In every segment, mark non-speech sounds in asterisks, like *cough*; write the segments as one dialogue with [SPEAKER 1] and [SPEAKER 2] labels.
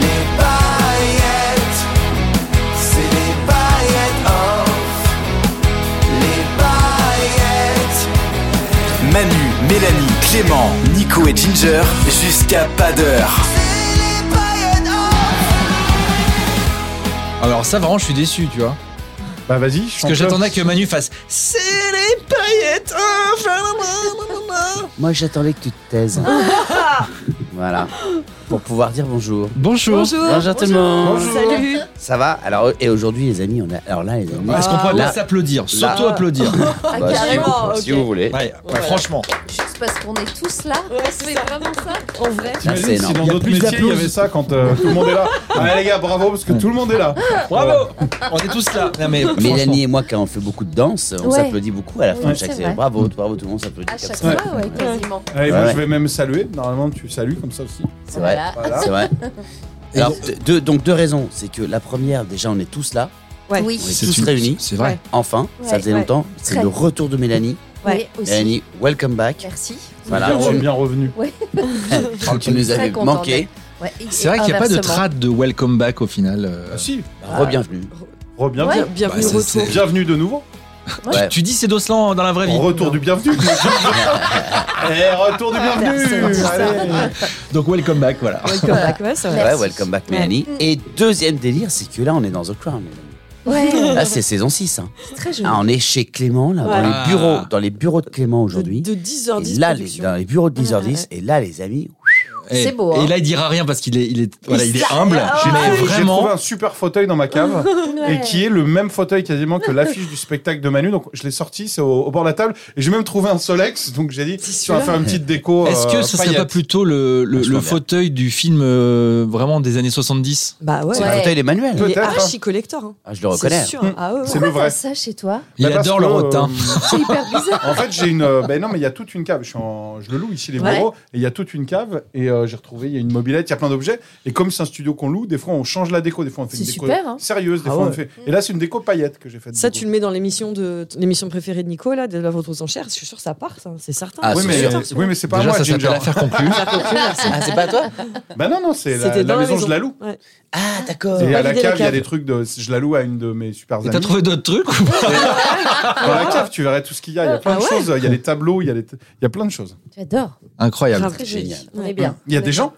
[SPEAKER 1] Les paillettes, c'est les paillettes off. Les paillettes. Manu, Mélanie, Clément, Nico et Ginger, jusqu'à pas d'heure.
[SPEAKER 2] Alors ça vraiment je suis déçu tu vois.
[SPEAKER 3] Bah vas-y, je
[SPEAKER 2] Parce que j'attendais que Manu fasse C'est les paillettes oh, blablabla.
[SPEAKER 4] Moi, j'attendais que tu te *laughs* taises. voilà. Pour pouvoir dire bonjour.
[SPEAKER 2] Bonjour,
[SPEAKER 4] Bonjour tout le monde.
[SPEAKER 5] Salut.
[SPEAKER 4] Ça va Alors, euh, et aujourd'hui, les amis, on a. Alors là, les amis.
[SPEAKER 2] Est-ce qu'on pourrait
[SPEAKER 4] Là-
[SPEAKER 2] pas s'applaudir Surtout
[SPEAKER 4] Là.
[SPEAKER 2] *laughs* applaudir
[SPEAKER 5] Ah,
[SPEAKER 4] Bah, si, vous,
[SPEAKER 5] carrément.
[SPEAKER 4] si
[SPEAKER 5] ok.
[SPEAKER 4] vous voulez.
[SPEAKER 2] Ouais, ouais, franchement
[SPEAKER 5] Juste parce qu'on est tous là. c'est vraiment ça. En vrai.
[SPEAKER 4] Là, Ah, c'est
[SPEAKER 3] si
[SPEAKER 4] énorme.
[SPEAKER 3] dans
[SPEAKER 2] Il y a
[SPEAKER 3] d'autres
[SPEAKER 2] plus
[SPEAKER 3] métiers il y
[SPEAKER 2] d'applaudissements.
[SPEAKER 3] avait ça quand euh, tout le monde est là. Allez les gars, bravo parce que tout le monde est là.
[SPEAKER 2] Bravo On est tous là Non mais franchement.
[SPEAKER 4] Mélanie et moi, quand on fait beaucoup de danse, on
[SPEAKER 5] Ouais.
[SPEAKER 4] s'applaudit beaucoup à la fin
[SPEAKER 5] Ouais,
[SPEAKER 4] de chaque
[SPEAKER 5] c'est
[SPEAKER 4] série.
[SPEAKER 5] vrai.
[SPEAKER 4] Bravo, bravo, tout le monde s'applaudit.
[SPEAKER 5] À
[SPEAKER 4] comme
[SPEAKER 5] chaque
[SPEAKER 4] ça.
[SPEAKER 5] fois, ouais, quasiment.
[SPEAKER 3] Allez,
[SPEAKER 4] Ouais,
[SPEAKER 3] moi
[SPEAKER 4] ouais.
[SPEAKER 3] je vais même saluer. Normalement tu salues comme ça aussi.
[SPEAKER 4] C'est vrai.
[SPEAKER 5] Voilà.
[SPEAKER 3] Voilà.
[SPEAKER 5] *laughs*
[SPEAKER 4] C'est vrai.
[SPEAKER 2] Et-
[SPEAKER 4] Alors, de- deux- donc deux raisons. C'est que la première, déjà, on est tous là.
[SPEAKER 5] Ouais.
[SPEAKER 4] On
[SPEAKER 5] Oui.
[SPEAKER 4] est tous réunis.
[SPEAKER 2] C'est vrai
[SPEAKER 4] Enfin, ça
[SPEAKER 5] Ouais,
[SPEAKER 4] faisait
[SPEAKER 5] ouais.
[SPEAKER 4] longtemps. C'est
[SPEAKER 5] Très.
[SPEAKER 4] le retour de Mélanie.
[SPEAKER 5] Ouais. Aussi.
[SPEAKER 4] Mélanie, welcome back.
[SPEAKER 5] Merci.
[SPEAKER 4] Voilà.
[SPEAKER 3] Bien, bien revenu.
[SPEAKER 4] Tu nous
[SPEAKER 5] Très
[SPEAKER 4] avais
[SPEAKER 5] contente
[SPEAKER 4] manqué.
[SPEAKER 5] Ouais, et-
[SPEAKER 2] C'est vrai
[SPEAKER 5] et
[SPEAKER 2] qu'il n'y a pas de
[SPEAKER 5] inversement.
[SPEAKER 2] trad de welcome back au final euh.
[SPEAKER 3] Ah, si,
[SPEAKER 4] Rebienvenue.
[SPEAKER 3] re-bienvenue.
[SPEAKER 5] Ouais.
[SPEAKER 2] Bah,
[SPEAKER 6] Bienvenue
[SPEAKER 2] ça,
[SPEAKER 6] au
[SPEAKER 2] c'est-
[SPEAKER 6] retour.
[SPEAKER 3] Bienvenue de nouveau.
[SPEAKER 4] Ouais.
[SPEAKER 2] Tu, tu dis c'est Doslan hein, dans la vraie vie
[SPEAKER 3] Retour du
[SPEAKER 2] *laughs*
[SPEAKER 3] bienvenu. Et retour du
[SPEAKER 5] Personne dit
[SPEAKER 3] bienvenu.
[SPEAKER 5] ça.
[SPEAKER 3] Allez.
[SPEAKER 5] Oh.
[SPEAKER 2] Donc welcome back voilà
[SPEAKER 6] Welcome back, ouais, c'est vrai.
[SPEAKER 4] Ouais,
[SPEAKER 5] Merci.
[SPEAKER 4] welcome back Mélanie. Et deuxième délire, c'est que là, on est dans The Crown. Mélanie.
[SPEAKER 5] Ouais.
[SPEAKER 4] Là, c'est saison 6. hein.
[SPEAKER 5] C'est très joli.
[SPEAKER 4] Ah, on est chez Clément, là,
[SPEAKER 6] Ouais.
[SPEAKER 4] dans
[SPEAKER 2] Ah.
[SPEAKER 4] les bureaux, dans les bureaux de Clément aujourd'hui.
[SPEAKER 6] De, de
[SPEAKER 4] Et
[SPEAKER 6] 10h10
[SPEAKER 4] là, les,
[SPEAKER 6] production.
[SPEAKER 4] dans les bureaux de 10h10, et là, les amis,
[SPEAKER 2] *laughs* Et-
[SPEAKER 5] C'est beau, hein.
[SPEAKER 2] Et là il dira rien parce qu'il est, il est, voilà, il
[SPEAKER 5] Il
[SPEAKER 2] est
[SPEAKER 5] se-
[SPEAKER 2] humble
[SPEAKER 5] Ah,
[SPEAKER 2] Mais
[SPEAKER 3] J'ai trouvé
[SPEAKER 2] vraiment
[SPEAKER 3] un super fauteuil dans ma cave et qui est le même fauteuil quasiment que l'affiche du spectacle de Manu. Donc je l'ai sorti, c'est au, au bord de la table. Et j'ai même trouvé un Solex. Donc j'ai dit, tu vas
[SPEAKER 6] celui-là.
[SPEAKER 3] faire une petite déco.
[SPEAKER 2] Est-ce
[SPEAKER 3] euh,
[SPEAKER 2] que ce serait pas
[SPEAKER 3] paillettes.
[SPEAKER 2] plutôt le, le,
[SPEAKER 4] Ah, je
[SPEAKER 2] le
[SPEAKER 4] vois bien.
[SPEAKER 2] fauteuil du film euh, vraiment des années 70
[SPEAKER 6] Bah ouais,
[SPEAKER 4] c'est
[SPEAKER 5] Ouais.
[SPEAKER 4] le fauteuil d'Emmanuel.
[SPEAKER 6] il est
[SPEAKER 3] Peut-être, hein.
[SPEAKER 6] archi collector. Hein.
[SPEAKER 4] Ah, je le
[SPEAKER 6] C'est
[SPEAKER 4] reconnais.
[SPEAKER 6] sûr.
[SPEAKER 3] Hmm.
[SPEAKER 6] Ah ouais, ouais.
[SPEAKER 3] C'est le
[SPEAKER 5] Pourquoi
[SPEAKER 3] vrai.
[SPEAKER 5] t'as ça chez toi
[SPEAKER 2] Il
[SPEAKER 3] Bah, parce
[SPEAKER 2] adore le
[SPEAKER 3] que, euh,
[SPEAKER 2] rotin.
[SPEAKER 5] C'est hyper bizarre.
[SPEAKER 3] En fait, j'ai une. euh, Ben non, mais il y a toute une cave. Je, suis en- je le loue ici, les
[SPEAKER 5] Ouais.
[SPEAKER 3] bureaux. Et il y a toute une cave. Et euh, j'ai retrouvé, il y a une mobilette, il y a plein d'objets. Et comme c'est un studio qu'on loue, des fois, on change la déco. Des fois, on fait
[SPEAKER 5] C'est
[SPEAKER 3] une déco
[SPEAKER 5] super, hein.
[SPEAKER 3] sérieuse. Des
[SPEAKER 6] Ah
[SPEAKER 3] fois, on
[SPEAKER 6] ouais.
[SPEAKER 3] fait. Et là, c'est une déco paillette que j'ai faite.
[SPEAKER 6] Ça,
[SPEAKER 3] du
[SPEAKER 6] tu
[SPEAKER 3] coup.
[SPEAKER 6] le mets dans l'émission de l'émission préférée de Nico, là, de la vente aux enchères. Je suis sûr, ça part, ça, c'est certain.
[SPEAKER 4] Ah,
[SPEAKER 3] Oui,
[SPEAKER 4] c'est
[SPEAKER 3] mais,
[SPEAKER 4] sûr.
[SPEAKER 3] oui, mais c'est pas à
[SPEAKER 2] Déjà
[SPEAKER 3] moi,
[SPEAKER 2] ça
[SPEAKER 3] Ginger.
[SPEAKER 2] s'appelle affaire conclue
[SPEAKER 4] Ah, c'est pas toi
[SPEAKER 3] Ben non, non, c'est la,
[SPEAKER 6] C'était
[SPEAKER 3] la
[SPEAKER 6] dans la
[SPEAKER 3] maison, je
[SPEAKER 6] maison.
[SPEAKER 3] la loue.
[SPEAKER 6] Ouais.
[SPEAKER 4] Ah, d'accord.
[SPEAKER 3] Et à la
[SPEAKER 6] Valider la
[SPEAKER 3] cave, il y a
[SPEAKER 6] cave.
[SPEAKER 3] des trucs de. Je la loue à une de mes super
[SPEAKER 2] Et t'as
[SPEAKER 3] amies.
[SPEAKER 2] trouvé d'autres trucs ou pas
[SPEAKER 3] Dans la cave, tu verrais tout ce qu'il y a. Il y a plein de choses. Il y a des tableaux, il y a, des... il y a plein de choses.
[SPEAKER 5] J'adore.
[SPEAKER 2] Incroyable.
[SPEAKER 6] Grave.
[SPEAKER 4] génial.
[SPEAKER 5] On
[SPEAKER 6] Ouais.
[SPEAKER 5] est bien.
[SPEAKER 3] Il y a des *laughs* gens.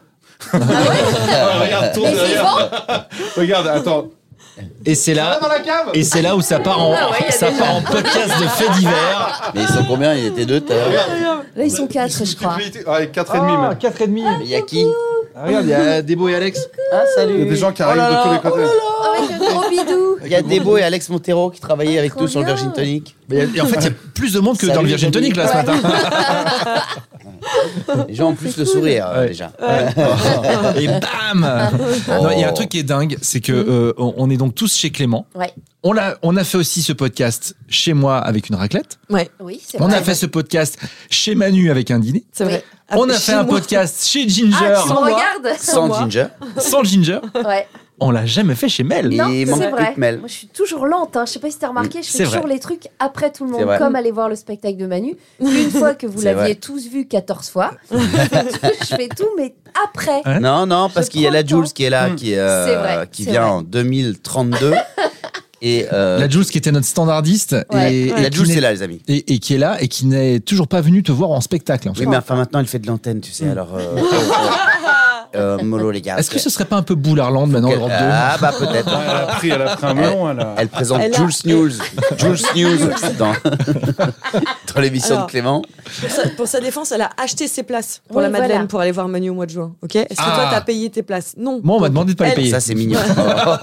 [SPEAKER 3] Ah, regarde, tourne
[SPEAKER 5] Mais c'est
[SPEAKER 3] derrière. Regarde, attends.
[SPEAKER 2] Et c'est
[SPEAKER 3] Ah,
[SPEAKER 2] là,
[SPEAKER 3] dans la cave
[SPEAKER 2] et c'est là où ça part en,
[SPEAKER 5] Ah ouais, il y a
[SPEAKER 2] ça
[SPEAKER 5] des
[SPEAKER 2] part en podcast de faits divers.
[SPEAKER 4] Mais ils sont combien Ils étaient deux tout à l'heure.
[SPEAKER 5] Là, ils sont quatre, je crois.
[SPEAKER 3] Multiplié- Ouais, 4 et demi même.
[SPEAKER 2] quatre et demi.
[SPEAKER 4] Mais Il y a qui
[SPEAKER 2] Ah, regarde, il y a Debo et Alex.
[SPEAKER 4] Ah, salut.
[SPEAKER 3] Il y a des gens qui
[SPEAKER 4] Oh
[SPEAKER 3] arrivent
[SPEAKER 4] là
[SPEAKER 3] de tous
[SPEAKER 4] là,
[SPEAKER 3] les côtés.
[SPEAKER 5] Avec un Oh, gros bidou.
[SPEAKER 4] Il y a Debo et Alex Montero qui travaillaient avec
[SPEAKER 5] Trop
[SPEAKER 4] nous sur le
[SPEAKER 5] bien.
[SPEAKER 4] Virgin Tonic.
[SPEAKER 2] Et en fait, il y a plus de monde que
[SPEAKER 4] Salut,
[SPEAKER 2] dans le Virgin
[SPEAKER 4] les amis.
[SPEAKER 2] Tonic là ce matin.
[SPEAKER 4] *laughs* Les gens ont plus le sourire euh,
[SPEAKER 2] Ouais.
[SPEAKER 4] déjà.
[SPEAKER 2] *laughs* Et bam Non,
[SPEAKER 4] Oh.
[SPEAKER 2] Il y a un truc qui est dingue, c'est que
[SPEAKER 4] Mm.
[SPEAKER 2] euh, on on est donc tous chez Clément.
[SPEAKER 5] Ouais.
[SPEAKER 2] On a, on a fait aussi ce podcast chez moi avec une raclette.
[SPEAKER 6] Ouais,
[SPEAKER 5] Oui, c'est
[SPEAKER 2] On
[SPEAKER 5] vrai.
[SPEAKER 2] a fait ce podcast chez Manu avec un dîner.
[SPEAKER 6] c'est vrai.
[SPEAKER 2] On a
[SPEAKER 6] Chez
[SPEAKER 2] fait un
[SPEAKER 6] moi.
[SPEAKER 2] podcast chez
[SPEAKER 5] Ah,
[SPEAKER 2] Ginger
[SPEAKER 5] tu me regardes
[SPEAKER 4] Sans Ginger.
[SPEAKER 2] sans Ginger.
[SPEAKER 5] Ouais.
[SPEAKER 2] On l'a jamais fait chez Mel.
[SPEAKER 4] Et
[SPEAKER 5] Non,
[SPEAKER 4] il
[SPEAKER 5] c'est
[SPEAKER 4] manque plus
[SPEAKER 5] vrai.
[SPEAKER 4] de Mel.
[SPEAKER 5] Moi, je suis toujours lente. Hein. Je sais pas si t'as remarqué, je
[SPEAKER 2] C'est
[SPEAKER 5] fais
[SPEAKER 2] vrai.
[SPEAKER 5] toujours les trucs après tout le
[SPEAKER 4] C'est
[SPEAKER 5] monde,
[SPEAKER 4] vrai.
[SPEAKER 5] comme aller voir le spectacle de Manu. Une fois que vous
[SPEAKER 4] C'est vrai.
[SPEAKER 5] l'aviez tous vu 14 fois, *laughs* je fais tout, mais après.
[SPEAKER 2] Ouais.
[SPEAKER 4] Non, non, parce
[SPEAKER 5] Je
[SPEAKER 4] qu'il y a
[SPEAKER 5] prends
[SPEAKER 4] la
[SPEAKER 5] le temps.
[SPEAKER 4] Jules qui est là,
[SPEAKER 3] Mm.
[SPEAKER 4] qui, euh,
[SPEAKER 5] C'est vrai,
[SPEAKER 4] qui
[SPEAKER 5] c'est
[SPEAKER 4] vient
[SPEAKER 5] vrai.
[SPEAKER 4] en
[SPEAKER 5] *laughs*
[SPEAKER 4] 2032. et euh,
[SPEAKER 2] La Jules qui était notre standardiste
[SPEAKER 5] Ouais.
[SPEAKER 2] et,
[SPEAKER 4] la
[SPEAKER 2] et qui
[SPEAKER 4] Jules,
[SPEAKER 2] n'est-
[SPEAKER 4] c'est là, les amis.
[SPEAKER 2] Et, et qui est là et qui n'est toujours pas venue te voir en spectacle. en fait.
[SPEAKER 4] Oui, mais enfin maintenant, elle fait de l'antenne, tu sais. Alors, euh, euh, mollo, les gars.
[SPEAKER 2] Est-ce que ce serait pas un peu Boularland maintenant, Europe 2
[SPEAKER 4] Ah, bah peut-être.
[SPEAKER 3] Elle *laughs* a pris, elle a pris un melon, elle a-
[SPEAKER 4] Elle présente
[SPEAKER 6] Elle a-
[SPEAKER 4] Jules
[SPEAKER 6] *laughs*
[SPEAKER 4] News. Jules News dans, dans l'émission
[SPEAKER 6] Alors.
[SPEAKER 4] de Clément.
[SPEAKER 6] Pour sa, *laughs* pour sa défense, elle a acheté ses places pour
[SPEAKER 5] Oui,
[SPEAKER 6] la Madeleine
[SPEAKER 5] voilà.
[SPEAKER 6] pour aller voir Manu au mois de juin. Ok. Est-ce que
[SPEAKER 2] Ah.
[SPEAKER 6] toi t'as payé tes places Non.
[SPEAKER 2] Moi, on m'a demandé de pas les
[SPEAKER 6] Elle-
[SPEAKER 2] payer.
[SPEAKER 4] Ça, c'est mignon.
[SPEAKER 6] *laughs*
[SPEAKER 2] Moi,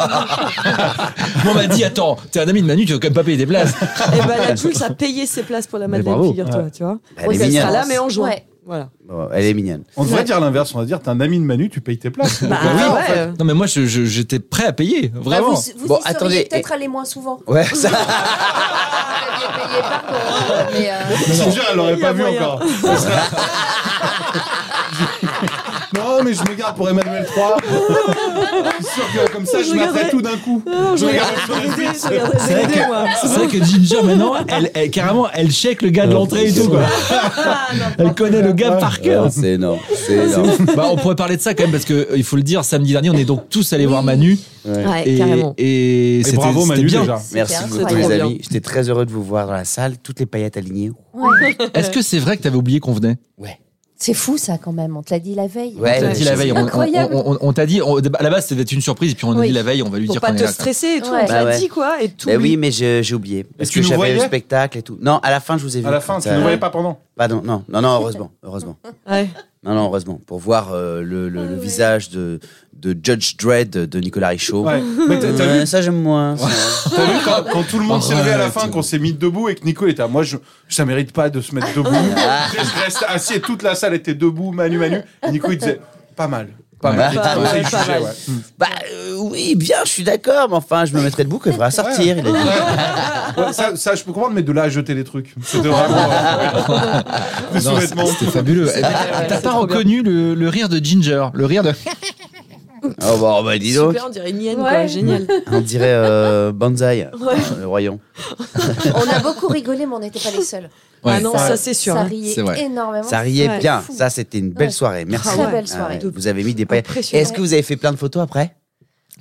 [SPEAKER 2] on m'a dit, attends, t'es un ami de Manu, tu vas quand même pas payer
[SPEAKER 4] *laughs*
[SPEAKER 2] des places.
[SPEAKER 6] Eh ben,
[SPEAKER 2] *laughs*
[SPEAKER 6] la Jules a payé ses places pour la Madeleine,
[SPEAKER 2] bravo.
[SPEAKER 6] figure-toi, tu vois.
[SPEAKER 4] Elle est
[SPEAKER 6] elle sera
[SPEAKER 4] mignonne.
[SPEAKER 6] là, mais en juin.
[SPEAKER 5] Ouais.
[SPEAKER 6] Voilà.
[SPEAKER 4] Bon, elle est mignonne.
[SPEAKER 3] On devrait dire l'inverse, on va dire t'es un ami de Manu, tu payes tes places.
[SPEAKER 6] Bah,
[SPEAKER 3] Ah oui,
[SPEAKER 6] ouais,
[SPEAKER 3] en fait.
[SPEAKER 6] euh,
[SPEAKER 2] Non, mais moi, je- je- j'étais prêt à payer,
[SPEAKER 5] Bah,
[SPEAKER 2] vraiment.
[SPEAKER 5] vous vous
[SPEAKER 4] Bon,
[SPEAKER 5] y seriez
[SPEAKER 4] attendez,
[SPEAKER 5] peut-être allé moins souvent. *laughs*
[SPEAKER 4] Ouais, ça.
[SPEAKER 5] Vous aviez payé par contre, mais, euh,
[SPEAKER 3] Je te jure, elle l'aurait
[SPEAKER 6] Il y
[SPEAKER 3] pas
[SPEAKER 6] a
[SPEAKER 3] vu
[SPEAKER 6] moyen. *laughs*
[SPEAKER 3] encore. *laughs* non, mais je me garde pour Emmanuel 3. Je suis sûr que comme ça, je,
[SPEAKER 6] Je
[SPEAKER 3] m'apprête
[SPEAKER 6] regarderai-
[SPEAKER 3] tout d'un coup.
[SPEAKER 6] non, je
[SPEAKER 3] regarde
[SPEAKER 6] regarde
[SPEAKER 3] sur les
[SPEAKER 6] je
[SPEAKER 3] fils.
[SPEAKER 6] regarde
[SPEAKER 2] C'est vrai
[SPEAKER 6] DVD, moi.
[SPEAKER 2] que, c'est vrai que Ginger, maintenant, elle, elle- carrément, elle check le gars de l'entrée et tout, quoi. Elle connaît le gars par cœur.
[SPEAKER 4] Oh, c'est
[SPEAKER 6] *laughs*
[SPEAKER 4] énorme. C'est énorme.
[SPEAKER 2] Bah, on pourrait parler de ça quand même parce que euh, il faut le dire, samedi dernier, on est donc tous allés voir Manu
[SPEAKER 6] Ouais,
[SPEAKER 2] et,
[SPEAKER 6] carrément.
[SPEAKER 2] et c'était
[SPEAKER 3] bravo,
[SPEAKER 2] c'était
[SPEAKER 3] Manu,
[SPEAKER 2] bien.
[SPEAKER 3] déjà.
[SPEAKER 4] Merci
[SPEAKER 5] C'était
[SPEAKER 4] beaucoup, les
[SPEAKER 5] incroyable.
[SPEAKER 4] amis. J'étais très heureux de vous voir dans la salle, toutes les paillettes alignées.
[SPEAKER 2] Est-ce que c'est vrai que t'avais oublié qu'on venait
[SPEAKER 5] C'est fou ça quand même, on te l'a dit la veille.
[SPEAKER 4] Ouais,
[SPEAKER 2] On t'a
[SPEAKER 4] ouais,
[SPEAKER 2] dit la
[SPEAKER 4] c'est-
[SPEAKER 2] veille. On,
[SPEAKER 5] incroyable.
[SPEAKER 2] on- on- on t'a dit on- à la base, ça devait être une surprise et puis on a
[SPEAKER 5] Oui.
[SPEAKER 2] dit la veille, on va lui
[SPEAKER 6] Pour
[SPEAKER 2] dire
[SPEAKER 6] pas
[SPEAKER 2] qu'on est
[SPEAKER 6] te
[SPEAKER 2] là. quoi.
[SPEAKER 6] stresser et tout,
[SPEAKER 5] Ouais.
[SPEAKER 6] on te l'a
[SPEAKER 4] Bah ouais.
[SPEAKER 6] dit quoi et tout.
[SPEAKER 4] Bah oui, mais je- j'ai oublié. Parce
[SPEAKER 3] tu
[SPEAKER 4] que
[SPEAKER 3] nous
[SPEAKER 4] j'avais le
[SPEAKER 3] voyais
[SPEAKER 4] spectacle et tout. Non, à la fin, je vous ai vu.
[SPEAKER 3] À la fin,
[SPEAKER 4] Comme
[SPEAKER 3] tu
[SPEAKER 4] ça.
[SPEAKER 3] ne voyais pas pendant.
[SPEAKER 4] Bah non, non, non, non, heureusement, heureusement.
[SPEAKER 6] Ouais.
[SPEAKER 4] Non, non, heureusement. Pour voir euh, le, le- le visage de, de Judge Dredd de Nicolas Richaud.
[SPEAKER 2] *laughs*
[SPEAKER 3] Ouais. Mais t'as- t'as
[SPEAKER 4] Ouais,
[SPEAKER 3] vu,
[SPEAKER 4] ça, j'aime moins. ça.
[SPEAKER 3] t'as vu quand, quand tout le monde s'est levé à la fin,
[SPEAKER 2] Arrête.
[SPEAKER 3] qu'on s'est mis debout et que Nico était à moi, je, ça mérite pas de se mettre debout.
[SPEAKER 2] Ah.
[SPEAKER 3] Après, je reste assis et toute la salle était debout, Manu, Manu. Et Nico, il disait pas mal. Pas mal.
[SPEAKER 4] Bah,
[SPEAKER 3] Comme ça, il
[SPEAKER 6] pas
[SPEAKER 3] jugeait,
[SPEAKER 6] mal.
[SPEAKER 3] ouais.
[SPEAKER 4] *laughs* Bah euh, oui, bien, je suis d'accord, mais enfin, je me mettrai debout quand il faudra sortir. Il a dit.
[SPEAKER 3] Ouais, ça, ça, je peux comprendre, mais de là à jeter des trucs. C'était vraiment. euh, des
[SPEAKER 2] Non,
[SPEAKER 3] sous-vêtements.
[SPEAKER 2] c'est- C'était fabuleux. Eh, mais T'as t'as pas reconnu le, le rire de Ginger, le rire de.
[SPEAKER 4] Oh, bah, oh, bah, dis donc.
[SPEAKER 6] Super, on dirait une hyène,
[SPEAKER 5] Ouais.
[SPEAKER 6] quoi. Génial.
[SPEAKER 4] On dirait euh, Banzai, le royaume.
[SPEAKER 5] On a beaucoup rigolé, mais on n'était pas les
[SPEAKER 4] *laughs*
[SPEAKER 5] seuls.
[SPEAKER 2] Ouais.
[SPEAKER 6] Ah non, ça, c'est sûr.
[SPEAKER 5] Ça
[SPEAKER 6] hein.
[SPEAKER 5] riait
[SPEAKER 2] C'est vrai.
[SPEAKER 5] énormément.
[SPEAKER 4] Ça riait
[SPEAKER 6] Ouais.
[SPEAKER 4] bien.
[SPEAKER 5] Fou.
[SPEAKER 4] Ça, c'était une belle
[SPEAKER 5] Ouais.
[SPEAKER 4] soirée. Merci.
[SPEAKER 6] Très
[SPEAKER 5] belle soirée.
[SPEAKER 4] ouais, vous avez mis des paillettes.
[SPEAKER 6] Impressionnant.
[SPEAKER 4] Est-ce que vous avez fait plein de photos après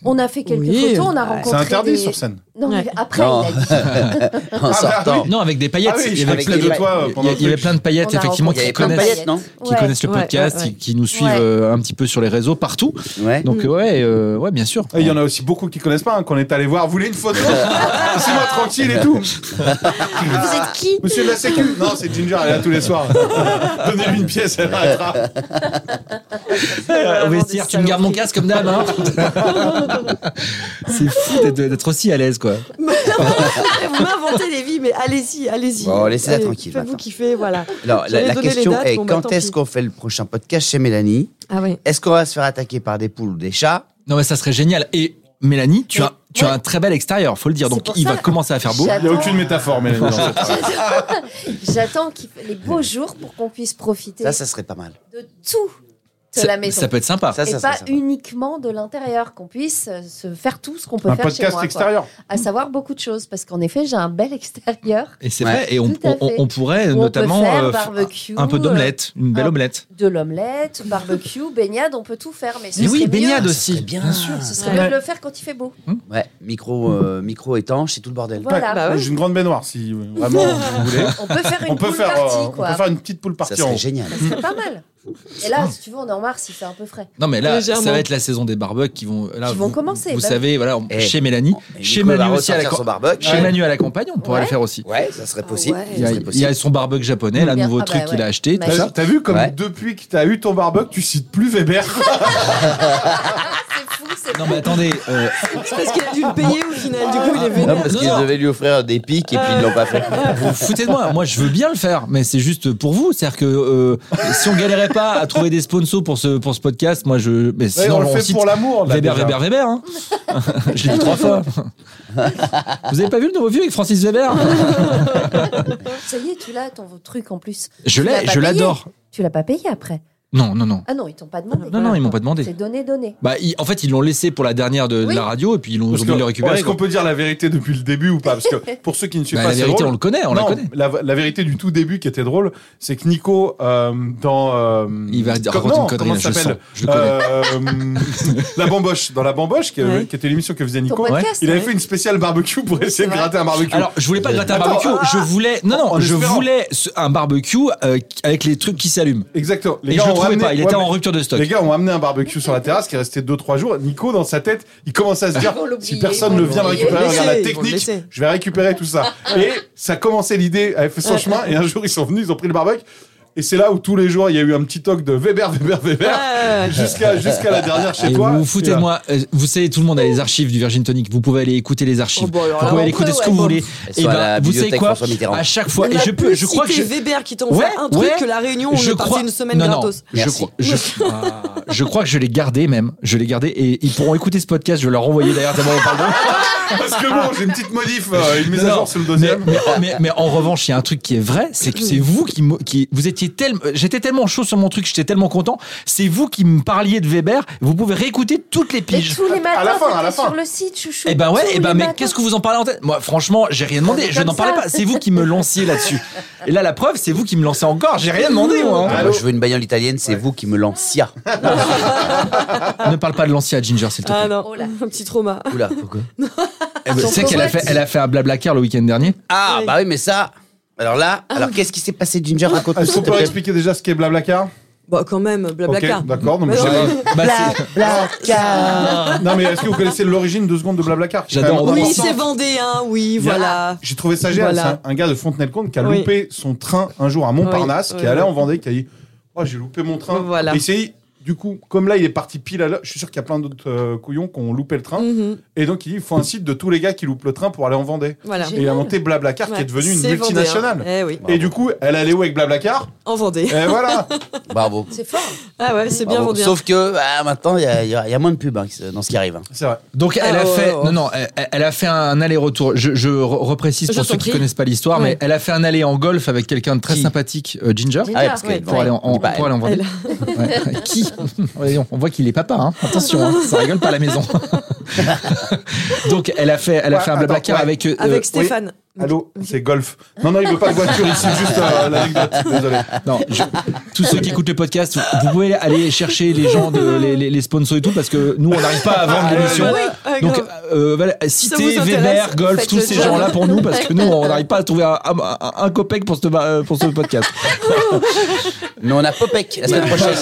[SPEAKER 5] On a fait quelques
[SPEAKER 6] Oui.
[SPEAKER 5] photos, on a
[SPEAKER 6] C'est
[SPEAKER 3] C'est
[SPEAKER 5] rencontré.
[SPEAKER 3] interdit
[SPEAKER 5] des-
[SPEAKER 3] sur scène.
[SPEAKER 5] Non, mais
[SPEAKER 6] Ouais.
[SPEAKER 5] après,
[SPEAKER 4] Non.
[SPEAKER 5] il a dit.
[SPEAKER 6] Ah, bah,
[SPEAKER 4] en sortant
[SPEAKER 2] Non, avec des paillettes.
[SPEAKER 3] Ah oui,
[SPEAKER 2] il y avait
[SPEAKER 4] avec
[SPEAKER 2] plein
[SPEAKER 4] des
[SPEAKER 2] de, euh,
[SPEAKER 4] paillettes.
[SPEAKER 3] Toi,
[SPEAKER 2] il y-
[SPEAKER 3] pendant le
[SPEAKER 2] il y avait
[SPEAKER 3] truc.
[SPEAKER 2] plein de paillettes,
[SPEAKER 5] On a
[SPEAKER 2] effectivement,
[SPEAKER 4] Il y
[SPEAKER 2] qui
[SPEAKER 4] avait plein de
[SPEAKER 2] connaissent,
[SPEAKER 4] paillettes, non
[SPEAKER 2] qui
[SPEAKER 5] Ouais.
[SPEAKER 2] connaissent le
[SPEAKER 6] Ouais, ouais,
[SPEAKER 2] podcast,
[SPEAKER 6] ouais.
[SPEAKER 2] Qui, qui nous suivent
[SPEAKER 5] Ouais. Mm.
[SPEAKER 2] euh, un petit peu sur les réseaux partout.
[SPEAKER 4] Ouais.
[SPEAKER 2] Donc, ouais, euh, ouais, bien sûr.
[SPEAKER 3] Et Il y en a aussi beaucoup qui connaissent pas, hein, qu'on est allé voir. Vous voulez
[SPEAKER 5] *laughs*
[SPEAKER 3] une photo Laissez-moi tranquille et tout.
[SPEAKER 5] Vous êtes qui
[SPEAKER 3] *laughs* Monsieur de la Sécu Non, c'est Ginger, elle est là tous
[SPEAKER 5] *laughs*
[SPEAKER 3] les soirs. Donnez-lui une pièce, elle rattrape.
[SPEAKER 2] au vestiaire, tu me gardes mon casque comme d'hab. Hein *laughs* c'est fou d'être- d'être aussi à l'aise, quoi.
[SPEAKER 6] Vous m'inventez les vies, mais allez-y, allez-y.
[SPEAKER 4] Bon, laissez-la
[SPEAKER 6] Allez,
[SPEAKER 4] tranquille,
[SPEAKER 6] Faites-vous
[SPEAKER 4] maintenant.
[SPEAKER 6] kiffer, voilà.
[SPEAKER 4] Alors, la,
[SPEAKER 6] J'allais
[SPEAKER 4] la
[SPEAKER 6] donner les
[SPEAKER 4] question
[SPEAKER 6] dates,
[SPEAKER 4] est
[SPEAKER 6] bon, bah,
[SPEAKER 4] quand
[SPEAKER 6] tant
[SPEAKER 4] est-ce
[SPEAKER 6] pis.
[SPEAKER 4] qu'on fait le prochain podcast chez Mélanie
[SPEAKER 6] Ah ouais.
[SPEAKER 4] Est-ce qu'on va se faire attaquer par des poules ou des chats
[SPEAKER 2] Non, mais ça serait génial. Et Mélanie, tu, as, tu as
[SPEAKER 5] ouais.
[SPEAKER 2] un très bel extérieur, faut le dire.
[SPEAKER 5] C'est
[SPEAKER 2] Donc,
[SPEAKER 5] pour
[SPEAKER 2] il
[SPEAKER 5] ça.
[SPEAKER 2] va commencer à faire beau.
[SPEAKER 3] Il n'y a aucune métaphore, Mélanie. dans cette phrase.
[SPEAKER 5] J'attends qu'il fait les beaux jours pour qu'on puisse profiter
[SPEAKER 4] Ça, ça serait pas mal.
[SPEAKER 5] de tout de
[SPEAKER 2] Ça,
[SPEAKER 5] la maison.
[SPEAKER 2] ça peut être sympa.
[SPEAKER 4] Ça,
[SPEAKER 5] et
[SPEAKER 4] ça, ça,
[SPEAKER 5] pas
[SPEAKER 4] ça.
[SPEAKER 5] uniquement de l'intérieur, qu'on puisse euh, se faire tout ce qu'on peut
[SPEAKER 3] Un
[SPEAKER 5] faire chez moi.
[SPEAKER 3] podcast
[SPEAKER 5] quoi.
[SPEAKER 3] extérieur.
[SPEAKER 5] À savoir beaucoup de choses, parce qu'en effet, j'ai un bel extérieur.
[SPEAKER 2] Et c'est
[SPEAKER 4] Ouais.
[SPEAKER 2] vrai. Et on,
[SPEAKER 5] Tout à
[SPEAKER 2] on- on-
[SPEAKER 5] fait.
[SPEAKER 2] on pourrait
[SPEAKER 5] Où on peut
[SPEAKER 2] notamment
[SPEAKER 5] faire
[SPEAKER 2] euh, f-
[SPEAKER 5] barbecue, Ah.
[SPEAKER 2] un peu d'omelette, une belle
[SPEAKER 5] un-
[SPEAKER 2] omelette.
[SPEAKER 5] De l'omelette, barbecue, baignade, on peut tout faire. Mais, ce
[SPEAKER 2] Mais
[SPEAKER 5] serait
[SPEAKER 2] oui,
[SPEAKER 5] mieux- Ah,
[SPEAKER 2] baignade aussi.
[SPEAKER 4] Bien sûr.
[SPEAKER 5] Ce serait mieux de le faire quand il fait beau.
[SPEAKER 4] Ouais, micro, euh, micro étanche et tout le bordel.
[SPEAKER 5] Voilà.
[SPEAKER 6] Bah ouais.
[SPEAKER 3] J'ai une grande baignoire, si euh, vraiment vous voulez.
[SPEAKER 5] On peut faire Hein une
[SPEAKER 3] *laughs* On peut,
[SPEAKER 5] pool
[SPEAKER 3] faire, euh,
[SPEAKER 5] party,
[SPEAKER 3] on peut
[SPEAKER 5] quoi.
[SPEAKER 3] faire une petite poule
[SPEAKER 4] Ça
[SPEAKER 3] partie en
[SPEAKER 4] serait
[SPEAKER 3] haut.
[SPEAKER 4] génial.
[SPEAKER 5] Ce serait pas mal. Et là, si tu veux, on est en mars, il fait un peu frais.
[SPEAKER 2] Non, mais là,
[SPEAKER 6] Légèrement.
[SPEAKER 2] ça va être la saison des barbecues qui vont. Là,
[SPEAKER 5] Qui vont
[SPEAKER 2] vous-
[SPEAKER 5] commencer,
[SPEAKER 2] Vous
[SPEAKER 5] bah
[SPEAKER 2] savez, voilà, on-
[SPEAKER 4] Eh,
[SPEAKER 2] chez Mélanie,
[SPEAKER 4] Et
[SPEAKER 2] chez
[SPEAKER 4] Nico va
[SPEAKER 2] Manu aussi à la
[SPEAKER 4] ressortir
[SPEAKER 2] cam-
[SPEAKER 4] son barbecue.
[SPEAKER 2] Chez Manu à la campagne, on pourrait
[SPEAKER 5] Ouais.
[SPEAKER 2] le faire aussi.
[SPEAKER 4] Ouais, ça serait possible.
[SPEAKER 5] ouais.
[SPEAKER 4] Ça
[SPEAKER 2] Il y a,
[SPEAKER 4] serait
[SPEAKER 2] il y a
[SPEAKER 4] possible.
[SPEAKER 2] son barbecue japonais, là,
[SPEAKER 5] Bien,
[SPEAKER 2] nouveau
[SPEAKER 5] ah
[SPEAKER 2] truc
[SPEAKER 5] bah
[SPEAKER 2] qu'il a
[SPEAKER 5] ouais.
[SPEAKER 2] acheté, tout
[SPEAKER 5] Magique.
[SPEAKER 3] T'as
[SPEAKER 2] ça.
[SPEAKER 3] t'as vu comme
[SPEAKER 4] Ouais.
[SPEAKER 3] depuis que t'as eu ton barbecue, tu cites plus Weber.
[SPEAKER 5] C'est fou, c'est
[SPEAKER 2] Non, mais attendez.
[SPEAKER 5] *laughs*
[SPEAKER 2] euh, ah,
[SPEAKER 6] C'est parce qu'il a dû le payer au final, du coup, il est venu.
[SPEAKER 4] Non, parce
[SPEAKER 2] Non,
[SPEAKER 4] qu'ils
[SPEAKER 2] non.
[SPEAKER 4] devaient lui offrir des pics et puis ils l'ont pas fait.
[SPEAKER 2] vous vous foutez de moi. Moi, je veux bien le faire, mais c'est juste pour vous. C'est-à-dire que euh, si on galérait pas à trouver des sponsors pour ce pour ce podcast, moi, je. Mais
[SPEAKER 3] Ouais,
[SPEAKER 2] sinon,
[SPEAKER 3] on le fait
[SPEAKER 2] cite
[SPEAKER 3] pour l'amour. là,
[SPEAKER 2] Weber,
[SPEAKER 3] déjà.
[SPEAKER 2] Weber, Weber.
[SPEAKER 5] *laughs*
[SPEAKER 2] Hein. J'ai dit trois fois. vous avez pas vu le nouveau vieux avec
[SPEAKER 5] *laughs*
[SPEAKER 2] Francis Weber
[SPEAKER 5] Ça y est, tu l'as, ton truc en plus. Tu
[SPEAKER 2] Je
[SPEAKER 5] l'as
[SPEAKER 2] l'ai,
[SPEAKER 5] pas payé.
[SPEAKER 2] je l'adore.
[SPEAKER 5] Tu l'as pas payé après.
[SPEAKER 2] Non, non, non.
[SPEAKER 5] Ah non, ils t'ont pas demandé.
[SPEAKER 2] Non, non, ils m'ont pas demandé.
[SPEAKER 5] C'est donné, donné.
[SPEAKER 2] Bah, ils- en fait, ils l'ont laissé pour la dernière de, de
[SPEAKER 5] Oui.
[SPEAKER 2] la radio et puis ils l'ont
[SPEAKER 3] Parce
[SPEAKER 2] oublié
[SPEAKER 3] que-
[SPEAKER 2] de le récupérer.
[SPEAKER 3] Est-ce
[SPEAKER 2] quoi.
[SPEAKER 3] qu'on peut dire la vérité depuis le début ou pas Parce que *laughs* pour ceux qui ne suivent
[SPEAKER 2] Bah,
[SPEAKER 3] pas,
[SPEAKER 2] la
[SPEAKER 3] c'est
[SPEAKER 2] vérité,
[SPEAKER 3] drôle.
[SPEAKER 2] on le connaît, on la
[SPEAKER 3] Non,
[SPEAKER 2] connaît.
[SPEAKER 3] La, la vérité du tout début qui était drôle, c'est que Nico, euh, dans. euh,
[SPEAKER 2] Il va dire-
[SPEAKER 3] com-
[SPEAKER 2] raconter
[SPEAKER 3] non,
[SPEAKER 2] une connerie,
[SPEAKER 3] comment
[SPEAKER 2] là,
[SPEAKER 3] ça
[SPEAKER 2] je le
[SPEAKER 3] s'appelle
[SPEAKER 2] sens, je le connais.
[SPEAKER 3] Euh, *laughs* La Bamboche. Dans La Bamboche, qui,
[SPEAKER 6] Ouais.
[SPEAKER 3] qui était l'émission que faisait Nico,
[SPEAKER 5] podcast,
[SPEAKER 3] il avait
[SPEAKER 5] ouais.
[SPEAKER 3] fait une spéciale barbecue pour essayer de
[SPEAKER 5] vrai.
[SPEAKER 3] gratter un barbecue.
[SPEAKER 2] Alors, je voulais pas gratter un
[SPEAKER 3] Attends.
[SPEAKER 2] barbecue.
[SPEAKER 6] ah,
[SPEAKER 2] Je voulais, non, non,
[SPEAKER 3] En
[SPEAKER 2] je
[SPEAKER 3] espérant.
[SPEAKER 2] voulais ce- un barbecue euh, avec les trucs qui s'allument.
[SPEAKER 3] Exactement. Les
[SPEAKER 2] Et
[SPEAKER 3] gars
[SPEAKER 2] je le
[SPEAKER 3] ont ont
[SPEAKER 2] trouvait
[SPEAKER 3] ramené-
[SPEAKER 2] pas. Il
[SPEAKER 3] ouais,
[SPEAKER 2] était en
[SPEAKER 3] mais-
[SPEAKER 2] rupture de stock.
[SPEAKER 3] Les gars ont amené un barbecue sur la terrasse qui est resté 2-3 jours. Nico, dans sa tête, il commence à se
[SPEAKER 6] *laughs*
[SPEAKER 3] dire
[SPEAKER 5] Ils vont l'oublier,
[SPEAKER 3] si personne
[SPEAKER 5] ils
[SPEAKER 3] ne
[SPEAKER 5] vont
[SPEAKER 3] vient le
[SPEAKER 5] l'oublier.
[SPEAKER 3] récupérer,
[SPEAKER 6] Ils vont
[SPEAKER 3] regarde
[SPEAKER 6] le
[SPEAKER 3] la
[SPEAKER 6] laisser, ils vont le
[SPEAKER 3] technique,
[SPEAKER 6] laisser.
[SPEAKER 3] je vais récupérer tout ça. Et ça commençait l'idée, elle fait son chemin. Et un jour, ils sont venus, ils ont pris le barbecue. Et c'est là où tous les jours, il y a eu un petit toc de Weber, Weber, Weber,
[SPEAKER 6] Ouais.
[SPEAKER 3] jusqu'à jusqu'à la dernière chez
[SPEAKER 2] Et
[SPEAKER 3] toi.
[SPEAKER 2] vous vous
[SPEAKER 3] Et
[SPEAKER 2] foutez
[SPEAKER 3] là,
[SPEAKER 2] de moi. Euh, Vous savez, tout le monde a les archives du Virgin Tonic. Vous pouvez aller écouter les archives.
[SPEAKER 6] Oh, bah, alors
[SPEAKER 2] vous
[SPEAKER 6] là,
[SPEAKER 2] pouvez aller
[SPEAKER 6] on peut,
[SPEAKER 2] écouter ce que
[SPEAKER 6] ouais,
[SPEAKER 2] vous
[SPEAKER 6] bon.
[SPEAKER 2] voulez.
[SPEAKER 4] Elles
[SPEAKER 2] Et
[SPEAKER 4] sont à
[SPEAKER 2] ben,
[SPEAKER 4] la
[SPEAKER 2] vous savez
[SPEAKER 4] bibliothèque
[SPEAKER 2] quoi
[SPEAKER 4] François Mitterrand.
[SPEAKER 2] À chaque fois.
[SPEAKER 6] On
[SPEAKER 2] Et
[SPEAKER 6] a
[SPEAKER 2] je peux,
[SPEAKER 6] plus
[SPEAKER 2] je crois que
[SPEAKER 6] cité
[SPEAKER 2] je-
[SPEAKER 6] Weber qui t'en fait un
[SPEAKER 2] ouais.
[SPEAKER 6] truc que la réunion, on
[SPEAKER 2] je
[SPEAKER 6] est parti
[SPEAKER 2] crois-
[SPEAKER 6] une semaine
[SPEAKER 2] non, non.
[SPEAKER 6] gratos.
[SPEAKER 2] Je
[SPEAKER 4] Merci.
[SPEAKER 2] crois,
[SPEAKER 6] *laughs*
[SPEAKER 2] je, Ah, je crois que je l'ai gardé même. Je l'ai gardé et ils pourront écouter ce podcast. Je vais leur renvoyer d'ailleurs tellement on parle d'eux.
[SPEAKER 3] Parce que bon, j'ai une petite modif, euh, une mise à
[SPEAKER 2] Non,
[SPEAKER 3] jour sur le deuxième.
[SPEAKER 2] Mais, Oh, mais- mais en revanche, il y a un truc qui est vrai, c'est que c'est vous qui, me- qui vous étiez tellement, j'étais tellement chaud sur mon truc, j'étais tellement content. C'est vous qui me parliez de Weber. Vous pouvez réécouter toutes les
[SPEAKER 5] Mais
[SPEAKER 2] piges.
[SPEAKER 5] tous les matins,
[SPEAKER 3] la fin, à
[SPEAKER 5] t'étais
[SPEAKER 3] la fin.
[SPEAKER 5] sur le site, chouchou.
[SPEAKER 2] Eh ben ouais,
[SPEAKER 5] Tous
[SPEAKER 2] eh ben
[SPEAKER 5] les
[SPEAKER 2] mais
[SPEAKER 5] matins.
[SPEAKER 2] qu'est-ce que vous en parlez en tête Moi, franchement, j'ai rien demandé.
[SPEAKER 5] C'est
[SPEAKER 2] Je
[SPEAKER 5] comme
[SPEAKER 2] n'en parlais
[SPEAKER 5] ça.
[SPEAKER 2] pas. C'est vous qui me lanciez là-dessus. Et là, la preuve, c'est vous qui me lancez encore. J'ai rien demandé, moi.
[SPEAKER 4] Ah, moi, je veux une bagnole italienne, c'est vous qui me lancia.
[SPEAKER 2] Ne parle pas de l'ancien à Ginger, s'il te plaît.
[SPEAKER 6] Ah non,
[SPEAKER 5] Oh là.
[SPEAKER 6] un petit trauma.
[SPEAKER 4] Oula, pourquoi
[SPEAKER 5] Ah,
[SPEAKER 2] Eh ben, Tu sais qu'elle a fait, elle a fait un blabla car le week-end dernier.
[SPEAKER 4] Ah,
[SPEAKER 6] Oui.
[SPEAKER 4] bah oui, mais ça. Alors là,
[SPEAKER 2] Ah.
[SPEAKER 4] alors qu'est-ce qui s'est passé, Ginger Raconte-nous.
[SPEAKER 3] Est-ce qu'on
[SPEAKER 4] s'il te
[SPEAKER 3] peut
[SPEAKER 4] plaît.
[SPEAKER 3] expliquer déjà ce qu'est Blablacar
[SPEAKER 6] Bah quand même,
[SPEAKER 3] Ok,
[SPEAKER 6] blablacar.
[SPEAKER 3] d'accord. non, mais
[SPEAKER 6] Mais
[SPEAKER 3] j'ai-
[SPEAKER 6] non.
[SPEAKER 2] *laughs* Bah, c'est-
[SPEAKER 3] Non, mais est-ce que vous connaissez l'origine deux secondes de Blablacar qui est
[SPEAKER 2] J'adore.
[SPEAKER 3] quand même
[SPEAKER 6] Oui,
[SPEAKER 3] important
[SPEAKER 6] c'est Vendéen, oui,
[SPEAKER 3] Il y a-
[SPEAKER 6] voilà.
[SPEAKER 3] J'ai trouvé ça génial.
[SPEAKER 6] Voilà.
[SPEAKER 3] C'est un, un gars de Fontenay-le-Comte qui a
[SPEAKER 6] Oui.
[SPEAKER 3] loupé son train un jour à Montparnasse,
[SPEAKER 6] Oui,
[SPEAKER 3] qui est
[SPEAKER 6] oui,
[SPEAKER 3] allé
[SPEAKER 6] oui.
[SPEAKER 3] en Vendée, qui a dit Oh, j'ai loupé mon train.
[SPEAKER 6] Voilà.
[SPEAKER 3] Et c'est du coup, comme là, il est parti pile à l'heure, je suis sûr qu'il y a plein d'autres euh, couillons qui ont loupé le train.
[SPEAKER 6] Mhm,
[SPEAKER 3] Et donc, il dit Il faut un site de tous les gars qui loupent le train pour aller en Vendée.
[SPEAKER 6] Voilà.
[SPEAKER 3] Et il a monté Blablacar, qui
[SPEAKER 6] Ouais,
[SPEAKER 3] est devenu une
[SPEAKER 6] c'est
[SPEAKER 3] multinationale.
[SPEAKER 6] Vendéen. Eh oui,
[SPEAKER 3] Et du coup, elle allait où avec Blablacar
[SPEAKER 6] en
[SPEAKER 3] Et
[SPEAKER 6] Vendée. *laughs*
[SPEAKER 3] voilà
[SPEAKER 4] Bravo.
[SPEAKER 5] C'est fort.
[SPEAKER 6] Ah ouais, c'est bien
[SPEAKER 4] Bravo.
[SPEAKER 2] hein.
[SPEAKER 6] Vendéen.
[SPEAKER 4] Sauf que ah, maintenant, il y, a- il y a il y a moins de pubs hein, qui se- dans ce qui arrive. hein.
[SPEAKER 3] C'est vrai.
[SPEAKER 2] Donc elle
[SPEAKER 6] Ah,
[SPEAKER 2] a
[SPEAKER 6] ouais,
[SPEAKER 2] fait
[SPEAKER 6] ouais, ouais.
[SPEAKER 2] non non elle, elle a fait un aller-retour. Je, je re- reprécise
[SPEAKER 6] Je
[SPEAKER 2] pour
[SPEAKER 6] t'en
[SPEAKER 2] ceux qui
[SPEAKER 6] prie.
[SPEAKER 2] connaissent pas l'histoire, mais
[SPEAKER 6] Ouais.
[SPEAKER 2] elle a fait un aller en golf avec quelqu'un de très
[SPEAKER 4] Qui
[SPEAKER 2] sympathique, euh, Ginger,
[SPEAKER 5] Ginger.
[SPEAKER 4] Ah ouais, parce que
[SPEAKER 6] Ouais.
[SPEAKER 2] pour aller en, en-
[SPEAKER 4] Dis pas
[SPEAKER 2] pour aller en Vendée.
[SPEAKER 6] *laughs*
[SPEAKER 2] Ouais. Qui Oh, Voyons, On voit qu'il est papa. hein. Attention, hein, ça rigole pas à la
[SPEAKER 6] *laughs*
[SPEAKER 2] maison. Donc elle a fait elle a
[SPEAKER 3] Ouais,
[SPEAKER 2] fait un
[SPEAKER 3] attends,
[SPEAKER 2] blablacar
[SPEAKER 3] ouais.
[SPEAKER 2] avec euh,
[SPEAKER 6] Avec Stéphane.
[SPEAKER 3] Allô C'est golf. Non, non, il veut pas de voiture
[SPEAKER 2] *laughs*
[SPEAKER 3] ici, juste euh, l'anecdote. Désolé.
[SPEAKER 2] Non, je- tous ceux qui écoutent le podcast, vous pouvez aller chercher les gens, de, les, les- les sponsors et tout, parce que nous, on n'arrive pas à vendre
[SPEAKER 3] Ah,
[SPEAKER 2] l'émission.
[SPEAKER 3] ouais,
[SPEAKER 6] ouais, ouais,
[SPEAKER 2] Donc,
[SPEAKER 6] grave.
[SPEAKER 2] euh, voilà,
[SPEAKER 6] Ça vous
[SPEAKER 2] citez
[SPEAKER 6] intéresse,
[SPEAKER 2] Weber, Golf,
[SPEAKER 6] faites
[SPEAKER 2] tous
[SPEAKER 6] le
[SPEAKER 2] ces
[SPEAKER 6] job.
[SPEAKER 2] gens-là pour nous, parce que nous, on n'arrive pas à trouver un, un- un- un copec pour ce, ba- euh, pour ce podcast.
[SPEAKER 4] Mais on a Popek la semaine prochaine.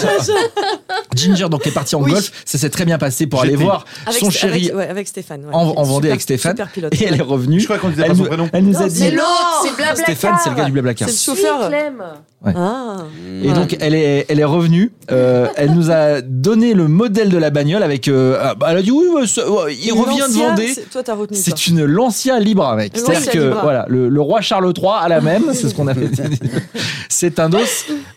[SPEAKER 2] *laughs* Ginger, donc, est parti en
[SPEAKER 6] Oui.
[SPEAKER 2] golf. Ça s'est très bien passé pour aller
[SPEAKER 3] J'étais-
[SPEAKER 2] voir
[SPEAKER 6] Avec-
[SPEAKER 2] son
[SPEAKER 6] avec-
[SPEAKER 2] chéri
[SPEAKER 6] ouais, avec Stéphane. ouais.
[SPEAKER 2] en, en Vendée
[SPEAKER 6] Super-
[SPEAKER 2] avec Stéphane.
[SPEAKER 6] Super pilote.
[SPEAKER 2] Et elle est revenue.
[SPEAKER 3] Je crois qu'on disait pas
[SPEAKER 2] Elle
[SPEAKER 3] son
[SPEAKER 2] nous-
[SPEAKER 3] prénom.
[SPEAKER 2] Elle nous a
[SPEAKER 5] Non,
[SPEAKER 2] dit.
[SPEAKER 5] c'est l'autre, c'est Blablacar.
[SPEAKER 2] Stéphane, c'est le gars du Blablacar.
[SPEAKER 6] C'est le
[SPEAKER 5] Si,
[SPEAKER 6] chauffeur.
[SPEAKER 5] Clem.
[SPEAKER 6] Ah.
[SPEAKER 2] Et donc elle est, elle est revenue. euh, elle nous a donné le modèle de la bagnole avec. euh, ah, bah, elle a dit oui, ouais, ça- ouais, il
[SPEAKER 6] Une
[SPEAKER 2] revient de
[SPEAKER 6] Lancia,
[SPEAKER 2] Vendée.
[SPEAKER 6] c'est- Toi, t'as retenu ça.
[SPEAKER 2] C'est une Lancia Libra, mec.
[SPEAKER 6] Une
[SPEAKER 2] C'est-à-dire
[SPEAKER 6] Lancia
[SPEAKER 2] que
[SPEAKER 6] Libra.
[SPEAKER 2] voilà, le, le roi Charles III a la même. C'est ce qu'on
[SPEAKER 6] *laughs*
[SPEAKER 2] avait dit. C'est un dos.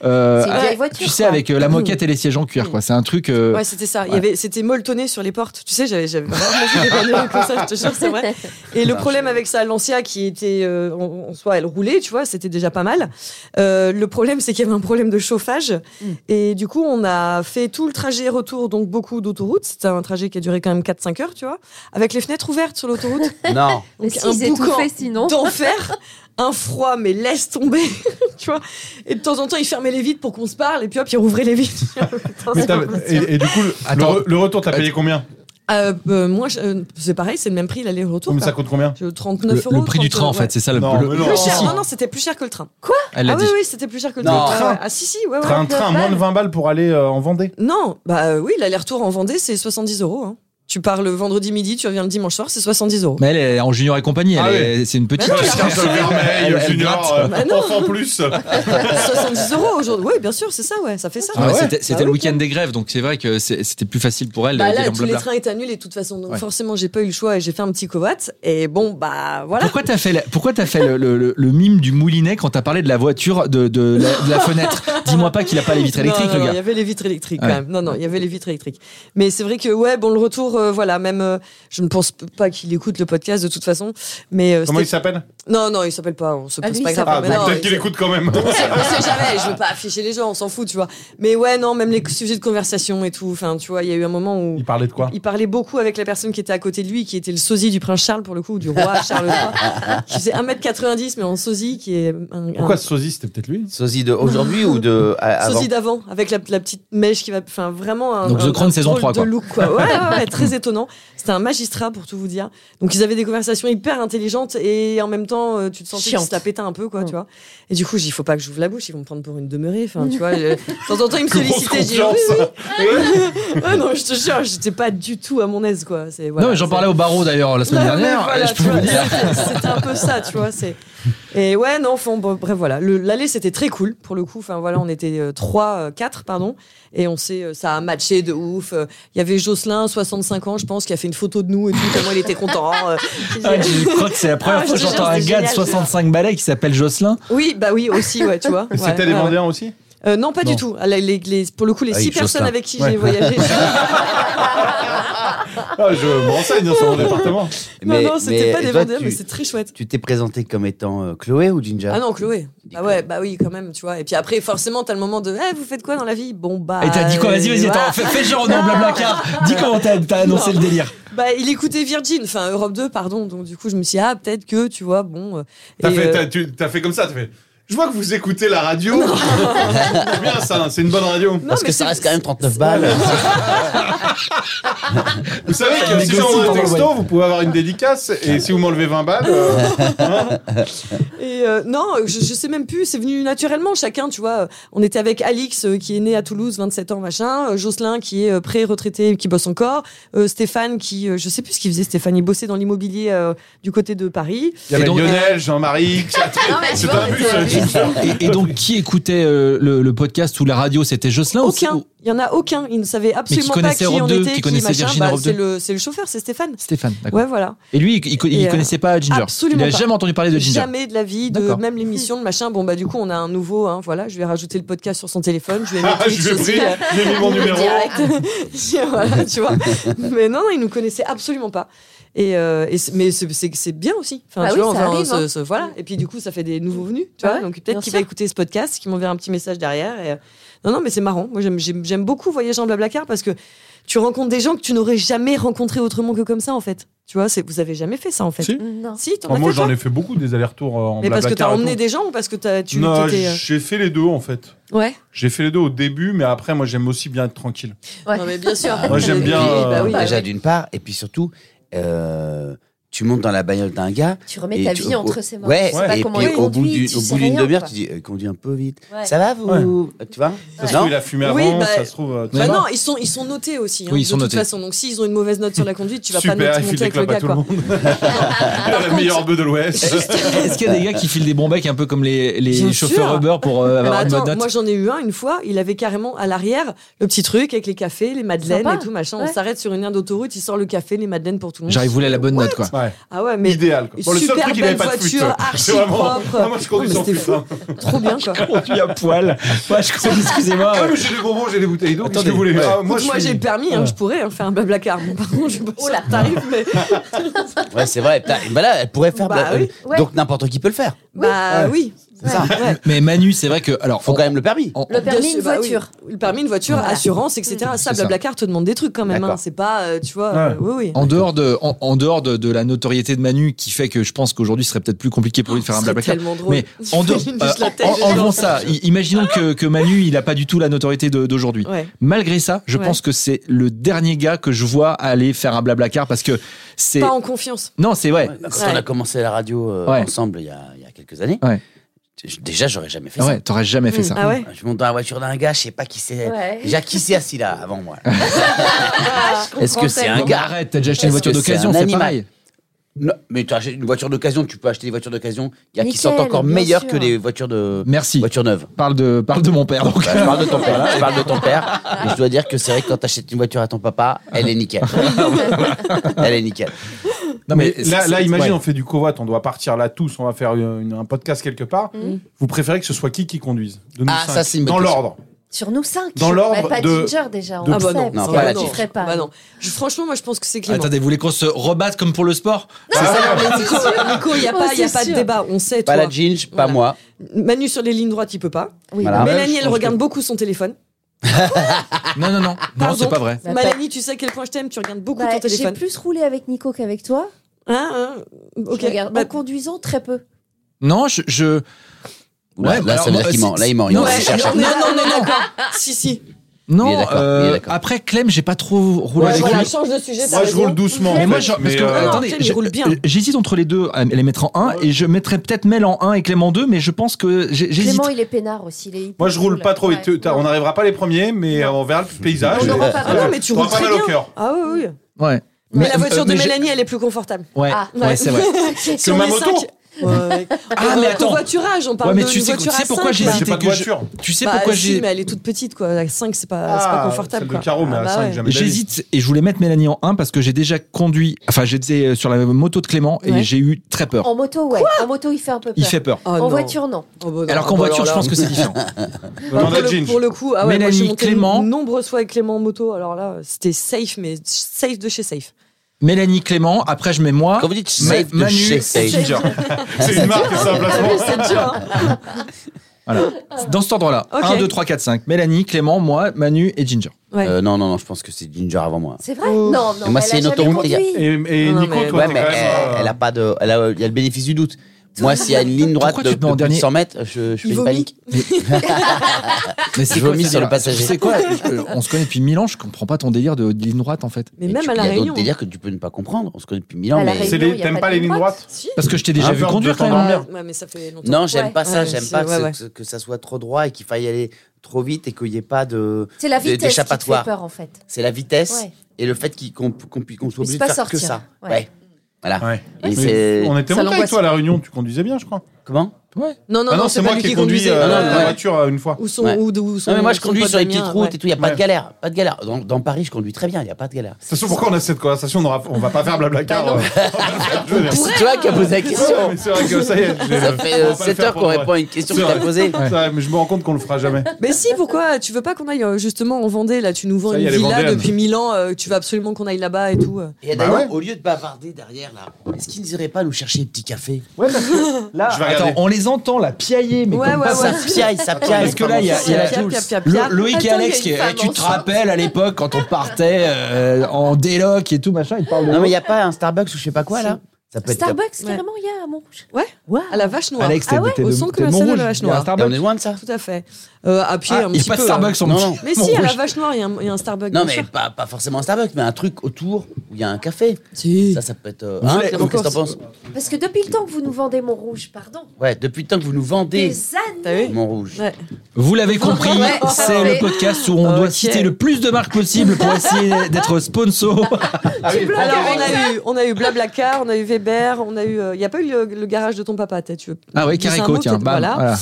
[SPEAKER 2] euh,
[SPEAKER 5] C'est une vieille
[SPEAKER 2] ah,
[SPEAKER 5] voiture,
[SPEAKER 2] Tu sais,
[SPEAKER 5] quoi.
[SPEAKER 2] avec euh, la moquette et les sièges en cuir, quoi. C'est un truc. euh,
[SPEAKER 6] Ouais, c'était ça. Il
[SPEAKER 2] ouais.
[SPEAKER 6] y avait, c'était molletonné sur les portes. Tu sais,
[SPEAKER 5] *laughs*
[SPEAKER 6] j'avais, j'avais vraiment vu des bagnoles comme ça. Je te jure, c'est vrai. Et le problème avec sa Lancia, qui était euh, en, en soi, elle roulait, tu vois, c'était déjà pas mal. Euh, le problème, c'est qu'il y avait un problème de chauffage.
[SPEAKER 5] Mm.
[SPEAKER 6] Et du coup, on a fait tout le trajet retour, donc beaucoup d'autoroutes. C'était un trajet qui a duré quand même 4-5 heures, tu vois, avec les fenêtres ouvertes
[SPEAKER 5] *laughs*
[SPEAKER 6] sur l'autoroute.
[SPEAKER 4] Non.
[SPEAKER 5] Mais
[SPEAKER 6] Donc,
[SPEAKER 5] si,
[SPEAKER 6] un
[SPEAKER 5] ils
[SPEAKER 6] boucan
[SPEAKER 5] étouffaient sinon. *laughs*
[SPEAKER 6] d'enfer, un froid, mais laisse tomber, *laughs* tu vois. Et de temps en temps, il fermait les vitres pour qu'on se parle, et puis hop, il rouvrait les vitres. *laughs* Putain,
[SPEAKER 3] Mais
[SPEAKER 6] c'est
[SPEAKER 3] t'as-
[SPEAKER 6] pas possible.
[SPEAKER 3] et, et du coup, le,
[SPEAKER 2] Attends.
[SPEAKER 3] le re- le retour, t'as payé combien
[SPEAKER 6] Euh, euh, moi, je- euh, c'est pareil, c'est le même prix, l'aller-retour.
[SPEAKER 3] Mais ça
[SPEAKER 6] quoi.
[SPEAKER 3] coûte combien
[SPEAKER 6] Je-
[SPEAKER 2] le,
[SPEAKER 6] 39 euros.
[SPEAKER 2] le prix du
[SPEAKER 6] 30,
[SPEAKER 2] train, en
[SPEAKER 6] ouais.
[SPEAKER 2] fait, c'est ça le.
[SPEAKER 3] Non,
[SPEAKER 2] le-
[SPEAKER 3] mais non.
[SPEAKER 2] le-
[SPEAKER 6] Plus cher.
[SPEAKER 2] si,
[SPEAKER 6] Non, non, c'était plus cher que le train.
[SPEAKER 2] elle l'a
[SPEAKER 6] ah
[SPEAKER 2] dit.
[SPEAKER 6] oui, oui, c'était plus cher que le
[SPEAKER 4] Non.
[SPEAKER 6] train.
[SPEAKER 3] Train.
[SPEAKER 6] Ah, ouais. Ah si, si, ouais, ouais.
[SPEAKER 3] Train, train, moins de 20 balles pour aller euh, en Vendée.
[SPEAKER 6] Non, bah euh, oui, l'aller-retour en Vendée, c'est 70 euros. hein. Tu pars le vendredi midi, tu reviens le dimanche soir, c'est 70 euros.
[SPEAKER 2] Mais elle est en junior et compagnie. Elle
[SPEAKER 3] Ah
[SPEAKER 2] est- C'est une petite.
[SPEAKER 6] Mais non,
[SPEAKER 2] Elle-
[SPEAKER 3] Carte
[SPEAKER 2] elle-
[SPEAKER 3] vermeille,
[SPEAKER 2] elle
[SPEAKER 3] junior,
[SPEAKER 2] gratte.
[SPEAKER 3] euh,
[SPEAKER 6] Bah non.
[SPEAKER 3] enfant
[SPEAKER 6] *laughs*
[SPEAKER 3] plus.
[SPEAKER 6] 70 Bah, euros aujourd'hui. Oui, bien sûr, c'est ça, ouais, ça fait ça.
[SPEAKER 2] Ah ouais,
[SPEAKER 6] Ouais.
[SPEAKER 2] c'était c'était
[SPEAKER 6] Bah
[SPEAKER 2] le
[SPEAKER 6] oui,
[SPEAKER 2] week-end des grèves, donc c'est vrai que c'est- c'était plus facile pour elle
[SPEAKER 6] Bah
[SPEAKER 2] euh, d'aller
[SPEAKER 6] là,
[SPEAKER 2] en
[SPEAKER 6] tous les
[SPEAKER 2] blabla.
[SPEAKER 6] trains étaient annulés de toute façon, donc
[SPEAKER 2] Ouais.
[SPEAKER 6] forcément, j'ai pas eu le choix et j'ai fait un petit covat. Et bon, bah voilà.
[SPEAKER 2] Pourquoi t'as fait, la- pourquoi t'as fait le, le- le- le mime du moulinet quand t'as parlé de la voiture, de, de la, de la fenêtre Dis-moi pas qu'il a pas les vitres
[SPEAKER 6] Non,
[SPEAKER 2] électriques,
[SPEAKER 6] non,
[SPEAKER 2] le
[SPEAKER 6] non,
[SPEAKER 2] gars.
[SPEAKER 6] Il y avait les vitres électriques
[SPEAKER 2] Ouais.
[SPEAKER 6] quand même. Non, non, il y avait les vitres électriques. Mais c'est vrai que, ouais, bon, le retour, euh, voilà, même, euh, je ne pense p- pas qu'il écoute le podcast de toute façon. Mais euh,
[SPEAKER 3] Comment
[SPEAKER 6] c'était-
[SPEAKER 3] il s'appelle
[SPEAKER 6] Non, non, il s'appelle pas, on se
[SPEAKER 5] Ah,
[SPEAKER 6] pose
[SPEAKER 5] lui,
[SPEAKER 6] pas
[SPEAKER 5] il
[SPEAKER 6] grave.
[SPEAKER 3] Ah,
[SPEAKER 6] Mais
[SPEAKER 3] bon,
[SPEAKER 6] non,
[SPEAKER 3] peut-être
[SPEAKER 6] il
[SPEAKER 3] qu'il
[SPEAKER 6] s'appelle-
[SPEAKER 3] écoute quand même.
[SPEAKER 6] on sait, *laughs* on sait jamais, je veux pas afficher les gens, on s'en fout, tu vois. Mais ouais, non, même les sujets de conversation et tout, enfin, tu vois, il y a eu un moment où
[SPEAKER 3] Il parlait de quoi
[SPEAKER 6] il parlait beaucoup avec la personne qui était à côté de lui, qui était le sosie du prince Charles, pour le coup, ou du roi
[SPEAKER 5] *laughs*
[SPEAKER 6] Charles III, qui faisait 1m90, mais en sosie, qui est un, un-
[SPEAKER 3] Pourquoi ce sosie C'était peut-être lui
[SPEAKER 4] Sosie de aujourd'hui ou de à- avant
[SPEAKER 6] Sosie d'avant, avec la, la petite mèche qui va. Enfin, vraiment un.
[SPEAKER 2] Donc, The
[SPEAKER 6] un-
[SPEAKER 2] Crown
[SPEAKER 6] un
[SPEAKER 2] saison 3,
[SPEAKER 6] drôle
[SPEAKER 2] quoi. *laughs*
[SPEAKER 6] De look, quoi. Ouais, ouais, ouais, très très étonnant. C'était un magistrat, pour tout vous dire. Donc, ils avaient des conversations hyper intelligentes et en même temps, euh, tu te sentais qu'ils se
[SPEAKER 7] Chiante.
[SPEAKER 6] la pétaient un peu, quoi,
[SPEAKER 7] Mm.
[SPEAKER 6] tu vois. Et du coup, j'ai dit, il faut pas que j'ouvre la bouche, ils vont me prendre pour une demeurée. Enfin, tu vois, je- de temps en temps, ils me sollicitaient. J'ai dit,
[SPEAKER 3] confiance.
[SPEAKER 6] oui, oui. Ah non, je te jure, j'étais pas du tout à mon aise, quoi. C'est- voilà,
[SPEAKER 2] non, mais j'en
[SPEAKER 6] c'est-
[SPEAKER 2] parlais au barreau d'ailleurs la semaine
[SPEAKER 6] Ouais, mais
[SPEAKER 2] dernière.
[SPEAKER 6] Ah voilà,
[SPEAKER 2] et je peux
[SPEAKER 6] tu
[SPEAKER 2] vous
[SPEAKER 6] vois,
[SPEAKER 2] dire.
[SPEAKER 6] c'était- C'était un peu ça, tu vois. C'est... Et ouais, non, enfin, bon, bref, voilà. Le- L'aller, c'était très cool pour le coup. Enfin, voilà, on était euh, 3, 4, pardon. Et on s'est, euh, ça a matché de ouf. Euh, Il y avait Jocelyn, 65 ans, je pense, qui a fait une photo de nous et tout. Tellement il était content. Euh,
[SPEAKER 2] Ah, je crois que c'est la première
[SPEAKER 6] Ah, je
[SPEAKER 2] fois que
[SPEAKER 6] te jure,
[SPEAKER 2] j'entends un
[SPEAKER 6] c'est
[SPEAKER 2] gars de
[SPEAKER 6] génial.
[SPEAKER 2] 65 balais qui s'appelle Jocelyn.
[SPEAKER 6] *laughs* Oui, bah oui, aussi, ouais,
[SPEAKER 2] *laughs*
[SPEAKER 6] tu vois.
[SPEAKER 3] Mais
[SPEAKER 6] Ouais,
[SPEAKER 3] C'était les
[SPEAKER 6] ouais, ouais.
[SPEAKER 3] Vendéens aussi
[SPEAKER 6] Euh, non, pas
[SPEAKER 2] Non.
[SPEAKER 6] du tout. Ah, les- les- les- pour le coup, les
[SPEAKER 4] Ah oui,
[SPEAKER 6] 6
[SPEAKER 4] Jocelyn.
[SPEAKER 6] personnes avec qui
[SPEAKER 3] Ouais.
[SPEAKER 6] j'ai voyagé.
[SPEAKER 3] Ah, je me renseigne sur
[SPEAKER 6] *laughs*
[SPEAKER 3] mon département.
[SPEAKER 6] non, non, c'était pas des
[SPEAKER 4] toi,
[SPEAKER 6] Vendéens, mais
[SPEAKER 4] tu-
[SPEAKER 6] c'est très chouette.
[SPEAKER 4] Tu t'es présenté comme étant euh, Chloé ou Ginger
[SPEAKER 6] Ah non, Chloé.
[SPEAKER 4] Dis
[SPEAKER 6] Ah ouais, bah oui, quand même, tu vois. Et puis après, forcément, t'as le moment de, eh, vous faites quoi dans la vie Bon, bah.
[SPEAKER 2] Et t'as dit quoi Vas-y,
[SPEAKER 6] euh,
[SPEAKER 2] vas-y,
[SPEAKER 6] voilà.
[SPEAKER 2] attends, fais, fais genre non, blabla car. Dis comment t'as t'as annoncé le délire.
[SPEAKER 6] Bah, il écoutait Virgin, enfin, Europe 2, pardon. Donc, du coup, je me suis dit, ah, peut-être que, tu vois, bon. euh,
[SPEAKER 3] T'as
[SPEAKER 6] et,
[SPEAKER 3] fait,
[SPEAKER 6] euh,
[SPEAKER 3] t'as- tu- t'as fait comme ça, t'as fait. Je vois que vous écoutez la radio. *laughs* c'est bien ça, c'est une bonne radio.
[SPEAKER 6] non,
[SPEAKER 4] Parce
[SPEAKER 6] mais
[SPEAKER 4] que ça
[SPEAKER 6] c'est- Ah
[SPEAKER 4] reste quand même 39
[SPEAKER 6] *laughs*
[SPEAKER 4] balles.
[SPEAKER 3] Vous savez que si
[SPEAKER 2] négocie
[SPEAKER 3] j'envoie un
[SPEAKER 2] pour
[SPEAKER 3] texto,
[SPEAKER 2] l'envoyer.
[SPEAKER 3] vous pouvez avoir une dédicace. Et si vous m'enlevez 20 balles, euh, hein,
[SPEAKER 6] Et euh, non, je, je sais même plus, c'est venu naturellement chacun, tu vois. On était avec Alix euh, qui est né à Toulouse, 27 ans, machin, euh, Jocelyn qui est euh, pré-retraité, qui bosse encore, euh, Stéphane qui, euh, je sais plus ce qu'il faisait, Stéphane, il bossait dans l'immobilier euh, du côté de Paris.
[SPEAKER 3] il y avait
[SPEAKER 2] donc-
[SPEAKER 6] euh,
[SPEAKER 3] Lionel,
[SPEAKER 6] *laughs*
[SPEAKER 3] Jean-Marie, Catherine.
[SPEAKER 5] mais tu
[SPEAKER 3] C'est
[SPEAKER 5] vois,
[SPEAKER 3] un but,
[SPEAKER 5] c'est
[SPEAKER 3] ça,
[SPEAKER 5] un
[SPEAKER 3] tu
[SPEAKER 5] but.
[SPEAKER 3] sais.
[SPEAKER 2] Et, et donc, qui écoutait euh, le, le podcast ou la radio C'était Jocelyn ou-
[SPEAKER 6] Aucun,
[SPEAKER 2] ou
[SPEAKER 6] il y en a aucun, il ne savait absolument pas
[SPEAKER 2] connaissait
[SPEAKER 6] qui on
[SPEAKER 2] Europe 2,
[SPEAKER 6] était,
[SPEAKER 2] qui connaissait
[SPEAKER 6] machin.
[SPEAKER 2] Virgin
[SPEAKER 6] Bah,
[SPEAKER 2] Europe
[SPEAKER 6] c'est
[SPEAKER 2] 2.
[SPEAKER 6] le, c'est le chauffeur, c'est Stéphane.
[SPEAKER 2] Stéphane, d'accord.
[SPEAKER 6] Ouais, voilà.
[SPEAKER 2] Et lui, il, il- il
[SPEAKER 6] Et, euh,
[SPEAKER 2] connaissait pas Ginger.
[SPEAKER 6] absolument
[SPEAKER 2] il a
[SPEAKER 6] pas.
[SPEAKER 2] jamais entendu parler de Ginger.
[SPEAKER 6] Jamais de la vie, de
[SPEAKER 2] D'accord.
[SPEAKER 6] même l'émission, de machin. Bon, bah, du coup, on a un nouveau, hein, voilà. Je lui ai rajouté le podcast sur son
[SPEAKER 2] *laughs*
[SPEAKER 6] téléphone. Je lui ai mis
[SPEAKER 3] *laughs* Ah,
[SPEAKER 6] Twitch
[SPEAKER 3] je l'ai
[SPEAKER 6] aussi,
[SPEAKER 3] pris,
[SPEAKER 6] euh,
[SPEAKER 3] j'ai mis mon numéro.
[SPEAKER 6] *laughs* direct. Voilà, tu vois. Mais non, non, il nous connaissait absolument pas. Et, euh, et c'est- mais c'est- c'est c'est bien aussi. Enfin,
[SPEAKER 5] Bah
[SPEAKER 6] tu
[SPEAKER 5] oui,
[SPEAKER 6] vois,
[SPEAKER 5] ça
[SPEAKER 6] enfin,
[SPEAKER 5] arrive,
[SPEAKER 6] ce-
[SPEAKER 5] hein.
[SPEAKER 6] ce- voilà. Et puis, du coup, ça fait des nouveaux venus, tu
[SPEAKER 7] Ah
[SPEAKER 6] vois.
[SPEAKER 7] ouais,
[SPEAKER 6] Donc,
[SPEAKER 7] bien
[SPEAKER 6] peut-être qu'il
[SPEAKER 7] sûr.
[SPEAKER 6] va écouter ce podcast, qu'il m'enverra un petit message derrière. Et, euh, non, non, mais c'est marrant. Moi, j'aime- j'aime j'aime beaucoup voyager en blablacar parce que tu rencontres des gens que tu n'aurais jamais rencontrés autrement que comme ça, en fait. Tu vois, c'est- vous avez jamais fait ça, en fait.
[SPEAKER 3] Si.
[SPEAKER 7] Non.
[SPEAKER 6] Si, t'en
[SPEAKER 3] Ah,
[SPEAKER 6] as
[SPEAKER 3] Moi,
[SPEAKER 6] fait,
[SPEAKER 3] j'en
[SPEAKER 6] toi
[SPEAKER 3] ai fait beaucoup des allers-retours euh, en
[SPEAKER 6] mais parce que t'as
[SPEAKER 3] Blablacar et
[SPEAKER 6] emmené
[SPEAKER 3] tout.
[SPEAKER 6] des gens ou parce que t'as, tu
[SPEAKER 3] Non,
[SPEAKER 6] t'étais, euh,
[SPEAKER 3] j'ai fait les deux en fait.
[SPEAKER 6] Ouais.
[SPEAKER 3] J'ai fait les deux au début, mais après, moi, j'aime aussi bien être tranquille.
[SPEAKER 7] Ouais.
[SPEAKER 6] Non, mais bien sûr.
[SPEAKER 5] Ah,
[SPEAKER 3] Moi, j'aime bien,
[SPEAKER 6] Oui,
[SPEAKER 3] euh,
[SPEAKER 6] euh, bah oui, bah
[SPEAKER 4] Déjà
[SPEAKER 6] oui.
[SPEAKER 4] d'une part, et puis surtout, euh, tu montes dans la bagnole d'un gars.
[SPEAKER 7] Tu remets
[SPEAKER 4] et
[SPEAKER 7] ta
[SPEAKER 4] tu-
[SPEAKER 7] vie
[SPEAKER 4] au-
[SPEAKER 7] entre ses mains.
[SPEAKER 4] Ouais,
[SPEAKER 7] Tu sais pas
[SPEAKER 4] et
[SPEAKER 7] comment
[SPEAKER 4] puis
[SPEAKER 7] il
[SPEAKER 4] au bout
[SPEAKER 7] conduit,
[SPEAKER 4] du-
[SPEAKER 7] tu
[SPEAKER 4] au
[SPEAKER 7] sais
[SPEAKER 4] bout d'une
[SPEAKER 7] rien,
[SPEAKER 4] demi-heure,
[SPEAKER 7] quoi.
[SPEAKER 4] tu dis, euh, il conduit un peu vite.
[SPEAKER 7] Ouais.
[SPEAKER 4] Ça va, vous euh, Tu vois
[SPEAKER 3] Ça se
[SPEAKER 4] Non
[SPEAKER 3] trouve, il a fumé avant,
[SPEAKER 6] Oui, bah,
[SPEAKER 3] ça se trouve. euh, tu
[SPEAKER 6] Bah
[SPEAKER 3] vois.
[SPEAKER 6] non, ils sont, ils sont notés aussi. hein,
[SPEAKER 2] Oui, ils
[SPEAKER 6] de
[SPEAKER 2] sont
[SPEAKER 6] toute
[SPEAKER 2] notés.
[SPEAKER 6] façon. Donc, s'ils ont une mauvaise note sur la conduite, tu vas pas
[SPEAKER 3] Super, il
[SPEAKER 6] noter
[SPEAKER 3] file
[SPEAKER 6] monter
[SPEAKER 3] des
[SPEAKER 6] avec le
[SPEAKER 3] clopes à
[SPEAKER 6] gars,
[SPEAKER 3] tout le
[SPEAKER 6] quoi.
[SPEAKER 3] monde. *laughs* La meilleure bœuf de
[SPEAKER 6] *laughs*
[SPEAKER 3] l'Ouest.
[SPEAKER 2] Est-ce qu'il y a des gars qui filent des bons becs un peu comme les, les
[SPEAKER 6] Bien
[SPEAKER 2] chauffeurs
[SPEAKER 6] sûr.
[SPEAKER 2] Uber pour euh,
[SPEAKER 6] Bah
[SPEAKER 2] avoir une
[SPEAKER 6] attends,
[SPEAKER 2] bonne
[SPEAKER 6] moi
[SPEAKER 2] note
[SPEAKER 6] j'en ai eu un une fois, il avait carrément à l'arrière le petit truc avec les cafés, les madeleines
[SPEAKER 7] Sympa.
[SPEAKER 6] et tout machin.
[SPEAKER 7] Ouais.
[SPEAKER 6] On s'arrête sur une aire d'autoroute, il sort le café, les madeleines pour tout le monde.
[SPEAKER 2] J'arrive voulait la bonne note quoi.
[SPEAKER 3] Ouais.
[SPEAKER 6] Ah ouais, mais
[SPEAKER 3] Idéal. Quoi. Bon, le seul
[SPEAKER 6] super
[SPEAKER 3] truc, il
[SPEAKER 6] belle
[SPEAKER 3] avait pas de
[SPEAKER 6] voiture,
[SPEAKER 3] fuite.
[SPEAKER 6] archi
[SPEAKER 3] C'est vraiment-
[SPEAKER 6] propre.
[SPEAKER 3] Ah, moi, je conduis
[SPEAKER 6] Non, mais
[SPEAKER 3] sans
[SPEAKER 6] c'était
[SPEAKER 3] fuite.
[SPEAKER 6] fou.
[SPEAKER 3] hein.
[SPEAKER 6] trop bien quoi. *laughs*
[SPEAKER 2] Conduit à poil. Moi je conduis, excusez-moi.
[SPEAKER 3] Ah, mais j'ai des bonbons, j'ai des bouteilles d'eau. Qu'est-ce que
[SPEAKER 2] Attendez.
[SPEAKER 3] vous voulez
[SPEAKER 2] Ouais.
[SPEAKER 3] Ah,
[SPEAKER 6] Moi,
[SPEAKER 3] je suis-
[SPEAKER 6] j'ai le permis, hein, je pourrais hein, faire un blabla car. Bon, par contre, je suis pas
[SPEAKER 7] Oh là.
[SPEAKER 6] sûre que t'arrives, mais
[SPEAKER 4] Ouais, c'est vrai. putain, et bah là, elle pourrait faire.
[SPEAKER 6] Bah
[SPEAKER 4] bah, euh,
[SPEAKER 6] oui,
[SPEAKER 7] ouais.
[SPEAKER 4] Donc n'importe qui peut le faire.
[SPEAKER 6] bah oui.
[SPEAKER 4] C'est ça.
[SPEAKER 6] Ouais.
[SPEAKER 2] Mais Manu, c'est vrai que alors
[SPEAKER 4] Faut
[SPEAKER 2] on-
[SPEAKER 4] quand même le permis.
[SPEAKER 2] on-
[SPEAKER 7] Le permis,
[SPEAKER 6] Bien sûr,
[SPEAKER 7] une
[SPEAKER 6] bah oui.
[SPEAKER 7] voiture.
[SPEAKER 6] Le permis, une voiture,
[SPEAKER 7] Voilà.
[SPEAKER 6] assurance, etc. Ça,
[SPEAKER 4] C'est ça.
[SPEAKER 6] Blablacar te demande des trucs quand même. hein.
[SPEAKER 4] D'accord.
[SPEAKER 6] C'est pas, euh, tu vois,
[SPEAKER 3] Ouais.
[SPEAKER 6] euh, oui, oui.
[SPEAKER 2] En dehors, de, en, en dehors de, de la notoriété de Manu, qui fait que je pense qu'aujourd'hui, ce serait peut-être plus compliqué pour lui de faire un
[SPEAKER 6] C'est
[SPEAKER 2] blablacar.
[SPEAKER 6] tellement drôle.
[SPEAKER 2] Mais en dehors,
[SPEAKER 6] J'imagine
[SPEAKER 2] euh,
[SPEAKER 6] juste la tête
[SPEAKER 2] en-
[SPEAKER 6] des
[SPEAKER 2] enlevons
[SPEAKER 6] gens.
[SPEAKER 2] ça. I- Imaginons que, que Manu, il a pas du tout la notoriété de- d'aujourd'hui.
[SPEAKER 6] Ouais.
[SPEAKER 2] Malgré ça, je
[SPEAKER 6] Ouais.
[SPEAKER 2] pense que c'est le dernier gars que je vois aller faire un blablacar parce que c'est.
[SPEAKER 6] Pas en confiance.
[SPEAKER 2] Non, c'est vrai.
[SPEAKER 4] Quand
[SPEAKER 6] Ouais.
[SPEAKER 4] on a commencé la radio euh,
[SPEAKER 2] Ouais.
[SPEAKER 4] ensemble il y, a, il y a quelques années,
[SPEAKER 2] Ouais.
[SPEAKER 4] je- déjà j'aurais jamais fait
[SPEAKER 2] Ah ouais, t'aurais jamais fait ça.
[SPEAKER 6] Ah ouais
[SPEAKER 4] ça. Je monte dans la voiture d'un gars, je sais pas qui c'est.
[SPEAKER 7] Ouais.
[SPEAKER 4] Déjà qui s'est assis là avant moi.
[SPEAKER 7] Je
[SPEAKER 4] *laughs* Est-ce que
[SPEAKER 7] comprends
[SPEAKER 4] c'est
[SPEAKER 7] tellement.
[SPEAKER 4] un
[SPEAKER 2] Non, mais
[SPEAKER 4] gars
[SPEAKER 2] arrête, t'as déjà acheté une
[SPEAKER 4] Est-ce
[SPEAKER 2] voiture
[SPEAKER 4] que c'est
[SPEAKER 2] d'occasion,
[SPEAKER 4] un
[SPEAKER 2] c'est
[SPEAKER 4] animal
[SPEAKER 2] pareil.
[SPEAKER 4] Non, mais tu achètes une voiture d'occasion, tu peux acheter des voitures d'occasion il y a qui sont
[SPEAKER 7] Nickel,
[SPEAKER 4] encore
[SPEAKER 7] bien
[SPEAKER 4] meilleures
[SPEAKER 7] sûr.
[SPEAKER 4] que les voitures de
[SPEAKER 2] Merci.
[SPEAKER 4] voitures neuves.
[SPEAKER 2] Parle de, parle de mon père. Donc.
[SPEAKER 4] Bah, je parle de ton père. Je parle de ton père. Mais je dois dire que c'est vrai que quand t'achètes une voiture à ton papa, elle est
[SPEAKER 7] *laughs*
[SPEAKER 4] nickel. elle est nickel.
[SPEAKER 2] Non,
[SPEAKER 3] Mais
[SPEAKER 2] c'est-
[SPEAKER 3] là,
[SPEAKER 2] c'est-
[SPEAKER 3] là, imagine,
[SPEAKER 2] ouais.
[SPEAKER 3] on fait du covoit, on doit partir là tous, on va faire une- un podcast quelque part.
[SPEAKER 6] Mmh.
[SPEAKER 3] Vous préférez que ce soit qui qui conduise De nous
[SPEAKER 4] Ah,
[SPEAKER 3] cinq.
[SPEAKER 4] ça, c'est une bonne
[SPEAKER 3] Dans
[SPEAKER 4] question.
[SPEAKER 3] l'ordre.
[SPEAKER 7] Sur nous cinq.
[SPEAKER 3] Dans l'ordre
[SPEAKER 7] Bah, Pas
[SPEAKER 3] de-
[SPEAKER 7] Ginger déjà.
[SPEAKER 3] de-
[SPEAKER 7] on
[SPEAKER 6] Ah bah
[SPEAKER 7] sait,
[SPEAKER 6] non,
[SPEAKER 7] parce
[SPEAKER 4] Non,
[SPEAKER 7] qu'elle
[SPEAKER 4] pas
[SPEAKER 6] bah
[SPEAKER 7] ne
[SPEAKER 4] là-dessus.
[SPEAKER 6] non.
[SPEAKER 7] le ferait pas.
[SPEAKER 6] Bah non. Je- franchement, moi, je pense que c'est Clément.
[SPEAKER 2] Attendez, vous voulez qu'on se rebatte comme pour le sport
[SPEAKER 6] Nico, euh, Nico, il n'y a
[SPEAKER 7] Oh,
[SPEAKER 6] pas, il y a
[SPEAKER 7] c'est
[SPEAKER 6] pas de
[SPEAKER 7] sûr.
[SPEAKER 6] débat. On sait,
[SPEAKER 4] Pas
[SPEAKER 6] toi.
[SPEAKER 4] la Ginge, pas
[SPEAKER 6] Voilà.
[SPEAKER 4] moi.
[SPEAKER 6] Manu sur les lignes droites, il peut pas.
[SPEAKER 7] Oui.
[SPEAKER 5] bah,
[SPEAKER 4] Voilà. Ah
[SPEAKER 2] bah
[SPEAKER 4] ouais,
[SPEAKER 6] Mélanie,
[SPEAKER 3] je
[SPEAKER 6] elle
[SPEAKER 3] pense
[SPEAKER 6] regarde
[SPEAKER 3] que-
[SPEAKER 6] beaucoup son téléphone.
[SPEAKER 2] Non, non, non. Non,
[SPEAKER 6] Ah, Pardon.
[SPEAKER 2] c'est pas vrai.
[SPEAKER 7] Bah,
[SPEAKER 6] Mélanie, tu sais à quel point je t'aime, tu regardes beaucoup
[SPEAKER 7] Bah,
[SPEAKER 6] ton
[SPEAKER 7] J'ai
[SPEAKER 6] téléphone.
[SPEAKER 7] plus roulé avec Nico qu'avec toi.
[SPEAKER 6] Hein, hein,
[SPEAKER 7] Je
[SPEAKER 6] Ok.
[SPEAKER 7] regarde
[SPEAKER 6] Bah,
[SPEAKER 7] en conduisant très peu.
[SPEAKER 2] Non, je. je...
[SPEAKER 4] Là,
[SPEAKER 2] Ouais, bah
[SPEAKER 4] là, ça
[SPEAKER 2] alors,
[SPEAKER 4] veut dire
[SPEAKER 2] moi,
[SPEAKER 4] qu'il
[SPEAKER 2] c'est-
[SPEAKER 4] ment. Là, il ment. Il
[SPEAKER 2] Non,
[SPEAKER 4] ment.
[SPEAKER 2] ouais,
[SPEAKER 4] Il cherche.
[SPEAKER 6] on est- non, non, non, d'accord. Si, si.
[SPEAKER 4] Il est
[SPEAKER 2] Non,
[SPEAKER 4] d'accord,
[SPEAKER 2] euh,
[SPEAKER 4] il est d'accord.
[SPEAKER 2] après Clem, j'ai pas trop roulé
[SPEAKER 6] Ouais,
[SPEAKER 2] avec
[SPEAKER 6] voilà,
[SPEAKER 2] lui.
[SPEAKER 6] change de sujet. t'as
[SPEAKER 3] Moi, je
[SPEAKER 6] raison.
[SPEAKER 3] roule doucement. en
[SPEAKER 2] Mais moi,
[SPEAKER 3] fait,
[SPEAKER 2] je, parce
[SPEAKER 3] mais,
[SPEAKER 2] que,
[SPEAKER 3] euh,
[SPEAKER 6] non,
[SPEAKER 2] attendez,
[SPEAKER 6] Clem, il
[SPEAKER 2] je-
[SPEAKER 6] roule bien.
[SPEAKER 2] euh, j'hésite entre les deux, à les mettre en 1 et je mettrais peut-être Mel en 1 et Clem en 2, mais je pense que j'ai- j'hésite.
[SPEAKER 7] Clément, il est peinard aussi. Il est hyper
[SPEAKER 3] Moi, je roule
[SPEAKER 7] cool.
[SPEAKER 3] pas trop vite.
[SPEAKER 7] Ouais.
[SPEAKER 3] T'as- On n'arrivera pas les premiers, mais on verra le paysage.
[SPEAKER 7] On n'aura pas
[SPEAKER 6] Ah non, mais tu
[SPEAKER 3] T'auras
[SPEAKER 6] roules
[SPEAKER 3] pas
[SPEAKER 6] très
[SPEAKER 3] mal au
[SPEAKER 6] bien.
[SPEAKER 3] cœur.
[SPEAKER 6] Ah oui, oui.
[SPEAKER 2] Ouais.
[SPEAKER 6] Mais, la voiture de
[SPEAKER 2] mais j'ai-
[SPEAKER 6] Mélanie, elle est plus confortable.
[SPEAKER 2] Ouais,
[SPEAKER 7] Ah.
[SPEAKER 2] ouais, c'est
[SPEAKER 6] *laughs*
[SPEAKER 2] vrai.
[SPEAKER 3] C'est ma moto.
[SPEAKER 2] Ah, mais attends.
[SPEAKER 6] bah, Covoiturage, on parle
[SPEAKER 2] Ouais, mais
[SPEAKER 6] de
[SPEAKER 2] tu
[SPEAKER 6] une
[SPEAKER 2] sais,
[SPEAKER 6] voiture
[SPEAKER 2] tu sais
[SPEAKER 6] à
[SPEAKER 2] pourquoi
[SPEAKER 6] cinq,
[SPEAKER 3] Mais
[SPEAKER 2] j'ai
[SPEAKER 6] là.
[SPEAKER 3] J'ai
[SPEAKER 2] hésité
[SPEAKER 3] pas de
[SPEAKER 2] que je-
[SPEAKER 3] voiture.
[SPEAKER 2] Tu sais
[SPEAKER 6] Bah,
[SPEAKER 2] pourquoi
[SPEAKER 6] si,
[SPEAKER 2] j'ai
[SPEAKER 6] mais elle est toute petite, quoi. À 5, c'est pas, c'est pas
[SPEAKER 3] Ah, celle
[SPEAKER 6] confortable.
[SPEAKER 3] de
[SPEAKER 6] quoi.
[SPEAKER 3] Caro, mais
[SPEAKER 6] Ah,
[SPEAKER 3] à
[SPEAKER 6] bah
[SPEAKER 3] cinq,
[SPEAKER 6] ouais.
[SPEAKER 3] jamais.
[SPEAKER 2] J'hésite et je voulais mettre Mélanie en 1 parce que j'ai déjà conduit, enfin j'étais sur la moto de Clément et
[SPEAKER 6] Ouais.
[SPEAKER 2] j'ai eu très peur.
[SPEAKER 7] En moto, ouais. en moto, il fait un peu peur.
[SPEAKER 2] Il fait peur.
[SPEAKER 6] Oh,
[SPEAKER 7] en
[SPEAKER 6] non.
[SPEAKER 7] voiture, non.
[SPEAKER 6] Oh, bah, non.
[SPEAKER 2] Alors qu'en
[SPEAKER 6] Oh, bah,
[SPEAKER 2] voiture, je
[SPEAKER 6] alors
[SPEAKER 2] pense que c'est
[SPEAKER 6] *laughs*
[SPEAKER 2] différent.
[SPEAKER 6] là.
[SPEAKER 3] Demande
[SPEAKER 6] pour,
[SPEAKER 3] à
[SPEAKER 6] le,
[SPEAKER 3] Ginge.
[SPEAKER 6] pour le coup, ah ouais, moi,
[SPEAKER 2] Mélanie,
[SPEAKER 6] j'ai monté
[SPEAKER 2] Clément.
[SPEAKER 6] nombreuses fois avec Clément en moto. Alors là, c'était safe, mais safe de chez safe.
[SPEAKER 2] Mélanie, Clément, après je mets moi.
[SPEAKER 4] Quand vous dites
[SPEAKER 2] Ma-
[SPEAKER 4] safe de
[SPEAKER 2] Manu-
[SPEAKER 4] chez safe.
[SPEAKER 6] *laughs*
[SPEAKER 3] Ginger. C'est une marque, c'est un placement.
[SPEAKER 6] c'est dur. hein.
[SPEAKER 2] Voilà. Ah. Dans cet ordre-là.
[SPEAKER 6] Ok.
[SPEAKER 2] 1, 2, 3, 4, 5. Mélanie, Clément, moi, Manu et Ginger.
[SPEAKER 6] Ouais.
[SPEAKER 4] Euh, non, non, non, je pense que c'est Ginger avant moi.
[SPEAKER 7] C'est vrai Non, non.
[SPEAKER 4] Et moi,
[SPEAKER 7] elle
[SPEAKER 4] c'est
[SPEAKER 7] a
[SPEAKER 4] une
[SPEAKER 7] jamais
[SPEAKER 4] autoroute, les gars.
[SPEAKER 7] conduit.
[SPEAKER 3] Et, et
[SPEAKER 6] Non,
[SPEAKER 3] Nico,
[SPEAKER 6] mais-
[SPEAKER 3] toi,
[SPEAKER 4] ouais,
[SPEAKER 3] t'es
[SPEAKER 4] mais
[SPEAKER 3] quand même.
[SPEAKER 4] elle,
[SPEAKER 3] euh,
[SPEAKER 4] elle a pas de, elle a, il y a le bénéfice du doute. Moi, s'il y a une ligne droite
[SPEAKER 2] Pourquoi
[SPEAKER 4] de,
[SPEAKER 2] tu te mets en
[SPEAKER 4] de plus de
[SPEAKER 2] dernier
[SPEAKER 4] 100 mètres, je, je fais une
[SPEAKER 6] vomit.
[SPEAKER 4] panique.
[SPEAKER 2] Mais
[SPEAKER 4] Je vomis
[SPEAKER 2] ce
[SPEAKER 4] sur le
[SPEAKER 2] délire
[SPEAKER 4] passager.
[SPEAKER 2] C'est quoi *laughs* euh, On se connaît depuis mille ans, je comprends pas ton délire de, de ligne droite en fait.
[SPEAKER 6] Mais
[SPEAKER 4] Et
[SPEAKER 6] même
[SPEAKER 4] tu-
[SPEAKER 6] à la
[SPEAKER 4] Il y a
[SPEAKER 6] Réunion.
[SPEAKER 4] d'autres délires que tu peux ne pas comprendre. On se connaît depuis mille ans,
[SPEAKER 7] À La
[SPEAKER 4] mais.
[SPEAKER 7] Réunion.
[SPEAKER 3] c'est
[SPEAKER 7] Non,
[SPEAKER 3] les-
[SPEAKER 7] y a
[SPEAKER 3] T'aimes
[SPEAKER 7] pas
[SPEAKER 3] pas
[SPEAKER 7] de
[SPEAKER 3] les
[SPEAKER 7] ligne
[SPEAKER 3] lignes droites
[SPEAKER 6] hein. Si.
[SPEAKER 2] Parce que je t'ai déjà
[SPEAKER 3] Ah,
[SPEAKER 2] vu
[SPEAKER 3] peur de
[SPEAKER 2] conduire quand même.
[SPEAKER 3] t'endormir.
[SPEAKER 6] Ouais, mais ça fait longtemps.
[SPEAKER 4] Non, j'aime
[SPEAKER 7] Ouais,
[SPEAKER 4] pas ça.
[SPEAKER 6] ouais,
[SPEAKER 4] j'aime
[SPEAKER 6] c'est-
[SPEAKER 4] pas que
[SPEAKER 6] ouais,
[SPEAKER 4] ce- que ça soit trop droit et qu'il faille y aller trop vite et qu'il n'y ait pas de.
[SPEAKER 7] C'est la
[SPEAKER 4] Des- Bah,
[SPEAKER 7] vitesse qui te fait
[SPEAKER 4] d'échappatoire.
[SPEAKER 7] peur, en fait.
[SPEAKER 4] C'est la vitesse
[SPEAKER 7] Ouais.
[SPEAKER 4] et le fait qu'il- qu'on qu'on puisse- qu'on soit
[SPEAKER 7] Puisse
[SPEAKER 4] obligé de
[SPEAKER 7] pas
[SPEAKER 4] faire que
[SPEAKER 7] sortir.
[SPEAKER 4] ça.
[SPEAKER 7] Ouais.
[SPEAKER 4] Ouais. Voilà.
[SPEAKER 3] Ouais.
[SPEAKER 4] Et
[SPEAKER 3] Mais
[SPEAKER 4] c'est.
[SPEAKER 3] On était
[SPEAKER 7] Ça
[SPEAKER 3] montés avec
[SPEAKER 7] l'angoisse.
[SPEAKER 3] toi à La Réunion, tu conduisais bien, je crois.
[SPEAKER 4] Comment
[SPEAKER 6] Non, non,
[SPEAKER 3] Ah
[SPEAKER 6] non, c'est pas lui qui conduisait.
[SPEAKER 3] euh,
[SPEAKER 4] Non, non,
[SPEAKER 3] la
[SPEAKER 4] ouais.
[SPEAKER 3] voiture euh, une fois.
[SPEAKER 6] Ou son,
[SPEAKER 4] Ouais.
[SPEAKER 6] ou, ou son,
[SPEAKER 4] Non, mais moi, je
[SPEAKER 6] son
[SPEAKER 4] conduis
[SPEAKER 6] pote
[SPEAKER 4] sur les
[SPEAKER 6] Damien,
[SPEAKER 4] petites routes
[SPEAKER 6] ouais.
[SPEAKER 4] et tout. Il n'y a pas
[SPEAKER 3] Ouais.
[SPEAKER 4] de galère. Pas de galère. Dans, dans Paris, je conduis très bien. Il n'y a pas de galère.
[SPEAKER 3] C'est sûr pourquoi on a cette conversation, on, aura- on va pas faire blablacar.
[SPEAKER 7] Bah non.
[SPEAKER 3] euh, on va le faire, je veux dire.
[SPEAKER 4] C'est toi qui as posé la
[SPEAKER 3] Ouais,
[SPEAKER 4] question.
[SPEAKER 7] *laughs*
[SPEAKER 3] mais C'est vrai que ça y est. j'ai-
[SPEAKER 4] Ça fait
[SPEAKER 3] on va pas le
[SPEAKER 4] 7
[SPEAKER 3] faire
[SPEAKER 4] heures
[SPEAKER 3] pour
[SPEAKER 4] qu'on
[SPEAKER 3] vrai.
[SPEAKER 4] répond à une question que
[SPEAKER 3] C'est
[SPEAKER 4] t'as
[SPEAKER 3] vrai.
[SPEAKER 4] posée.
[SPEAKER 3] C'est vrai, mais je me rends compte qu'on le fera jamais.
[SPEAKER 6] Mais si, pourquoi Tu veux pas qu'on aille euh, justement en Vendée Là, tu nous vends
[SPEAKER 3] Ça y est,
[SPEAKER 6] une
[SPEAKER 3] elle est
[SPEAKER 6] villa
[SPEAKER 3] vendéenne.
[SPEAKER 6] depuis mille ans. euh, tu veux absolument qu'on aille là-bas et tout. euh.
[SPEAKER 4] Et
[SPEAKER 3] Bah
[SPEAKER 4] d'ailleurs,
[SPEAKER 3] ouais.
[SPEAKER 4] au lieu de bavarder derrière, là, est-ce qu'ils n'iraient pas nous chercher un petit café
[SPEAKER 2] Là,
[SPEAKER 3] Je vais
[SPEAKER 2] attends,
[SPEAKER 3] regarder.
[SPEAKER 2] on les entend là piailler, mais
[SPEAKER 6] Ouais,
[SPEAKER 2] comme
[SPEAKER 6] ouais,
[SPEAKER 2] pas
[SPEAKER 6] ouais.
[SPEAKER 2] ça.
[SPEAKER 4] piaille, ça piaille.
[SPEAKER 2] Parce que là, il y a, il y a la
[SPEAKER 6] Pia,
[SPEAKER 2] Jules.
[SPEAKER 6] pia, pia, pia.
[SPEAKER 2] Le- Loïc et
[SPEAKER 7] Attends,
[SPEAKER 2] Alex,
[SPEAKER 7] il y a une
[SPEAKER 2] qui-
[SPEAKER 7] femme
[SPEAKER 2] tu te
[SPEAKER 7] enceinte.
[SPEAKER 2] rappelles à l'époque quand on partait euh, en déloc et tout machin, ils te parlent de
[SPEAKER 4] Non, mais il n'y a pas un Starbucks ou je sais pas quoi, là Ça peut être.
[SPEAKER 7] Starbucks, carrément, il y a à Montrouge.
[SPEAKER 6] Ouais. À la vache noire.
[SPEAKER 2] Alex, t'es
[SPEAKER 6] ah ouais,
[SPEAKER 2] t'es
[SPEAKER 6] au
[SPEAKER 2] de-
[SPEAKER 6] centre
[SPEAKER 2] t'es de
[SPEAKER 6] commercial de
[SPEAKER 2] Montrouge.
[SPEAKER 6] la vache
[SPEAKER 2] Il y a un
[SPEAKER 6] noire.
[SPEAKER 4] Et on est
[SPEAKER 2] Starbucks.
[SPEAKER 4] loin de ça
[SPEAKER 6] Tout à fait. Euh, à pied,
[SPEAKER 2] Ah,
[SPEAKER 6] un
[SPEAKER 2] Il n'y a
[SPEAKER 6] petit
[SPEAKER 2] pas de
[SPEAKER 6] peu, euh.
[SPEAKER 2] Starbucks en
[SPEAKER 4] hein. Non,
[SPEAKER 2] petit-
[SPEAKER 4] non.
[SPEAKER 6] Mais si, à
[SPEAKER 2] Montrouge.
[SPEAKER 6] la vache noire, il y a un, il y a un Starbucks.
[SPEAKER 4] Non,
[SPEAKER 6] bien
[SPEAKER 4] mais
[SPEAKER 6] sûr.
[SPEAKER 4] pas, pas forcément un Starbucks, mais un truc autour où il y a un café.
[SPEAKER 6] Si.
[SPEAKER 4] Ça, ça peut être. euh,
[SPEAKER 2] Vous
[SPEAKER 4] Hein,
[SPEAKER 2] voulez-
[SPEAKER 4] Clément, qu'est-ce que t'en
[SPEAKER 6] Encore.
[SPEAKER 4] penses
[SPEAKER 7] Parce que depuis le temps que vous nous vendez Montrouge, pardon,
[SPEAKER 4] Ouais, depuis le temps que vous nous vendez.
[SPEAKER 7] des années.
[SPEAKER 6] T'as vu
[SPEAKER 4] Montrouge.
[SPEAKER 6] Ouais.
[SPEAKER 2] Vous l'avez compris,
[SPEAKER 7] Ouais,
[SPEAKER 2] c'est
[SPEAKER 7] ouais.
[SPEAKER 2] le podcast où on doit
[SPEAKER 6] Ok.
[SPEAKER 2] citer le plus de marques possible pour essayer d'être sponsor.
[SPEAKER 6] Alors, on a, eu, on a eu Blablacar, on a eu Weber, on a eu. euh, Il n'y a pas eu le, le garage de ton papa, t'as- tu veux.
[SPEAKER 2] Ah oui,
[SPEAKER 6] dire un
[SPEAKER 2] Carico,
[SPEAKER 6] mot,
[SPEAKER 2] tiens.
[SPEAKER 6] peut-être,
[SPEAKER 2] bam,
[SPEAKER 6] voilà.
[SPEAKER 2] voilà.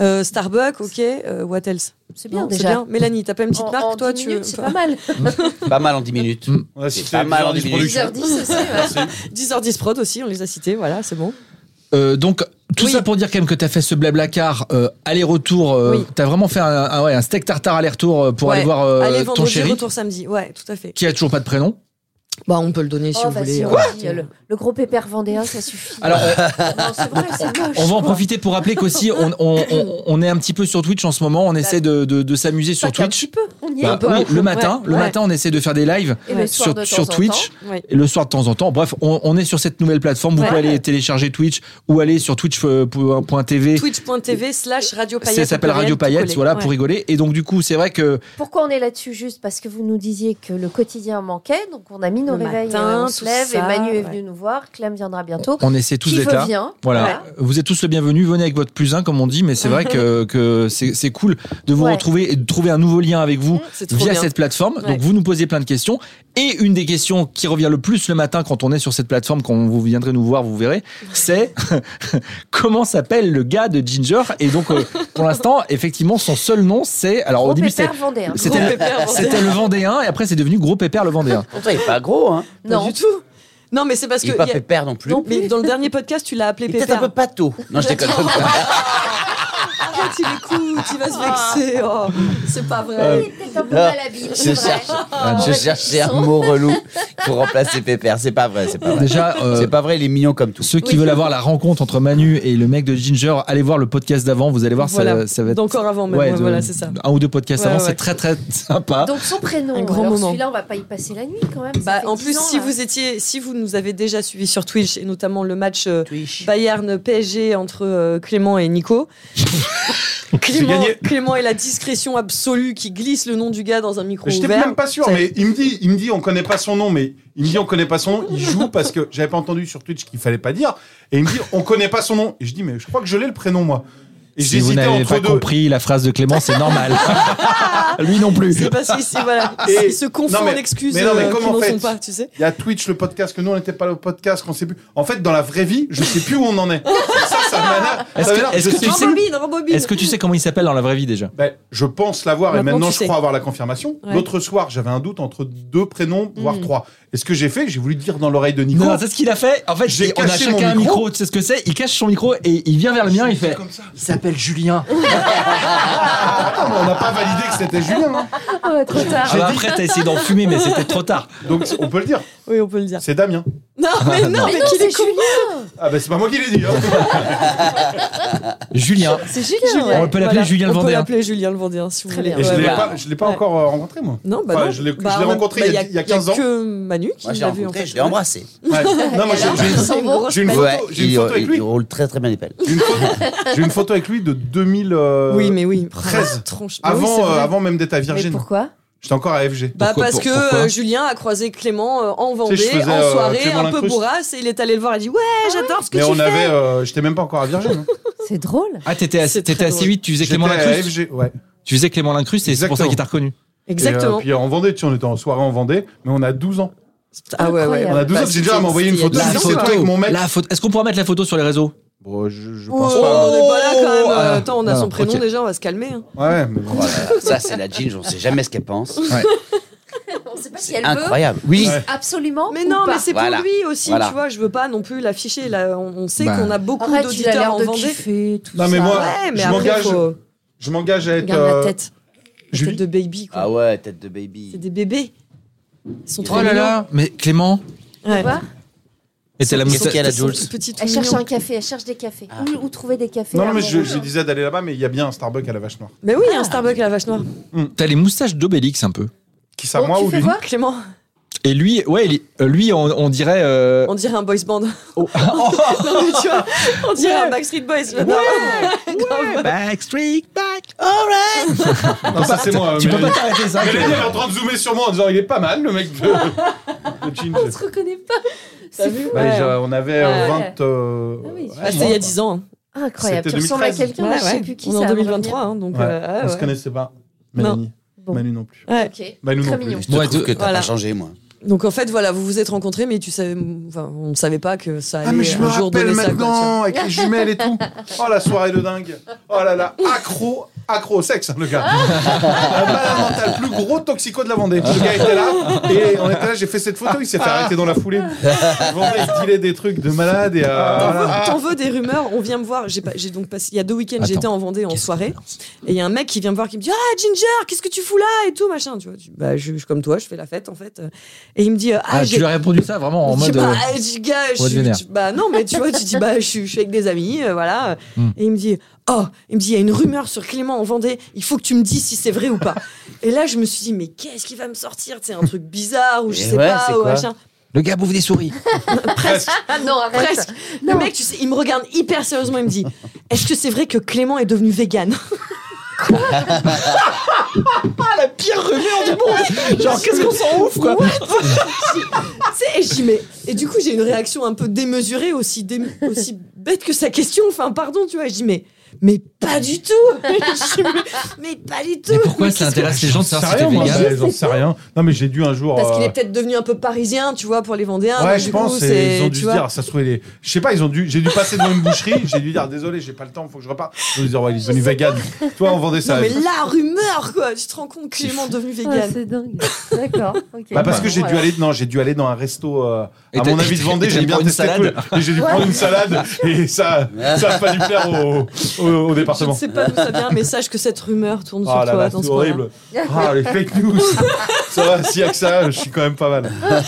[SPEAKER 6] Euh, Starbucks, ok. euh, what else
[SPEAKER 7] C'est bien
[SPEAKER 6] Non, c'est
[SPEAKER 7] déjà.
[SPEAKER 6] Mélanie, t'as pas une petite
[SPEAKER 7] En-
[SPEAKER 6] marque,
[SPEAKER 7] en
[SPEAKER 6] toi
[SPEAKER 7] 10
[SPEAKER 6] tu
[SPEAKER 7] minutes, c'est pas mal.
[SPEAKER 4] Pas mal en 10 minutes.
[SPEAKER 2] Mm.
[SPEAKER 3] On a
[SPEAKER 4] C'est
[SPEAKER 3] cité
[SPEAKER 4] pas mal en
[SPEAKER 3] les
[SPEAKER 4] 10
[SPEAKER 3] productions.
[SPEAKER 7] 10h10 aussi, ouais.
[SPEAKER 6] 10h10 prod aussi, on les a cités, voilà, c'est bon.
[SPEAKER 2] Euh, donc, tout
[SPEAKER 6] Oui.
[SPEAKER 2] ça pour dire quand même que t'as fait ce blabla car aller-retour. euh,
[SPEAKER 6] Oui.
[SPEAKER 2] T'as vraiment fait un, un- ouais, un steak tartare aller-retour euh, pour
[SPEAKER 6] Ouais.
[SPEAKER 2] aller voir euh,
[SPEAKER 6] Allez,
[SPEAKER 2] ton
[SPEAKER 6] vendredi,
[SPEAKER 2] chéri,
[SPEAKER 6] retour samedi. Ouais, tout à fait.
[SPEAKER 2] qui a toujours pas de prénom.
[SPEAKER 6] Bah, on peut le donner si
[SPEAKER 7] Oh,
[SPEAKER 6] vous voulez. hein.
[SPEAKER 7] vas-y,
[SPEAKER 6] Ouais.
[SPEAKER 7] on dit, le, le gros pépère vendéen, ça suffit.
[SPEAKER 2] Alors, euh,
[SPEAKER 7] Non, c'est vrai,
[SPEAKER 3] *laughs*
[SPEAKER 7] c'est moche.
[SPEAKER 2] on va en
[SPEAKER 7] quoi.
[SPEAKER 2] profiter pour rappeler qu'aussi, on, on, on, on est un petit peu sur Twitch en ce moment. On essaie de, de, de s'amuser sur
[SPEAKER 7] Pas qu'un
[SPEAKER 2] Twitch.
[SPEAKER 7] petit peu, on y est.
[SPEAKER 2] Bah,
[SPEAKER 6] un peu,
[SPEAKER 2] oui,
[SPEAKER 6] un peu.
[SPEAKER 2] le matin,
[SPEAKER 6] Ouais,
[SPEAKER 2] le
[SPEAKER 6] ouais.
[SPEAKER 2] matin, on essaie de faire des lives
[SPEAKER 7] Et le soir
[SPEAKER 2] sur,
[SPEAKER 7] de temps
[SPEAKER 2] sur
[SPEAKER 7] en
[SPEAKER 2] Twitch.
[SPEAKER 7] temps.
[SPEAKER 6] Ouais.
[SPEAKER 2] Et le soir de temps en temps. Bref, on, on est sur cette nouvelle plateforme. Vous
[SPEAKER 6] Ouais.
[SPEAKER 2] pouvez aller télécharger Twitch euh, ou aller sur twitch.tv.
[SPEAKER 6] Twitch.tv slash Radio Paillettes.
[SPEAKER 2] Ça s'appelle
[SPEAKER 6] au pluriel,
[SPEAKER 2] Radio
[SPEAKER 6] tout
[SPEAKER 2] Paillettes,
[SPEAKER 6] collé.
[SPEAKER 2] voilà,
[SPEAKER 6] Ouais.
[SPEAKER 2] pour rigoler. Et donc, du coup, c'est vrai que
[SPEAKER 7] Pourquoi on est là-dessus Juste parce que vous nous disiez que le quotidien manquait, donc on a mis nos
[SPEAKER 6] Le
[SPEAKER 7] réveils,
[SPEAKER 6] matin,
[SPEAKER 7] euh, on se
[SPEAKER 6] tout
[SPEAKER 7] lève,
[SPEAKER 6] ça,
[SPEAKER 7] et Manu est
[SPEAKER 6] ouais.
[SPEAKER 7] venu nous voir, Clem viendra bientôt.
[SPEAKER 2] on essaie tous
[SPEAKER 7] Qui
[SPEAKER 2] d'être
[SPEAKER 7] veut
[SPEAKER 2] là.
[SPEAKER 7] vient.
[SPEAKER 2] Voilà. Vous êtes tous le bienvenu. Venez avec votre plus un, comme on dit. Mais
[SPEAKER 7] *laughs*
[SPEAKER 2] c'est vrai que, que c'est c'est cool de vous
[SPEAKER 7] Ouais. Mmh,
[SPEAKER 2] retrouver et de trouver un nouveau lien avec vous
[SPEAKER 6] C'est trop
[SPEAKER 2] via
[SPEAKER 6] bien.
[SPEAKER 2] cette plateforme.
[SPEAKER 6] Ouais.
[SPEAKER 2] Donc, vous nous posez plein de questions. Et une des questions qui revient le plus le matin quand on est sur cette plateforme, quand vous viendrez nous voir, vous verrez, c'est *laughs* comment s'appelle le gars de Ginger. Et donc, euh, pour l'instant, effectivement, son seul nom, c'est. Alors,
[SPEAKER 7] Gros
[SPEAKER 2] au début,
[SPEAKER 7] pépère
[SPEAKER 2] c'était-
[SPEAKER 7] vendéen.
[SPEAKER 2] c'était
[SPEAKER 6] Gros
[SPEAKER 2] le-
[SPEAKER 6] pépère, hein. vendéen. *laughs*
[SPEAKER 2] c'était le Vendéen. Et après, c'est devenu Gros Pépère le Vendéen.
[SPEAKER 4] Pourtant, il n'est pas gros, hein.
[SPEAKER 6] Pas
[SPEAKER 7] Non.
[SPEAKER 6] du tout. Non, mais c'est parce
[SPEAKER 4] Il
[SPEAKER 6] que.
[SPEAKER 4] n'est pas
[SPEAKER 6] y a-
[SPEAKER 4] pépère non plus.
[SPEAKER 6] Non, mais dans le dernier podcast, tu l'as appelé
[SPEAKER 4] Il est peut-être un
[SPEAKER 6] Pépère.
[SPEAKER 4] peu pâteau.
[SPEAKER 6] *laughs*
[SPEAKER 4] Non, je déconne.
[SPEAKER 6] Arrête, il écoute, il va se vexer. oh, c'est pas
[SPEAKER 7] Il
[SPEAKER 6] vrai.
[SPEAKER 7] était un peu malhabile,
[SPEAKER 4] euh, Je
[SPEAKER 7] c'est vrai. *laughs*
[SPEAKER 4] cherche, je cherchais un mot relou pour remplacer Pépère. C'est pas vrai, c'est pas vrai.
[SPEAKER 2] Déjà, euh,
[SPEAKER 4] C'est pas vrai, il est mignon comme tout.
[SPEAKER 2] Ceux qui
[SPEAKER 7] Oui.
[SPEAKER 2] veulent avoir la rencontre entre Manu et le mec de Ginger, allez voir le podcast d'avant. Vous allez voir, ça-
[SPEAKER 6] Voilà.
[SPEAKER 2] ça, va être.
[SPEAKER 6] D'encore avant même,
[SPEAKER 2] Ouais,
[SPEAKER 6] ouais,
[SPEAKER 2] de-
[SPEAKER 6] voilà, c'est ça.
[SPEAKER 2] Un ou deux podcasts
[SPEAKER 6] Ouais,
[SPEAKER 2] avant,
[SPEAKER 6] ouais.
[SPEAKER 2] c'est très très sympa.
[SPEAKER 7] Donc son prénom,
[SPEAKER 6] Un grand
[SPEAKER 7] alors
[SPEAKER 6] moment.
[SPEAKER 7] celui-là, on va pas y passer la nuit quand même. ça
[SPEAKER 6] Bah,
[SPEAKER 7] fait
[SPEAKER 6] en
[SPEAKER 7] 10
[SPEAKER 6] plus,
[SPEAKER 7] ans, hein.
[SPEAKER 6] si
[SPEAKER 7] là.
[SPEAKER 6] vous étiez, si vous nous avez déjà suivis sur Twitch et notamment le match euh,
[SPEAKER 4] Twitch.
[SPEAKER 3] *laughs*
[SPEAKER 6] Bayern PSG entre euh, Clément et Nico, Clément,
[SPEAKER 3] gagné.
[SPEAKER 6] Clément est la discrétion absolue qui glisse le nom du gars dans un micro
[SPEAKER 3] J'étais
[SPEAKER 6] ouvert.
[SPEAKER 3] même pas sûr,
[SPEAKER 6] Ça-
[SPEAKER 3] mais il me dit, il me dit, on connaît pas son nom, mais il me dit, on connaît pas son nom. Il joue parce que j'avais pas entendu sur Twitch qu'il fallait pas dire, et il me dit, on connaît pas son nom. Et je dis, mais je crois que je l'ai le prénom moi. Et
[SPEAKER 2] Si vous
[SPEAKER 3] j'hésitais
[SPEAKER 2] n'avez
[SPEAKER 3] entre
[SPEAKER 2] pas
[SPEAKER 3] deux.
[SPEAKER 2] compris la phrase de Clément, c'est
[SPEAKER 3] *laughs*
[SPEAKER 2] normal. Lui non plus.
[SPEAKER 6] C'est parce qu'il s'est- voilà,
[SPEAKER 3] Et-
[SPEAKER 6] il se confond
[SPEAKER 3] non, mais-
[SPEAKER 6] en excuses
[SPEAKER 3] mais non, mais
[SPEAKER 6] euh, qui
[SPEAKER 3] comment
[SPEAKER 6] n'en sont
[SPEAKER 3] faites
[SPEAKER 6] pas, tu sais.
[SPEAKER 3] Il y a Twitch, le podcast, que nous on n'était pas le podcast, qu'on sait plus. En fait, dans la vraie vie, je sais plus où on en est. ça, ça m'énerve.
[SPEAKER 2] Est-ce
[SPEAKER 3] Ça
[SPEAKER 2] que-
[SPEAKER 3] m'énerve.
[SPEAKER 2] est-ce que
[SPEAKER 3] Je
[SPEAKER 2] tu
[SPEAKER 3] sais-
[SPEAKER 2] sais-
[SPEAKER 6] Rembobine, rembobine.
[SPEAKER 2] Est-ce que tu sais comment il s'appelle dans la vraie vie déjà
[SPEAKER 3] Ben, je pense l'avoir et
[SPEAKER 6] Maintenant,
[SPEAKER 3] maintenant
[SPEAKER 6] tu
[SPEAKER 3] je
[SPEAKER 6] sais.
[SPEAKER 3] crois avoir la confirmation.
[SPEAKER 6] Ouais. Mm.
[SPEAKER 3] L'autre soir, j'avais un doute entre deux prénoms, voire trois. Et ce que j'ai fait, j'ai voulu dire dans l'oreille de Nico.
[SPEAKER 2] Non, c'est ce qu'il a fait. En fait,
[SPEAKER 3] J'ai
[SPEAKER 2] il- on a
[SPEAKER 3] caché
[SPEAKER 2] chacun
[SPEAKER 3] mon
[SPEAKER 2] un
[SPEAKER 3] micro.
[SPEAKER 2] micro, tu sais ce que c'est Il cache son micro et il vient vers le mien, il fait Il s'appelle Julien.
[SPEAKER 3] bah Ah, mais on n'a pas validé que c'était Julien. hein.
[SPEAKER 7] Oh, trop tard.
[SPEAKER 2] Ah bah après, t'as essayé d'en fumer, mais c'était
[SPEAKER 3] *laughs*
[SPEAKER 2] trop tard.
[SPEAKER 3] Donc on peut le dire,
[SPEAKER 6] Oui, on peut
[SPEAKER 3] *laughs*
[SPEAKER 6] le dire.
[SPEAKER 3] c'est Damien.
[SPEAKER 6] Non, mais non, mais,
[SPEAKER 7] Non,
[SPEAKER 6] qu'il
[SPEAKER 7] c'est
[SPEAKER 6] est con.
[SPEAKER 7] Julien.
[SPEAKER 3] Ah ben c'est pas moi qui l'ai dit. hein.
[SPEAKER 2] Julien.
[SPEAKER 6] C'est Julien.
[SPEAKER 2] On peut l'appeler Julien le
[SPEAKER 6] On peut
[SPEAKER 2] Vendéen.
[SPEAKER 6] l'appeler Julien le Vendéen, si vous
[SPEAKER 7] Très
[SPEAKER 6] voulez.
[SPEAKER 3] Et je
[SPEAKER 6] Ouais,
[SPEAKER 3] l'ai
[SPEAKER 6] voilà.
[SPEAKER 3] pas, je l'ai pas
[SPEAKER 6] Ouais.
[SPEAKER 3] encore euh, rencontré moi.
[SPEAKER 6] Non, bah
[SPEAKER 3] Enfin,
[SPEAKER 6] non.
[SPEAKER 3] je l'ai- je
[SPEAKER 6] Bah,
[SPEAKER 3] l'ai
[SPEAKER 6] en même-
[SPEAKER 3] rencontré
[SPEAKER 6] bah,
[SPEAKER 3] il y a- il y a 15 ans.
[SPEAKER 6] que Manu qui
[SPEAKER 4] Moi, je l'ai
[SPEAKER 6] l'a vu en
[SPEAKER 4] rencontré,
[SPEAKER 6] fait.
[SPEAKER 4] je l'ai embrassé.
[SPEAKER 3] Ouais. Non, moi j'ai j'ai une,
[SPEAKER 7] Sans gros.
[SPEAKER 3] j'ai une
[SPEAKER 4] Ouais,
[SPEAKER 3] photo, j'ai une
[SPEAKER 4] il,
[SPEAKER 3] photo avec
[SPEAKER 4] il-
[SPEAKER 3] lui.
[SPEAKER 4] il roule très très bien les pelles.
[SPEAKER 3] J'ai une
[SPEAKER 2] *laughs*
[SPEAKER 3] photo- j'ai une photo avec lui de 2000. euh,
[SPEAKER 6] Oui, mais oui.
[SPEAKER 3] 13.
[SPEAKER 6] Tronche. Bah oui,
[SPEAKER 3] Avant,
[SPEAKER 6] c'est vrai.
[SPEAKER 3] euh, avant même d'être à
[SPEAKER 7] Mais
[SPEAKER 3] Virgin.
[SPEAKER 7] pourquoi
[SPEAKER 3] J'étais encore à FG.
[SPEAKER 6] Bah
[SPEAKER 2] Pourquoi-
[SPEAKER 6] parce
[SPEAKER 2] pour-
[SPEAKER 6] que
[SPEAKER 2] pourquoi
[SPEAKER 6] euh, Julien a croisé Clément euh, en Vendée
[SPEAKER 3] Tu sais, je faisais,
[SPEAKER 6] en
[SPEAKER 3] euh,
[SPEAKER 6] soirée,
[SPEAKER 3] Clément
[SPEAKER 6] un peu
[SPEAKER 3] l'incruste.
[SPEAKER 6] bourrasse, et il est allé le voir. Il a dit Ah ouais, j'adore ce que
[SPEAKER 3] Mais
[SPEAKER 6] tu
[SPEAKER 3] on
[SPEAKER 6] fais.
[SPEAKER 3] avait, euh, j'étais même pas encore à Virgin. hein.
[SPEAKER 7] C'est drôle.
[SPEAKER 2] Ah, t'étais à,
[SPEAKER 6] C'est
[SPEAKER 2] t'étais
[SPEAKER 6] très
[SPEAKER 2] à
[SPEAKER 6] drôle.
[SPEAKER 2] C8, tu faisais
[SPEAKER 3] J'étais
[SPEAKER 2] Clément
[SPEAKER 3] à
[SPEAKER 2] Lincruste.
[SPEAKER 3] FG, ouais.
[SPEAKER 2] Tu faisais Clément Lincruste et c'est pour ça
[SPEAKER 3] Exactement.
[SPEAKER 2] qu'il t'a reconnu.
[SPEAKER 6] Exactement.
[SPEAKER 3] Et, euh, puis en Vendée, tu sais, on était en soirée en Vendée, mais on a 12
[SPEAKER 6] ah ouais ouais.
[SPEAKER 3] On a 12 ans,
[SPEAKER 6] Bah,
[SPEAKER 3] j'ai déjà à m'envoyer une
[SPEAKER 6] c'était
[SPEAKER 3] photo.
[SPEAKER 6] il y a
[SPEAKER 3] Dis
[SPEAKER 6] dix
[SPEAKER 3] donc,
[SPEAKER 6] ans,
[SPEAKER 3] C'est toi
[SPEAKER 6] quoi.
[SPEAKER 3] avec mon mec.
[SPEAKER 2] La photo. Est-ce qu'on pourra mettre la photo sur les réseaux
[SPEAKER 3] Bon, je, je
[SPEAKER 6] Oh,
[SPEAKER 3] pense
[SPEAKER 6] on est pas là quand
[SPEAKER 3] Oh
[SPEAKER 6] même.
[SPEAKER 2] Ah.
[SPEAKER 6] euh, Attends, on a
[SPEAKER 2] Ah,
[SPEAKER 6] son prénom
[SPEAKER 2] ok.
[SPEAKER 6] déjà, on va se calmer. hein.
[SPEAKER 3] pas. Ouais, mais
[SPEAKER 4] Oh, Voilà. Ça, c'est la jean, on sait jamais ce qu'elle pense.
[SPEAKER 7] On sait pas si
[SPEAKER 4] C'est
[SPEAKER 7] elle
[SPEAKER 4] incroyable. Oui.
[SPEAKER 7] veut absolument.
[SPEAKER 6] Mais non,
[SPEAKER 7] ou
[SPEAKER 6] mais
[SPEAKER 7] pas.
[SPEAKER 6] c'est pour
[SPEAKER 4] Voilà.
[SPEAKER 6] lui aussi,
[SPEAKER 4] Voilà.
[SPEAKER 6] tu vois. Je veux pas non plus l'afficher. Là, on, on sait
[SPEAKER 2] Bah.
[SPEAKER 6] qu'on a beaucoup
[SPEAKER 7] Arrête, il a
[SPEAKER 6] d'auditeurs
[SPEAKER 7] l'air
[SPEAKER 6] en
[SPEAKER 7] de
[SPEAKER 6] Vendée.
[SPEAKER 7] kiffer tout
[SPEAKER 3] Non, mais
[SPEAKER 7] ça.
[SPEAKER 3] moi-
[SPEAKER 6] Ouais, mais
[SPEAKER 3] Je
[SPEAKER 6] après
[SPEAKER 3] m'engage,
[SPEAKER 6] faut
[SPEAKER 3] je m'engage à être.
[SPEAKER 6] garde la
[SPEAKER 3] euh,
[SPEAKER 6] tête, la
[SPEAKER 3] Julie
[SPEAKER 6] tête de baby quoi.
[SPEAKER 4] Ah ouais, tête de
[SPEAKER 6] C'est
[SPEAKER 4] baby.
[SPEAKER 6] des bébés. Ils sont trop
[SPEAKER 2] Oh là
[SPEAKER 6] mignons.
[SPEAKER 2] là, mais Clément
[SPEAKER 7] Tu
[SPEAKER 6] Ouais.
[SPEAKER 7] vois
[SPEAKER 2] était la
[SPEAKER 4] Ils
[SPEAKER 2] moustache.
[SPEAKER 4] sont- qu'elle a
[SPEAKER 6] Ils sont
[SPEAKER 4] Jules.
[SPEAKER 6] tout petits, tout
[SPEAKER 7] Elle cherche
[SPEAKER 6] mignons.
[SPEAKER 7] un café, elle cherche des cafés.
[SPEAKER 4] Ah.
[SPEAKER 7] Où, où trouver des cafés
[SPEAKER 3] Non, non, mais je,
[SPEAKER 7] amoureux
[SPEAKER 3] je disais d'aller là-bas, mais il y a bien un Starbucks à la vache noire.
[SPEAKER 6] Mais oui,
[SPEAKER 7] Ah.
[SPEAKER 6] il y a un Starbucks à la vache noire.
[SPEAKER 2] T'as les moustaches d'Obélix un peu.
[SPEAKER 3] Qui ça,
[SPEAKER 7] Bon,
[SPEAKER 3] moi
[SPEAKER 7] tu
[SPEAKER 3] ou
[SPEAKER 7] fais
[SPEAKER 3] lui
[SPEAKER 7] voir
[SPEAKER 6] Clément,
[SPEAKER 2] Et lui, ouais, il- euh, lui, on, on dirait. euh,
[SPEAKER 6] on dirait un boys band.
[SPEAKER 3] Oh.
[SPEAKER 6] *laughs* Non, mais tu vois, on dirait un Backstreet Boys. j'adore.
[SPEAKER 2] Backstreet Back.
[SPEAKER 3] Non, ça c'est moi.
[SPEAKER 2] Tu peux pas
[SPEAKER 3] Mélanie
[SPEAKER 2] t'arrêter *laughs* ça.
[SPEAKER 3] Mélanie, elle est en train de zoomer sur moi en disant il est pas mal le mec *laughs* de, de Ginger.
[SPEAKER 7] On se reconnaît pas.
[SPEAKER 6] T'as
[SPEAKER 7] C'est
[SPEAKER 6] vu
[SPEAKER 7] fou.
[SPEAKER 3] Ouais,
[SPEAKER 6] Ouais.
[SPEAKER 3] je- on avait euh,
[SPEAKER 6] Ouais.
[SPEAKER 3] 20. euh,
[SPEAKER 7] Ah oui.
[SPEAKER 3] ouais,
[SPEAKER 7] Ah,
[SPEAKER 6] Ah, C'était il y
[SPEAKER 3] moi,
[SPEAKER 6] a 10 ans. hein.
[SPEAKER 7] Incroyable. Tu
[SPEAKER 3] C'était
[SPEAKER 7] ressembles à
[SPEAKER 3] 2013.
[SPEAKER 7] quelqu'un, là, je sais plus qui
[SPEAKER 6] On est
[SPEAKER 7] ça
[SPEAKER 6] en
[SPEAKER 7] va me
[SPEAKER 6] 2023, hein, donc.
[SPEAKER 3] Ouais,
[SPEAKER 6] euh, ah,
[SPEAKER 3] on se
[SPEAKER 6] ouais.
[SPEAKER 3] connaissait pas.
[SPEAKER 6] Non.
[SPEAKER 3] Mélanie.
[SPEAKER 7] Bon.
[SPEAKER 3] Manu non plus.
[SPEAKER 6] Ouais.
[SPEAKER 7] revenir. Ok.
[SPEAKER 3] Bah, nous
[SPEAKER 7] Très
[SPEAKER 3] non plus.
[SPEAKER 7] mignon.
[SPEAKER 4] Je te
[SPEAKER 2] Ouais,
[SPEAKER 4] trouve
[SPEAKER 2] de-
[SPEAKER 4] que t'as
[SPEAKER 6] voilà.
[SPEAKER 4] pas changé, moi.
[SPEAKER 6] Donc en fait, voilà, vous vous êtes rencontrés, mais tu savais, enfin, on savait pas que ça allait
[SPEAKER 3] Ah mais je
[SPEAKER 6] un
[SPEAKER 3] me
[SPEAKER 6] jour
[SPEAKER 3] rappelle
[SPEAKER 6] donner ça. quoi, tu vois.
[SPEAKER 3] maintenant avec les jumelles et tout. Oh la soirée de dingue. Oh là là, accro, accro au sexe hein, le gars. Un malade mental, plus gros toxico de la Vendée. Le gars était là et on était là, j'ai fait cette photo, il s'est fait arrêter dans la foulée. Le Vendée, il dealait des trucs de malade et euh,
[SPEAKER 6] T'en
[SPEAKER 3] voilà.
[SPEAKER 6] veux- T'en veux des rumeurs On vient me voir. J'ai pas- j'ai donc passé. Il y a deux week-ends, j'étais en Vendée en soirée, et il y a un mec qui vient me voir qui me dit Ah Ginger, qu'est-ce que tu fous là et tout machin. Tu vois, je dis, bah je, je suis comme toi, je fais la fête en fait. Et il me dit Ah,
[SPEAKER 2] Ah,
[SPEAKER 6] j'ai
[SPEAKER 2] tu lui as répondu ça vraiment en
[SPEAKER 6] Je dis,
[SPEAKER 2] mode.
[SPEAKER 6] bah,
[SPEAKER 2] euh,
[SPEAKER 6] euh, je dis, gars, je
[SPEAKER 2] mode
[SPEAKER 6] suis-
[SPEAKER 2] vénère.
[SPEAKER 6] tu- bah non, mais tu vois, tu dis, bah, je, suis- je suis avec des amis, euh, voilà. Et il me dit, oh, il me dit, il y a une rumeur sur Clément en Vendée, il faut que tu me dis si c'est vrai ou pas. Et là, je me suis dit, mais qu'est-ce qu'il va me sortir C'est un truc bizarre ou je
[SPEAKER 4] Et
[SPEAKER 6] sais
[SPEAKER 4] ouais,
[SPEAKER 6] pas,
[SPEAKER 4] c'est
[SPEAKER 6] ou
[SPEAKER 4] quoi
[SPEAKER 6] machin.
[SPEAKER 2] Le gars bouffe des souris.
[SPEAKER 7] Ah non, arrête.
[SPEAKER 6] Presque. Le mec, tu sais, il me regarde hyper sérieusement, il me dit, est-ce que c'est vrai que Clément est devenu vegan
[SPEAKER 2] La pire rumeur du monde. Genre, qu'est-ce qu'on s'en ouf quoi
[SPEAKER 6] Tu sais, et je dis, mais. Et du coup, j'ai une réaction un peu démesurée, aussi, dé- aussi bête que sa question. Enfin, pardon, tu vois. Je dis, mais. Mais pas du tout *laughs* Je dis, mais, mais pas du tout
[SPEAKER 2] Mais pourquoi
[SPEAKER 6] Mais
[SPEAKER 2] ça
[SPEAKER 6] qu'est-ce que-
[SPEAKER 2] intéresse les gens de
[SPEAKER 3] J'en sais
[SPEAKER 2] savoir si
[SPEAKER 3] rien,
[SPEAKER 2] t'es
[SPEAKER 3] moi,
[SPEAKER 2] vegan
[SPEAKER 3] bah, j'en sais rien. Non mais j'ai dû un jour.
[SPEAKER 6] Parce qu'il
[SPEAKER 3] euh,
[SPEAKER 6] est peut-être devenu un peu parisien, tu vois, pour les Vendéens.
[SPEAKER 3] Ouais,
[SPEAKER 6] donc,
[SPEAKER 3] je
[SPEAKER 6] du
[SPEAKER 3] pense,
[SPEAKER 6] coup,
[SPEAKER 3] et ils ont dû
[SPEAKER 6] c'est. Tu
[SPEAKER 3] se
[SPEAKER 6] vois.
[SPEAKER 3] dire, ça se trouvait les. Je sais pas, ils ont dû. J'ai dû passer devant une boucherie, j'ai dû dire, désolé, j'ai pas le temps, faut que je repars. Ils ont dû dire, ouais, il est devenu vegan. Toi, on vendait ça.
[SPEAKER 6] Non, mais la rumeur, quoi Tu te rends compte, Clément devenu
[SPEAKER 7] Ah,
[SPEAKER 6] vegan
[SPEAKER 7] c'est dingue. D'accord. ok.
[SPEAKER 3] Bah parce que j'ai dû
[SPEAKER 7] Voilà.
[SPEAKER 3] aller non j'ai dû aller dans un resto euh,
[SPEAKER 2] Et
[SPEAKER 3] à
[SPEAKER 2] t'as-
[SPEAKER 3] mon avis de
[SPEAKER 2] et
[SPEAKER 3] Vendée
[SPEAKER 2] t'as
[SPEAKER 3] j'aime
[SPEAKER 2] dû
[SPEAKER 3] bien
[SPEAKER 2] prendre une
[SPEAKER 3] tester le
[SPEAKER 2] salade.
[SPEAKER 3] et j'ai dû prendre une salade et ça ça a pas dû plaire au, au, au
[SPEAKER 6] Je ne
[SPEAKER 3] département
[SPEAKER 6] sais pas d'où ça vient, mais sache que cette rumeur tourne sur
[SPEAKER 3] ah là
[SPEAKER 6] toi
[SPEAKER 3] là
[SPEAKER 6] dans
[SPEAKER 3] c'est
[SPEAKER 6] ce coin-là.
[SPEAKER 3] horrible ah les fake news ça va s'il y a que ça je suis quand même pas mal
[SPEAKER 4] *laughs*
[SPEAKER 2] Ah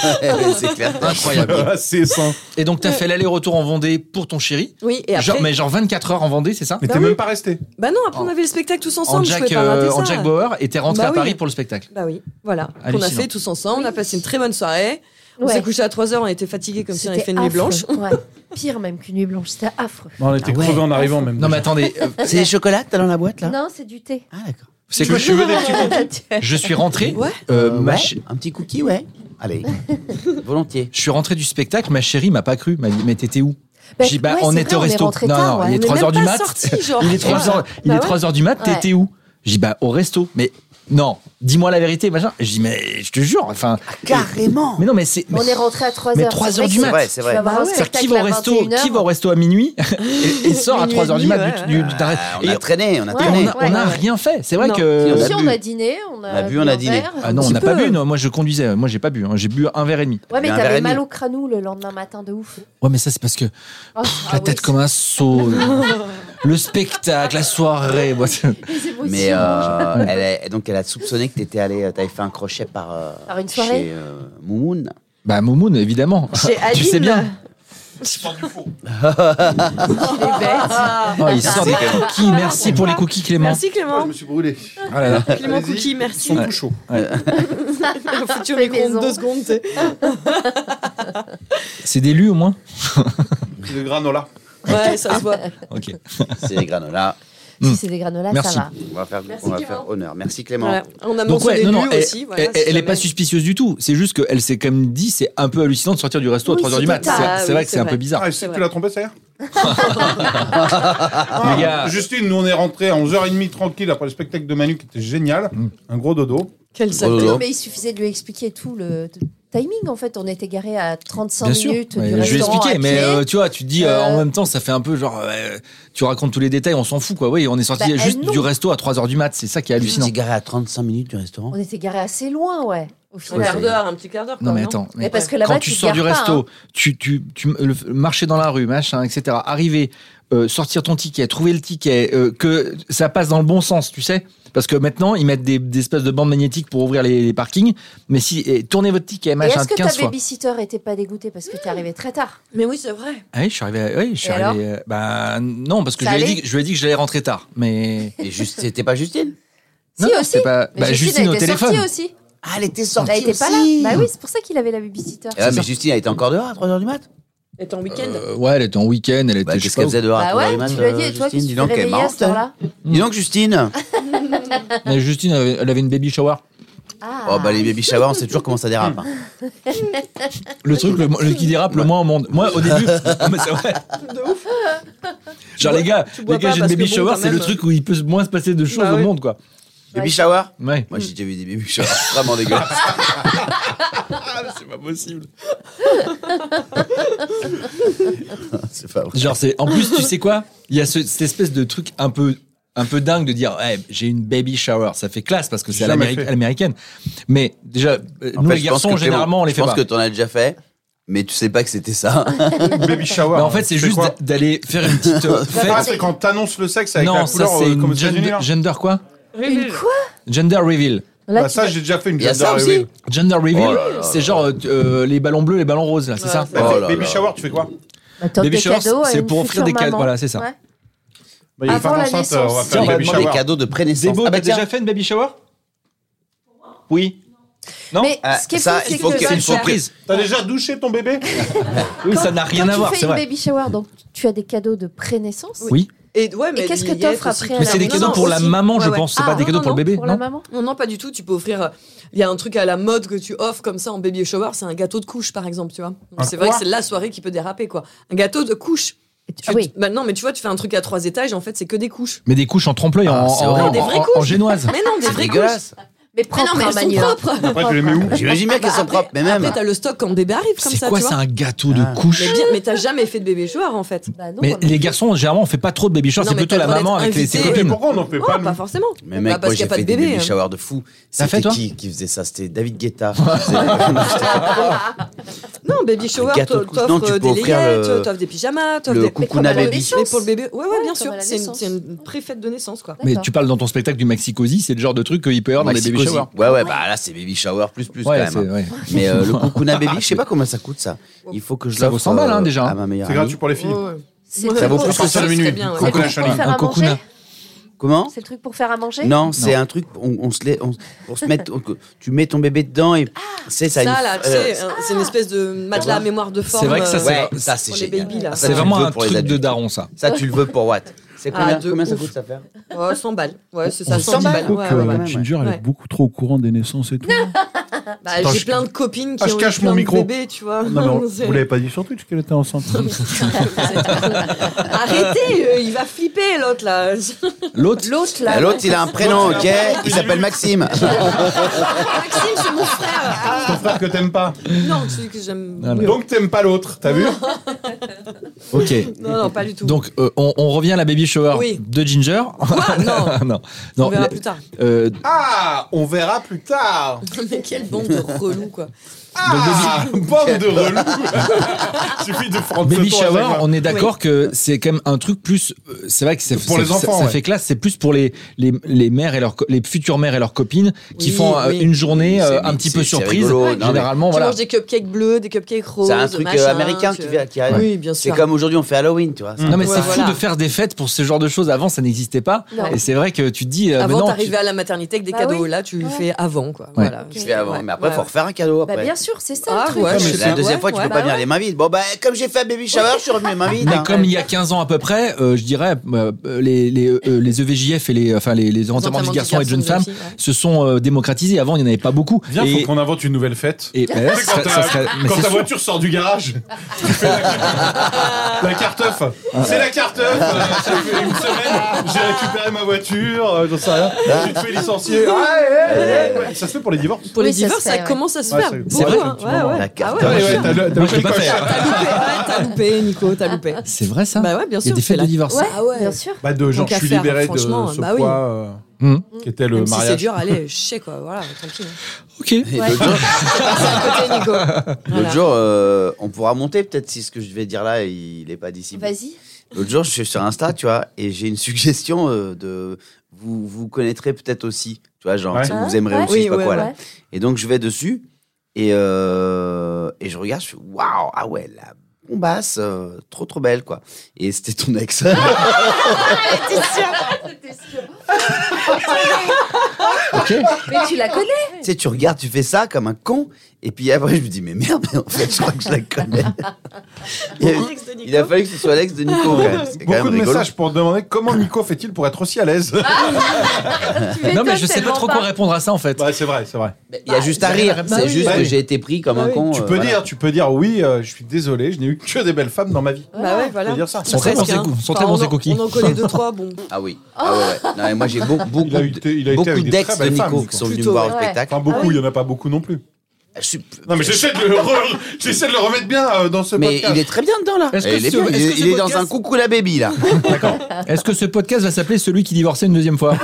[SPEAKER 4] c'est clair.
[SPEAKER 2] Incroyable.
[SPEAKER 3] *laughs* c'est sain
[SPEAKER 6] Bah
[SPEAKER 2] Et donc, t'as fait l'aller-retour en Vendée pour ton chéri.
[SPEAKER 6] Oui, et après.
[SPEAKER 2] Genre, mais genre 24 heures en Vendée, c'est ça
[SPEAKER 3] mais
[SPEAKER 6] Bah
[SPEAKER 3] t'es
[SPEAKER 6] oui.
[SPEAKER 3] même pas resté
[SPEAKER 6] Bah non, après on avait le spectacle tous ensemble,
[SPEAKER 2] En
[SPEAKER 6] je
[SPEAKER 2] Jack,
[SPEAKER 6] pouvais pas rater
[SPEAKER 2] euh,
[SPEAKER 6] ça.
[SPEAKER 2] en Jack Bauer et t'es rentré
[SPEAKER 6] Bah
[SPEAKER 2] à Paris
[SPEAKER 6] oui.
[SPEAKER 2] pour le spectacle.
[SPEAKER 6] Bah oui, voilà. Qu'on a
[SPEAKER 2] Hallucinant.
[SPEAKER 6] fait tous ensemble, on a passé une très bonne soirée. On
[SPEAKER 7] Ouais.
[SPEAKER 6] s'est couché à 3h, on était fatigués comme si on avait
[SPEAKER 7] C'était
[SPEAKER 6] fait une nuit
[SPEAKER 7] affreux.
[SPEAKER 6] blanche.
[SPEAKER 7] Ouais. pire même qu'une nuit blanche, c'était affreux.
[SPEAKER 3] Non, on était
[SPEAKER 4] Ah ouais.
[SPEAKER 3] crevés en arrivant même.
[SPEAKER 2] Non, mais attendez,
[SPEAKER 7] *laughs*
[SPEAKER 2] euh,
[SPEAKER 4] *laughs* C'est des chocolats que t'as dans la boîte là
[SPEAKER 7] Non, c'est du thé.
[SPEAKER 4] Ah d'accord.
[SPEAKER 2] c'est
[SPEAKER 3] Tu
[SPEAKER 2] quoi
[SPEAKER 3] veux, tu veux des petits cookies
[SPEAKER 2] *laughs* Je suis rentré,
[SPEAKER 6] Ouais.
[SPEAKER 2] euh,
[SPEAKER 4] Euh,
[SPEAKER 2] ma
[SPEAKER 4] ouais,
[SPEAKER 2] ch-
[SPEAKER 4] Un petit cookie, ouais.
[SPEAKER 2] *laughs*
[SPEAKER 4] Allez, volontiers.
[SPEAKER 2] je suis rentré du spectacle, ma chérie m'a pas cru, m'a dit mais t'étais où
[SPEAKER 7] Bah,
[SPEAKER 2] J'ai dit bah
[SPEAKER 7] ouais,
[SPEAKER 2] on
[SPEAKER 7] c'est vrai,
[SPEAKER 2] était au
[SPEAKER 7] on est
[SPEAKER 2] resto.
[SPEAKER 7] rentré
[SPEAKER 2] non
[SPEAKER 7] tard,
[SPEAKER 2] non,
[SPEAKER 7] ouais.
[SPEAKER 2] il est
[SPEAKER 7] On est
[SPEAKER 2] 3
[SPEAKER 6] même
[SPEAKER 2] h du
[SPEAKER 6] pas
[SPEAKER 2] mat.
[SPEAKER 6] sortis, genre.
[SPEAKER 2] il est
[SPEAKER 6] Tu vois.
[SPEAKER 2] 3 heures, il
[SPEAKER 6] Bah
[SPEAKER 2] est
[SPEAKER 6] ouais.
[SPEAKER 2] 3 heures du mat,
[SPEAKER 7] Ouais.
[SPEAKER 2] t'étais où J'ai dit bah au resto. Mais non, dis-moi la vérité machin. Je dis mais je te jure, enfin
[SPEAKER 4] Carrément
[SPEAKER 2] mais non mais c'est mais-
[SPEAKER 7] On est rentré à 3h.
[SPEAKER 2] Mais 3 heures du mat.
[SPEAKER 4] vrai, c'est vrai.
[SPEAKER 2] c'est-à-dire, qui va au resto, qui va au resto à minuit *laughs* et, et sort à
[SPEAKER 6] Minuit
[SPEAKER 2] 3 h
[SPEAKER 6] et
[SPEAKER 2] du
[SPEAKER 6] demi,
[SPEAKER 2] mat
[SPEAKER 6] ouais,
[SPEAKER 2] du, du, du- t'arrêtes.
[SPEAKER 4] Ah, On
[SPEAKER 2] Et-
[SPEAKER 4] a traîné, on a
[SPEAKER 7] Ouais,
[SPEAKER 2] et on
[SPEAKER 4] traîné.
[SPEAKER 2] a, hein. on a
[SPEAKER 7] ouais.
[SPEAKER 2] rien fait. C'est vrai
[SPEAKER 6] Non.
[SPEAKER 2] que
[SPEAKER 4] Si,
[SPEAKER 7] Si on a dîné, on a,
[SPEAKER 4] On a bu, on a
[SPEAKER 7] un
[SPEAKER 4] dîné.
[SPEAKER 7] verre.
[SPEAKER 2] ah non, on
[SPEAKER 6] Tu
[SPEAKER 2] n'a pas
[SPEAKER 6] peux.
[SPEAKER 2] bu. Non, moi je conduisais. Moi j'ai pas bu. hein, J'ai bu un verre et demi.
[SPEAKER 7] Ouais, mais
[SPEAKER 4] Un verre et
[SPEAKER 7] t'avais
[SPEAKER 4] demi.
[SPEAKER 7] mal au cranou le lendemain matin de ouf.
[SPEAKER 2] Ouais, mais ça c'est parce que
[SPEAKER 7] Oh,
[SPEAKER 6] ah
[SPEAKER 2] la tête comme un
[SPEAKER 6] *laughs*
[SPEAKER 2] seau. le spectacle, la soirée. moi, c'est-
[SPEAKER 4] Mais euh, elle a- donc elle a soupçonné que t'étais allé, t'avais fait un crochet par, euh,
[SPEAKER 7] Par une soirée
[SPEAKER 4] chez euh, Moumoun.
[SPEAKER 2] *laughs* Bah Moumoun, évidemment.
[SPEAKER 6] Chez
[SPEAKER 2] *laughs* tu
[SPEAKER 6] Aline.
[SPEAKER 2] sais bien.
[SPEAKER 6] Ah,
[SPEAKER 2] Oh, il sort des cookies. Merci pour les cookies, Clément.
[SPEAKER 6] Merci Clément.
[SPEAKER 3] Je me suis brûlé.
[SPEAKER 2] Oh là là.
[SPEAKER 6] Clément
[SPEAKER 3] Allez-y.
[SPEAKER 6] Cookie,
[SPEAKER 3] Ils
[SPEAKER 6] merci.
[SPEAKER 3] sont tout chauds.
[SPEAKER 6] *laughs* Futur
[SPEAKER 7] Fait
[SPEAKER 6] micro-ondes,
[SPEAKER 7] maison.
[SPEAKER 6] deux secondes. tu sais.
[SPEAKER 2] C'est des lus au moins.
[SPEAKER 3] Le granola.
[SPEAKER 6] Ouais, ça se voit.
[SPEAKER 2] Ok.
[SPEAKER 4] C'est des granolas.
[SPEAKER 7] Si c'est des granolas,
[SPEAKER 2] Merci.
[SPEAKER 7] ça va.
[SPEAKER 4] On va faire,
[SPEAKER 7] Merci,
[SPEAKER 4] on va
[SPEAKER 7] Clément.
[SPEAKER 4] faire honneur. Merci Clément.
[SPEAKER 6] Voilà. On a
[SPEAKER 2] Donc
[SPEAKER 6] mangé
[SPEAKER 2] ouais,
[SPEAKER 6] des
[SPEAKER 2] non, non,
[SPEAKER 6] lus
[SPEAKER 2] elle,
[SPEAKER 6] aussi. voilà,
[SPEAKER 2] elle-
[SPEAKER 6] si
[SPEAKER 2] elle est pas
[SPEAKER 6] jamais.
[SPEAKER 2] suspicieuse du tout. C'est juste qu'elle s'est quand même dit, c'est un peu hallucinant de sortir du resto à
[SPEAKER 6] Oui,
[SPEAKER 2] 3h du
[SPEAKER 6] c'est
[SPEAKER 2] mat. C'est
[SPEAKER 6] tard. Ah
[SPEAKER 2] c'est
[SPEAKER 6] oui,
[SPEAKER 2] vrai que
[SPEAKER 6] c'est
[SPEAKER 2] c'est un
[SPEAKER 6] vrai.
[SPEAKER 2] peu bizarre.
[SPEAKER 3] Ah, c'est
[SPEAKER 6] vrai.
[SPEAKER 3] que tu l'as trompé, ça y est
[SPEAKER 2] Les gars.
[SPEAKER 3] Ah, Justine, nous on est rentré à 11h30 tranquille après le spectacle de Manu qui était génial.
[SPEAKER 2] Mm.
[SPEAKER 3] Un gros dodo.
[SPEAKER 6] Quelle
[SPEAKER 4] Oh là
[SPEAKER 6] saleté.
[SPEAKER 4] là.
[SPEAKER 7] Non, mais il suffisait de lui expliquer tout le t- timing en fait. On était garé à 35
[SPEAKER 2] Bien sûr.
[SPEAKER 7] minutes
[SPEAKER 2] Ouais,
[SPEAKER 7] du
[SPEAKER 2] je vais
[SPEAKER 7] restaurant
[SPEAKER 2] expliquer,
[SPEAKER 7] à
[SPEAKER 2] mais
[SPEAKER 7] pied.
[SPEAKER 2] euh, tu vois, tu te dis euh, en
[SPEAKER 7] Euh,
[SPEAKER 2] même temps, ça fait un peu genre, euh, tu racontes tous les détails, on s'en fout quoi. Oui, on est sorti
[SPEAKER 7] Bah,
[SPEAKER 2] juste
[SPEAKER 7] elle, non.
[SPEAKER 2] du resto à 3h du mat. C'est ça qui est
[SPEAKER 4] Tu
[SPEAKER 2] hallucinant.
[SPEAKER 4] t'es garé à 35 minutes du restaurant
[SPEAKER 7] On était garé assez loin, ouais. Au
[SPEAKER 6] Un
[SPEAKER 7] final.
[SPEAKER 6] quart d'heure, un petit quart d'heure. hein.
[SPEAKER 2] Non
[SPEAKER 6] quoi,
[SPEAKER 2] mais attends,
[SPEAKER 7] Mais
[SPEAKER 2] mais
[SPEAKER 7] parce que là-bas,
[SPEAKER 2] quand
[SPEAKER 7] tu,
[SPEAKER 2] tu
[SPEAKER 7] te
[SPEAKER 2] sors du
[SPEAKER 7] gares pas,
[SPEAKER 2] resto,
[SPEAKER 7] hein.
[SPEAKER 2] tu, tu, tu le- marcher dans la rue, machin, etc. Arriver, euh, sortir ton ticket, trouver le ticket, euh, que ça passe dans le bon sens, tu sais. Parce que maintenant, ils mettent des, des espèces de bandes magnétiques pour ouvrir les, les parkings. Mais si, et tournez votre ticket,
[SPEAKER 7] Et
[SPEAKER 2] machin,
[SPEAKER 7] est-ce que ta
[SPEAKER 2] 15 fois.
[SPEAKER 7] babysitter était pas dégoûtée parce que t'es arrivé très tard
[SPEAKER 6] Mais oui, c'est vrai.
[SPEAKER 2] Ah oui, je suis arrivé. à- Oui, je suis
[SPEAKER 7] Et
[SPEAKER 2] arrivé. euh, Bah non, parce que je
[SPEAKER 7] Ça
[SPEAKER 2] lui, ai
[SPEAKER 7] allait
[SPEAKER 2] dit, que- je lui ai dit que j'allais rentrer tard. Mais
[SPEAKER 4] Et juste, c'était pas Justine
[SPEAKER 7] Si
[SPEAKER 2] non, non,
[SPEAKER 7] aussi.
[SPEAKER 2] c'était pas.
[SPEAKER 7] Mais
[SPEAKER 2] bah,
[SPEAKER 7] Justine,
[SPEAKER 2] Justine au
[SPEAKER 7] a été
[SPEAKER 2] téléphone.
[SPEAKER 7] sortie aussi.
[SPEAKER 4] Ah, elle était
[SPEAKER 7] Elle
[SPEAKER 4] sortie.
[SPEAKER 7] était pas là.
[SPEAKER 4] aussi.
[SPEAKER 7] Bah oui, c'est pour ça qu'il avait la babysitter.
[SPEAKER 4] Et ouais, mais Justine, elle était encore dehors à 3h du mat
[SPEAKER 6] Et t'es en week-end.
[SPEAKER 2] Euh, ouais, elle était en week-end, elle était.
[SPEAKER 4] Bah,
[SPEAKER 2] je
[SPEAKER 4] Qu'est-ce
[SPEAKER 2] sais pas
[SPEAKER 4] qu'elle
[SPEAKER 2] où.
[SPEAKER 4] faisait dehors à
[SPEAKER 7] Bah
[SPEAKER 4] 3h
[SPEAKER 7] ouais,
[SPEAKER 4] du mat
[SPEAKER 7] tu l'as
[SPEAKER 4] euh,
[SPEAKER 7] dit, et toi qui
[SPEAKER 4] Justine
[SPEAKER 7] te
[SPEAKER 4] Dis donc, elle est
[SPEAKER 7] réveillais à Ah.
[SPEAKER 4] marrante.
[SPEAKER 7] cette heure-là.
[SPEAKER 4] Dis donc, Justine
[SPEAKER 2] Mais Justine, elle avait- elle avait une baby shower.
[SPEAKER 7] Ah.
[SPEAKER 4] Oh, bah les baby showers, on sait toujours comment ça dérape. hein.
[SPEAKER 7] *laughs*
[SPEAKER 2] Le truc le, le- qui dérape le moins au monde. Moi, au
[SPEAKER 4] *laughs*
[SPEAKER 2] début, Ah, mais c'est vrai. Genre, les gars, les
[SPEAKER 6] bois
[SPEAKER 2] gars
[SPEAKER 6] pas
[SPEAKER 2] j'ai une
[SPEAKER 6] parce
[SPEAKER 2] baby
[SPEAKER 6] que bon,
[SPEAKER 2] shower,
[SPEAKER 6] quand
[SPEAKER 2] c'est le
[SPEAKER 6] même.
[SPEAKER 2] truc où il peut moins se passer de choses
[SPEAKER 6] Bah
[SPEAKER 2] au
[SPEAKER 6] oui.
[SPEAKER 2] monde, quoi.
[SPEAKER 4] Baby shower
[SPEAKER 2] Ouais.
[SPEAKER 7] Hmm.
[SPEAKER 4] Moi, j'ai déjà vu des baby showers vraiment dégueulasses.
[SPEAKER 2] C'est pas possible.
[SPEAKER 4] C'est pas vrai.
[SPEAKER 2] Genre, c'est. En plus, tu sais quoi Il y a ce- cette espèce de truc un peu. Un peu dingue de dire, ouais, j'ai une baby shower, ça fait classe parce que c'est à
[SPEAKER 3] Jamais
[SPEAKER 2] l'améric-
[SPEAKER 3] fait.
[SPEAKER 2] à l'américaine. Mais déjà, euh,
[SPEAKER 4] En
[SPEAKER 2] nous
[SPEAKER 4] fait,
[SPEAKER 2] les
[SPEAKER 4] je pense
[SPEAKER 2] garçons,
[SPEAKER 4] que Clément-
[SPEAKER 2] généralement, on les fait
[SPEAKER 4] Je pense
[SPEAKER 2] pas.
[SPEAKER 4] que t'en as déjà fait, mais tu sais pas que c'était ça.
[SPEAKER 3] Baby shower.
[SPEAKER 2] Mais en fait, c'est juste
[SPEAKER 3] quoi
[SPEAKER 2] d'a- d'aller faire une petite
[SPEAKER 6] *laughs*
[SPEAKER 2] euh,
[SPEAKER 3] Ah,
[SPEAKER 2] fête.
[SPEAKER 3] c'est quand t'annonces le sexe avec
[SPEAKER 2] Non,
[SPEAKER 3] la
[SPEAKER 2] ça
[SPEAKER 3] couleur
[SPEAKER 2] c'est
[SPEAKER 3] euh, comme aux
[SPEAKER 2] une
[SPEAKER 3] États-Unis
[SPEAKER 2] gender,
[SPEAKER 3] là.
[SPEAKER 2] gender quoi
[SPEAKER 7] Une quoi
[SPEAKER 2] Gender reveal.
[SPEAKER 7] Là,
[SPEAKER 3] Bah,
[SPEAKER 7] tu
[SPEAKER 3] ça,
[SPEAKER 7] vas-
[SPEAKER 3] j'ai déjà fait une
[SPEAKER 4] Il y a
[SPEAKER 3] gender
[SPEAKER 4] ça aussi
[SPEAKER 3] reveal.
[SPEAKER 2] Gender reveal,
[SPEAKER 4] Oh là là
[SPEAKER 2] c'est genre euh, tu- euh, les ballons bleus, les ballons roses, là, c'est ça
[SPEAKER 3] Bah,
[SPEAKER 4] Oh
[SPEAKER 3] fait,
[SPEAKER 4] là
[SPEAKER 3] baby
[SPEAKER 4] là.
[SPEAKER 3] shower, tu fais quoi
[SPEAKER 7] Bah, t'offres
[SPEAKER 2] Baby
[SPEAKER 7] des
[SPEAKER 2] shower,
[SPEAKER 7] cadeaux à
[SPEAKER 2] c'est
[SPEAKER 7] une
[SPEAKER 2] pour offrir
[SPEAKER 7] future
[SPEAKER 2] des cadeaux,
[SPEAKER 7] maman.
[SPEAKER 2] voilà, c'est ça.
[SPEAKER 7] Ouais.
[SPEAKER 3] Bah, il y a une
[SPEAKER 7] Avant
[SPEAKER 3] femme
[SPEAKER 7] la
[SPEAKER 3] enceinte, euh, on va
[SPEAKER 7] naissance.
[SPEAKER 3] faire
[SPEAKER 2] Tiens,
[SPEAKER 3] une
[SPEAKER 2] on va
[SPEAKER 3] baby
[SPEAKER 4] Des
[SPEAKER 3] shower.
[SPEAKER 4] cadeaux de prénaissance.
[SPEAKER 2] Zebo,
[SPEAKER 4] Ah, bah,
[SPEAKER 2] t'as
[SPEAKER 4] tiens.
[SPEAKER 2] déjà fait une baby shower Oui. Non
[SPEAKER 7] Mais
[SPEAKER 4] Ah,
[SPEAKER 7] ce qui est fou,
[SPEAKER 4] ça, il
[SPEAKER 7] c'est
[SPEAKER 4] faut
[SPEAKER 7] que
[SPEAKER 4] que-
[SPEAKER 2] C'est
[SPEAKER 4] ça,
[SPEAKER 2] une
[SPEAKER 7] quand
[SPEAKER 4] faut
[SPEAKER 2] surprise.
[SPEAKER 3] T'as déjà douché ton bébé
[SPEAKER 2] Oui, ça n'a rien à voir,
[SPEAKER 7] tu fais
[SPEAKER 2] c'est
[SPEAKER 7] une
[SPEAKER 2] vrai.
[SPEAKER 7] baby shower, donc tu as des cadeaux de prénaissance.
[SPEAKER 2] Oui,
[SPEAKER 6] Et, ouais, mais
[SPEAKER 7] Et qu'est-ce que
[SPEAKER 6] Lillette
[SPEAKER 7] t'offres
[SPEAKER 6] aussi,
[SPEAKER 7] après
[SPEAKER 6] tout
[SPEAKER 2] mais
[SPEAKER 7] la
[SPEAKER 6] ça.
[SPEAKER 2] c'est des
[SPEAKER 6] Non,
[SPEAKER 2] cadeaux
[SPEAKER 6] non,
[SPEAKER 2] pour la
[SPEAKER 6] aussi.
[SPEAKER 2] maman,
[SPEAKER 6] Ouais,
[SPEAKER 2] je
[SPEAKER 6] ouais.
[SPEAKER 2] pense. C'est
[SPEAKER 7] Ah,
[SPEAKER 2] pas des
[SPEAKER 7] non,
[SPEAKER 2] cadeaux
[SPEAKER 7] non,
[SPEAKER 2] pour le bébé,
[SPEAKER 7] Pour la
[SPEAKER 2] non
[SPEAKER 7] maman.
[SPEAKER 6] Non, non, pas du tout. Tu peux offrir. euh, Il y a un truc à la mode que tu offres comme ça en baby shower, c'est un gâteau de couche, par exemple, tu vois. Donc,
[SPEAKER 3] Un
[SPEAKER 6] C'est vrai
[SPEAKER 3] quoi
[SPEAKER 6] que c'est la soirée qui peut déraper, quoi. Un gâteau de couche.
[SPEAKER 7] Ah oui.
[SPEAKER 6] Bah non, mais tu vois, tu fais un truc à trois étages et en fait, c'est que des couches.
[SPEAKER 2] Mais des couches en trompe-l'œil,
[SPEAKER 4] Ah,
[SPEAKER 2] en,
[SPEAKER 4] c'est
[SPEAKER 2] en-
[SPEAKER 4] horrible.
[SPEAKER 2] en-
[SPEAKER 6] Des vraies
[SPEAKER 2] en-
[SPEAKER 6] couches.
[SPEAKER 2] en génoise.
[SPEAKER 6] Mais non, des vraies couches.
[SPEAKER 4] dégueulasse.
[SPEAKER 7] Ah Mais
[SPEAKER 6] Mais non,
[SPEAKER 7] propre
[SPEAKER 6] mais
[SPEAKER 7] à
[SPEAKER 6] elles sont
[SPEAKER 7] Manuel.
[SPEAKER 6] propres.
[SPEAKER 3] Après, tu les mets où
[SPEAKER 4] J'imagine bien
[SPEAKER 7] Bah,
[SPEAKER 4] qu'elles sont propres, mais même.
[SPEAKER 6] Après, t'as le stock quand le bébé arrive, comme
[SPEAKER 2] C'est
[SPEAKER 6] ça,
[SPEAKER 2] quoi,
[SPEAKER 6] tu
[SPEAKER 2] c'est
[SPEAKER 6] vois.
[SPEAKER 2] un gâteau de couche
[SPEAKER 6] Mais bien, mais t'as jamais fait de baby shower, en fait.
[SPEAKER 7] Bah non,
[SPEAKER 2] Mais
[SPEAKER 7] on a-
[SPEAKER 2] les garçons, généralement, on fait pas trop de baby shower,
[SPEAKER 6] Non,
[SPEAKER 2] c'est
[SPEAKER 6] mais
[SPEAKER 2] plutôt
[SPEAKER 6] t'as
[SPEAKER 2] la
[SPEAKER 6] le droit
[SPEAKER 2] maman
[SPEAKER 6] d'être
[SPEAKER 2] avec les- ses
[SPEAKER 6] invité,
[SPEAKER 3] Et
[SPEAKER 6] Une.
[SPEAKER 2] copines.
[SPEAKER 3] pourquoi on n'en fait
[SPEAKER 6] Non,
[SPEAKER 3] pas
[SPEAKER 6] Oh, pas,
[SPEAKER 3] nous
[SPEAKER 6] forcément.
[SPEAKER 4] Mais mec,
[SPEAKER 6] Bah,
[SPEAKER 4] moi
[SPEAKER 6] parce qu'il
[SPEAKER 4] j'ai
[SPEAKER 6] n'y a pas
[SPEAKER 4] fait
[SPEAKER 6] de
[SPEAKER 4] des
[SPEAKER 6] bébé.
[SPEAKER 4] baby showers de fou.
[SPEAKER 2] T'as fait,
[SPEAKER 4] C'était
[SPEAKER 2] toi
[SPEAKER 4] qui qui faisait ça C'était David Guetta. qui faisait-
[SPEAKER 6] Non, baby shower,
[SPEAKER 4] gâteau de
[SPEAKER 6] t'o-
[SPEAKER 4] couche. Non, tu
[SPEAKER 6] t'offres euh,
[SPEAKER 4] peux
[SPEAKER 6] des
[SPEAKER 4] offrir
[SPEAKER 6] layettes,
[SPEAKER 4] le-
[SPEAKER 6] t'offres des pyjamas, t'offres
[SPEAKER 4] le
[SPEAKER 6] des.
[SPEAKER 7] comme
[SPEAKER 4] Kukuna
[SPEAKER 7] à la
[SPEAKER 4] Baby.
[SPEAKER 7] naissance.
[SPEAKER 6] Mais pour le bébé, ouais, ouais,
[SPEAKER 7] Ouais,
[SPEAKER 6] bien
[SPEAKER 7] comme
[SPEAKER 6] sûr.
[SPEAKER 7] à la
[SPEAKER 6] C'est une,
[SPEAKER 7] naissance.
[SPEAKER 6] c'est une préfète de naissance, quoi.
[SPEAKER 2] Mais
[SPEAKER 7] D'accord.
[SPEAKER 2] tu parles dans ton spectacle du Maxi Cozy, c'est le genre de truc qu'il peut y avoir dans les
[SPEAKER 4] Maxi
[SPEAKER 2] baby
[SPEAKER 4] Cosi.
[SPEAKER 2] showers.
[SPEAKER 4] Ouais, ouais, bah là c'est baby shower plus plus
[SPEAKER 2] Ouais,
[SPEAKER 4] quand
[SPEAKER 2] c'est
[SPEAKER 4] même. hein.
[SPEAKER 2] ouais.
[SPEAKER 4] Mais euh, le Kukuna Baby, je sais pas combien ça coûte ça. Il faut que je
[SPEAKER 2] Ça vaut
[SPEAKER 4] l'offre,
[SPEAKER 2] 100 balles, hein,
[SPEAKER 4] euh,
[SPEAKER 2] déjà, hein.
[SPEAKER 4] À ma meilleure
[SPEAKER 3] C'est gratuit
[SPEAKER 4] amie.
[SPEAKER 6] Oh,
[SPEAKER 3] pour les filles.
[SPEAKER 6] Ouais, ouais.
[SPEAKER 7] C'est
[SPEAKER 6] Ouais,
[SPEAKER 4] Ça vaut
[SPEAKER 6] ouais,
[SPEAKER 4] plus que
[SPEAKER 6] ça
[SPEAKER 3] ça.
[SPEAKER 6] serait
[SPEAKER 3] Minuit.
[SPEAKER 6] bien, ouais.
[SPEAKER 7] C'est
[SPEAKER 3] Coconut
[SPEAKER 7] pour
[SPEAKER 3] Shining.
[SPEAKER 7] faire à
[SPEAKER 2] Un coconut.
[SPEAKER 7] manger
[SPEAKER 4] Comment
[SPEAKER 7] C'est le truc pour faire à manger
[SPEAKER 4] Non, c'est un truc, on, on se, lait- on- pour se mettre, on- tu mets ton bébé dedans et c'est ça.
[SPEAKER 6] Ah, Ça,
[SPEAKER 4] a une-
[SPEAKER 6] là, tu
[SPEAKER 4] euh,
[SPEAKER 6] sais, un- c'est une espèce de matelas à mémoire de forme.
[SPEAKER 2] C'est vrai que ça,
[SPEAKER 6] euh,
[SPEAKER 2] c'est
[SPEAKER 4] ouais, ça c'est
[SPEAKER 6] pour les
[SPEAKER 4] génial.
[SPEAKER 6] baby, là.
[SPEAKER 4] Ça,
[SPEAKER 2] C'est
[SPEAKER 4] tu le
[SPEAKER 2] vraiment
[SPEAKER 4] veux
[SPEAKER 2] un
[SPEAKER 4] pour les
[SPEAKER 2] truc de
[SPEAKER 4] adultes.
[SPEAKER 2] daron, ça.
[SPEAKER 4] Ça, tu le veux pour Watt. C'est
[SPEAKER 6] Ah,
[SPEAKER 4] combien,
[SPEAKER 6] de
[SPEAKER 4] combien ça
[SPEAKER 6] ouf.
[SPEAKER 4] coûte ça faire
[SPEAKER 6] euh, 100 balles. Ouais, c'est ça,
[SPEAKER 8] On
[SPEAKER 6] 100
[SPEAKER 8] sent
[SPEAKER 6] balles.
[SPEAKER 8] beaucoup
[SPEAKER 6] Ouais,
[SPEAKER 8] que
[SPEAKER 6] ouais, ouais.
[SPEAKER 8] Ginger, elle
[SPEAKER 6] Ouais.
[SPEAKER 8] est beaucoup trop au courant des naissances et tout.
[SPEAKER 6] Bah,
[SPEAKER 3] Attends,
[SPEAKER 6] J'ai
[SPEAKER 3] je-
[SPEAKER 6] plein de copines qui
[SPEAKER 3] Ah, je
[SPEAKER 6] ont eu
[SPEAKER 3] cache mon
[SPEAKER 6] plein de
[SPEAKER 3] micro.
[SPEAKER 6] bébés, tu vois.
[SPEAKER 8] non, mais
[SPEAKER 3] *laughs*
[SPEAKER 8] on-
[SPEAKER 6] *laughs* C'est-
[SPEAKER 8] vous l'avez pas dit sur Twitch qu'elle était enceinte.
[SPEAKER 6] Arrêtez, euh, il va flipper l'autre là. *laughs*
[SPEAKER 2] L'autre,
[SPEAKER 7] L'autre
[SPEAKER 4] Bah,
[SPEAKER 7] là.
[SPEAKER 4] L'autre, il a un prénom, ok Il s'appelle
[SPEAKER 6] *laughs*
[SPEAKER 4] Maxime.
[SPEAKER 6] Ah, Maxime, c'est mon frère. Ah.
[SPEAKER 3] Ton frère que t'aimes pas.
[SPEAKER 6] Non, celui que j'aime.
[SPEAKER 2] Ah, non.
[SPEAKER 3] Donc t'aimes pas l'autre, t'as vu
[SPEAKER 2] ok.
[SPEAKER 6] Non, non, pas du tout.
[SPEAKER 2] Donc, euh, on, on revient à la baby shower
[SPEAKER 6] Oui.
[SPEAKER 2] de Ginger. *laughs*
[SPEAKER 6] Quoi Non,
[SPEAKER 2] non,
[SPEAKER 6] on
[SPEAKER 2] non.
[SPEAKER 6] verra
[SPEAKER 2] la-
[SPEAKER 6] plus tard. *laughs*
[SPEAKER 2] euh,
[SPEAKER 3] Ah, on verra plus tard.
[SPEAKER 6] Mais quelle bande de relous quoi.
[SPEAKER 3] Ah, bande de *laughs* relous. Suffit de prendre ce
[SPEAKER 2] baby
[SPEAKER 3] ton à chaque
[SPEAKER 2] shower,
[SPEAKER 3] fois.
[SPEAKER 2] on est d'accord que c'est quand même un truc plus. euh, C'est vrai que c'est
[SPEAKER 3] Pour les
[SPEAKER 2] ça-
[SPEAKER 3] enfants,
[SPEAKER 2] Ça,
[SPEAKER 3] ouais.
[SPEAKER 2] fait classe. C'est plus pour les les, les mères et leurs co- les futures mères et leurs copines qui
[SPEAKER 6] Oui,
[SPEAKER 2] font euh,
[SPEAKER 6] oui.
[SPEAKER 2] une journée euh,
[SPEAKER 4] C'est-
[SPEAKER 2] un petit
[SPEAKER 4] c'est-
[SPEAKER 2] peu
[SPEAKER 4] c'est
[SPEAKER 2] surprise.
[SPEAKER 4] rigolo, non, mais-
[SPEAKER 2] Généralement,
[SPEAKER 6] Tu
[SPEAKER 2] voilà.
[SPEAKER 6] manges des cupcakes bleus, des cupcakes roses.
[SPEAKER 4] C'est un truc euh,
[SPEAKER 6] Oh, machin,
[SPEAKER 4] américain
[SPEAKER 6] tu-
[SPEAKER 4] qui vient- qui arrive.
[SPEAKER 6] Oui, bien
[SPEAKER 4] C'est
[SPEAKER 6] sûr.
[SPEAKER 4] comme aujourd'hui, on fait Halloween, tu vois.
[SPEAKER 2] Non mais
[SPEAKER 6] Ouais,
[SPEAKER 2] c'est
[SPEAKER 6] voilà.
[SPEAKER 2] fou de faire des fêtes pour ce genre de choses. Avant, ça n'existait pas.
[SPEAKER 7] Non.
[SPEAKER 2] Et c'est vrai que tu te dis. euh, mais
[SPEAKER 6] Avant,
[SPEAKER 2] non, tu-
[SPEAKER 6] t'arrivais à la maternité avec des
[SPEAKER 7] Bah
[SPEAKER 6] cadeaux.
[SPEAKER 7] oui.
[SPEAKER 6] Là, tu le
[SPEAKER 7] Ouais.
[SPEAKER 6] fais avant, quoi. Voilà.
[SPEAKER 4] Je fais avant,
[SPEAKER 6] Ouais.
[SPEAKER 4] mais après,
[SPEAKER 6] Ouais.
[SPEAKER 4] faut refaire un cadeau
[SPEAKER 7] Bah,
[SPEAKER 4] après.
[SPEAKER 7] bien sûr, c'est ça
[SPEAKER 6] Ah,
[SPEAKER 7] le truc.
[SPEAKER 6] ouais,
[SPEAKER 4] Ouais,
[SPEAKER 6] je
[SPEAKER 4] mais
[SPEAKER 6] sais
[SPEAKER 4] c'est la
[SPEAKER 6] pas,
[SPEAKER 4] deuxième
[SPEAKER 6] ouais,
[SPEAKER 4] fois, tu
[SPEAKER 6] ouais,
[SPEAKER 4] peux
[SPEAKER 6] bah
[SPEAKER 4] pas venir
[SPEAKER 6] ouais.
[SPEAKER 4] les mains vides. Bon, bah, comme j'ai fait un baby shower, je suis revenu les mains vides.
[SPEAKER 2] Mais
[SPEAKER 4] hein.
[SPEAKER 2] comme il y a 15 ans à peu près, euh, je dirais, euh, les, les, euh, les EVJF et les, enfin, les, les enterrements de vie garçons et de jeunes femmes
[SPEAKER 6] filles, ouais.
[SPEAKER 2] se sont euh, démocratisés. Avant, il n'y en avait pas beaucoup.
[SPEAKER 3] Viens,
[SPEAKER 2] et
[SPEAKER 3] Eh faut qu'on invente une nouvelle fête.
[SPEAKER 2] et- bah,
[SPEAKER 3] Tu sais, quand
[SPEAKER 2] ça-
[SPEAKER 3] ta-
[SPEAKER 2] ça serait- mais
[SPEAKER 3] quand
[SPEAKER 2] c'est
[SPEAKER 3] ta
[SPEAKER 2] sûr.
[SPEAKER 3] voiture sort du garage, tu fais la, la carteuf.
[SPEAKER 2] Ah
[SPEAKER 3] C'est la carteuf. euh, Ça fait une semaine, j'ai récupéré ma voiture. euh, J'en sais
[SPEAKER 2] Ah.
[SPEAKER 3] rien. Tu te fais licencier. Ah, Ouais, ouais, ouais, ouais. eh. Ça se fait pour les divorces.
[SPEAKER 6] Pour les
[SPEAKER 7] Oui, ça se
[SPEAKER 6] divorces, ça
[SPEAKER 7] fait, ouais.
[SPEAKER 6] commence à se
[SPEAKER 3] Ouais,
[SPEAKER 6] faire.
[SPEAKER 3] c'est-
[SPEAKER 6] beaucoup,
[SPEAKER 3] c'est vrai,
[SPEAKER 6] hein.
[SPEAKER 3] tu
[SPEAKER 6] Ouais,
[SPEAKER 3] m'en
[SPEAKER 6] ouais.
[SPEAKER 4] La carte.
[SPEAKER 6] Ah
[SPEAKER 3] Ouais,
[SPEAKER 6] ouais,
[SPEAKER 3] ouais,
[SPEAKER 6] bien sûr.
[SPEAKER 3] t'as le, t'as
[SPEAKER 2] Moi,
[SPEAKER 3] le
[SPEAKER 2] je l'ai
[SPEAKER 3] truc
[SPEAKER 2] pas
[SPEAKER 3] coché.
[SPEAKER 2] fait, hein.
[SPEAKER 6] T'as loupé, ouais, t'as loupé, Nico, t'as loupé.
[SPEAKER 2] C'est vrai ça
[SPEAKER 6] Bah ouais, bien
[SPEAKER 2] Il y a
[SPEAKER 6] sûr.
[SPEAKER 2] des fêtes
[SPEAKER 6] fais
[SPEAKER 2] de
[SPEAKER 6] la-
[SPEAKER 2] divorce.
[SPEAKER 7] Ouais,
[SPEAKER 6] Ah ouais.
[SPEAKER 7] bien sûr.
[SPEAKER 3] Bah de genre,
[SPEAKER 6] qu'à
[SPEAKER 3] je suis
[SPEAKER 6] faire,
[SPEAKER 3] libéré de
[SPEAKER 6] franchement,
[SPEAKER 3] ce
[SPEAKER 6] bah oui.
[SPEAKER 3] poids euh,
[SPEAKER 2] Hmm.
[SPEAKER 3] qui était le
[SPEAKER 6] Même si c'est
[SPEAKER 3] mariage.
[SPEAKER 6] dur, allez, chier quoi, voilà, tranquille.
[SPEAKER 2] Ok.
[SPEAKER 4] Et L'autre jour,
[SPEAKER 6] C'est à côté, Nico. *laughs* Voilà.
[SPEAKER 4] l'autre jour, euh, on pourra monter peut-être si ce que je vais dire là, il est pas d'ici.
[SPEAKER 7] Vas-y.
[SPEAKER 4] L'autre jour, je suis sur Insta, tu vois, et j'ai une *laughs* suggestion euh, de. Vous, vous connaîtrez peut-être aussi, tu vois, genre,
[SPEAKER 3] Ouais.
[SPEAKER 4] tu sais, vous
[SPEAKER 7] Ah,
[SPEAKER 4] aimerez
[SPEAKER 7] ouais.
[SPEAKER 4] aussi, je sais pas
[SPEAKER 6] Oui,
[SPEAKER 4] quoi,
[SPEAKER 6] ouais,
[SPEAKER 4] là.
[SPEAKER 7] ouais.
[SPEAKER 4] Et donc, je vais dessus, et, euh, et je regarde, je suis waouh, ah ouais, la bombasse, euh, trop trop belle, quoi. Et c'était ton ex.
[SPEAKER 6] Ah
[SPEAKER 2] Ok.
[SPEAKER 7] *laughs* Mais tu la connais
[SPEAKER 4] *laughs* tu sais, tu regardes, tu fais ça comme un con, et puis après, je me dis, mais merde, mais en fait, je crois que je la
[SPEAKER 6] *laughs*
[SPEAKER 4] connais. il, a, il a fallu que ce soit l'ex de Nico, quand même. C'est quand
[SPEAKER 3] Beaucoup
[SPEAKER 4] même
[SPEAKER 3] de
[SPEAKER 4] rigolo.
[SPEAKER 3] messages pour demander comment Nico fait-il pour être aussi à
[SPEAKER 4] *laughs*
[SPEAKER 3] l'aise.
[SPEAKER 2] Non mais je sais pas trop quoi répondre à ça en fait.
[SPEAKER 3] Ouais, Bah, c'est vrai, c'est vrai.
[SPEAKER 4] Il y a juste à rire,
[SPEAKER 6] Bah
[SPEAKER 4] c'est
[SPEAKER 6] oui.
[SPEAKER 4] juste
[SPEAKER 3] Bah
[SPEAKER 4] que
[SPEAKER 3] oui.
[SPEAKER 4] j'ai été pris comme
[SPEAKER 6] Bah
[SPEAKER 4] un
[SPEAKER 6] oui.
[SPEAKER 4] con.
[SPEAKER 3] Tu
[SPEAKER 4] euh,
[SPEAKER 3] peux
[SPEAKER 4] voilà.
[SPEAKER 3] dire, tu peux dire, oui, euh, je suis désolé, je n'ai eu que des belles femmes dans ma vie.
[SPEAKER 6] Bah ouais,
[SPEAKER 3] Tu
[SPEAKER 6] voilà.
[SPEAKER 3] peux dire ça.
[SPEAKER 2] Sont très bons
[SPEAKER 6] Presque,
[SPEAKER 2] ces
[SPEAKER 6] hein.
[SPEAKER 2] cou- sont
[SPEAKER 6] Enfin,
[SPEAKER 2] très bons
[SPEAKER 6] on
[SPEAKER 2] ces
[SPEAKER 6] en-
[SPEAKER 2] cookies.
[SPEAKER 6] On en connaît deux, trois, bon.
[SPEAKER 4] Ah oui. Ah ouais, ouais. Non, mais moi, j'ai beau- beaucoup,
[SPEAKER 3] Il a
[SPEAKER 4] de-
[SPEAKER 3] été- il a été
[SPEAKER 4] beaucoup
[SPEAKER 3] avec des
[SPEAKER 4] d'ex
[SPEAKER 3] très
[SPEAKER 4] de
[SPEAKER 3] belles
[SPEAKER 4] Nico
[SPEAKER 3] femmes,
[SPEAKER 4] qui
[SPEAKER 3] Nico.
[SPEAKER 4] sont venus me
[SPEAKER 6] Plutôt,
[SPEAKER 4] voir au
[SPEAKER 7] ouais.
[SPEAKER 4] spectacle.
[SPEAKER 3] Enfin, beaucoup,
[SPEAKER 7] Ah oui.
[SPEAKER 3] il n'y en a pas beaucoup non plus.
[SPEAKER 4] Je suis-
[SPEAKER 3] Non, mais j'essaie de, le re- j'essaie de le remettre bien euh, dans ce
[SPEAKER 4] Mais
[SPEAKER 3] podcast.
[SPEAKER 4] il est très bien dedans, là.
[SPEAKER 2] Est-ce que
[SPEAKER 4] il est,
[SPEAKER 2] ce-
[SPEAKER 4] bien.
[SPEAKER 2] est-ce
[SPEAKER 4] Il
[SPEAKER 2] que
[SPEAKER 4] est-
[SPEAKER 2] ce
[SPEAKER 4] il est dans
[SPEAKER 2] podcast-
[SPEAKER 4] un coucou la
[SPEAKER 3] *laughs*
[SPEAKER 4] baby, là.
[SPEAKER 2] Est-ce que ce podcast va s'appeler celui qui divorçait une deuxième fois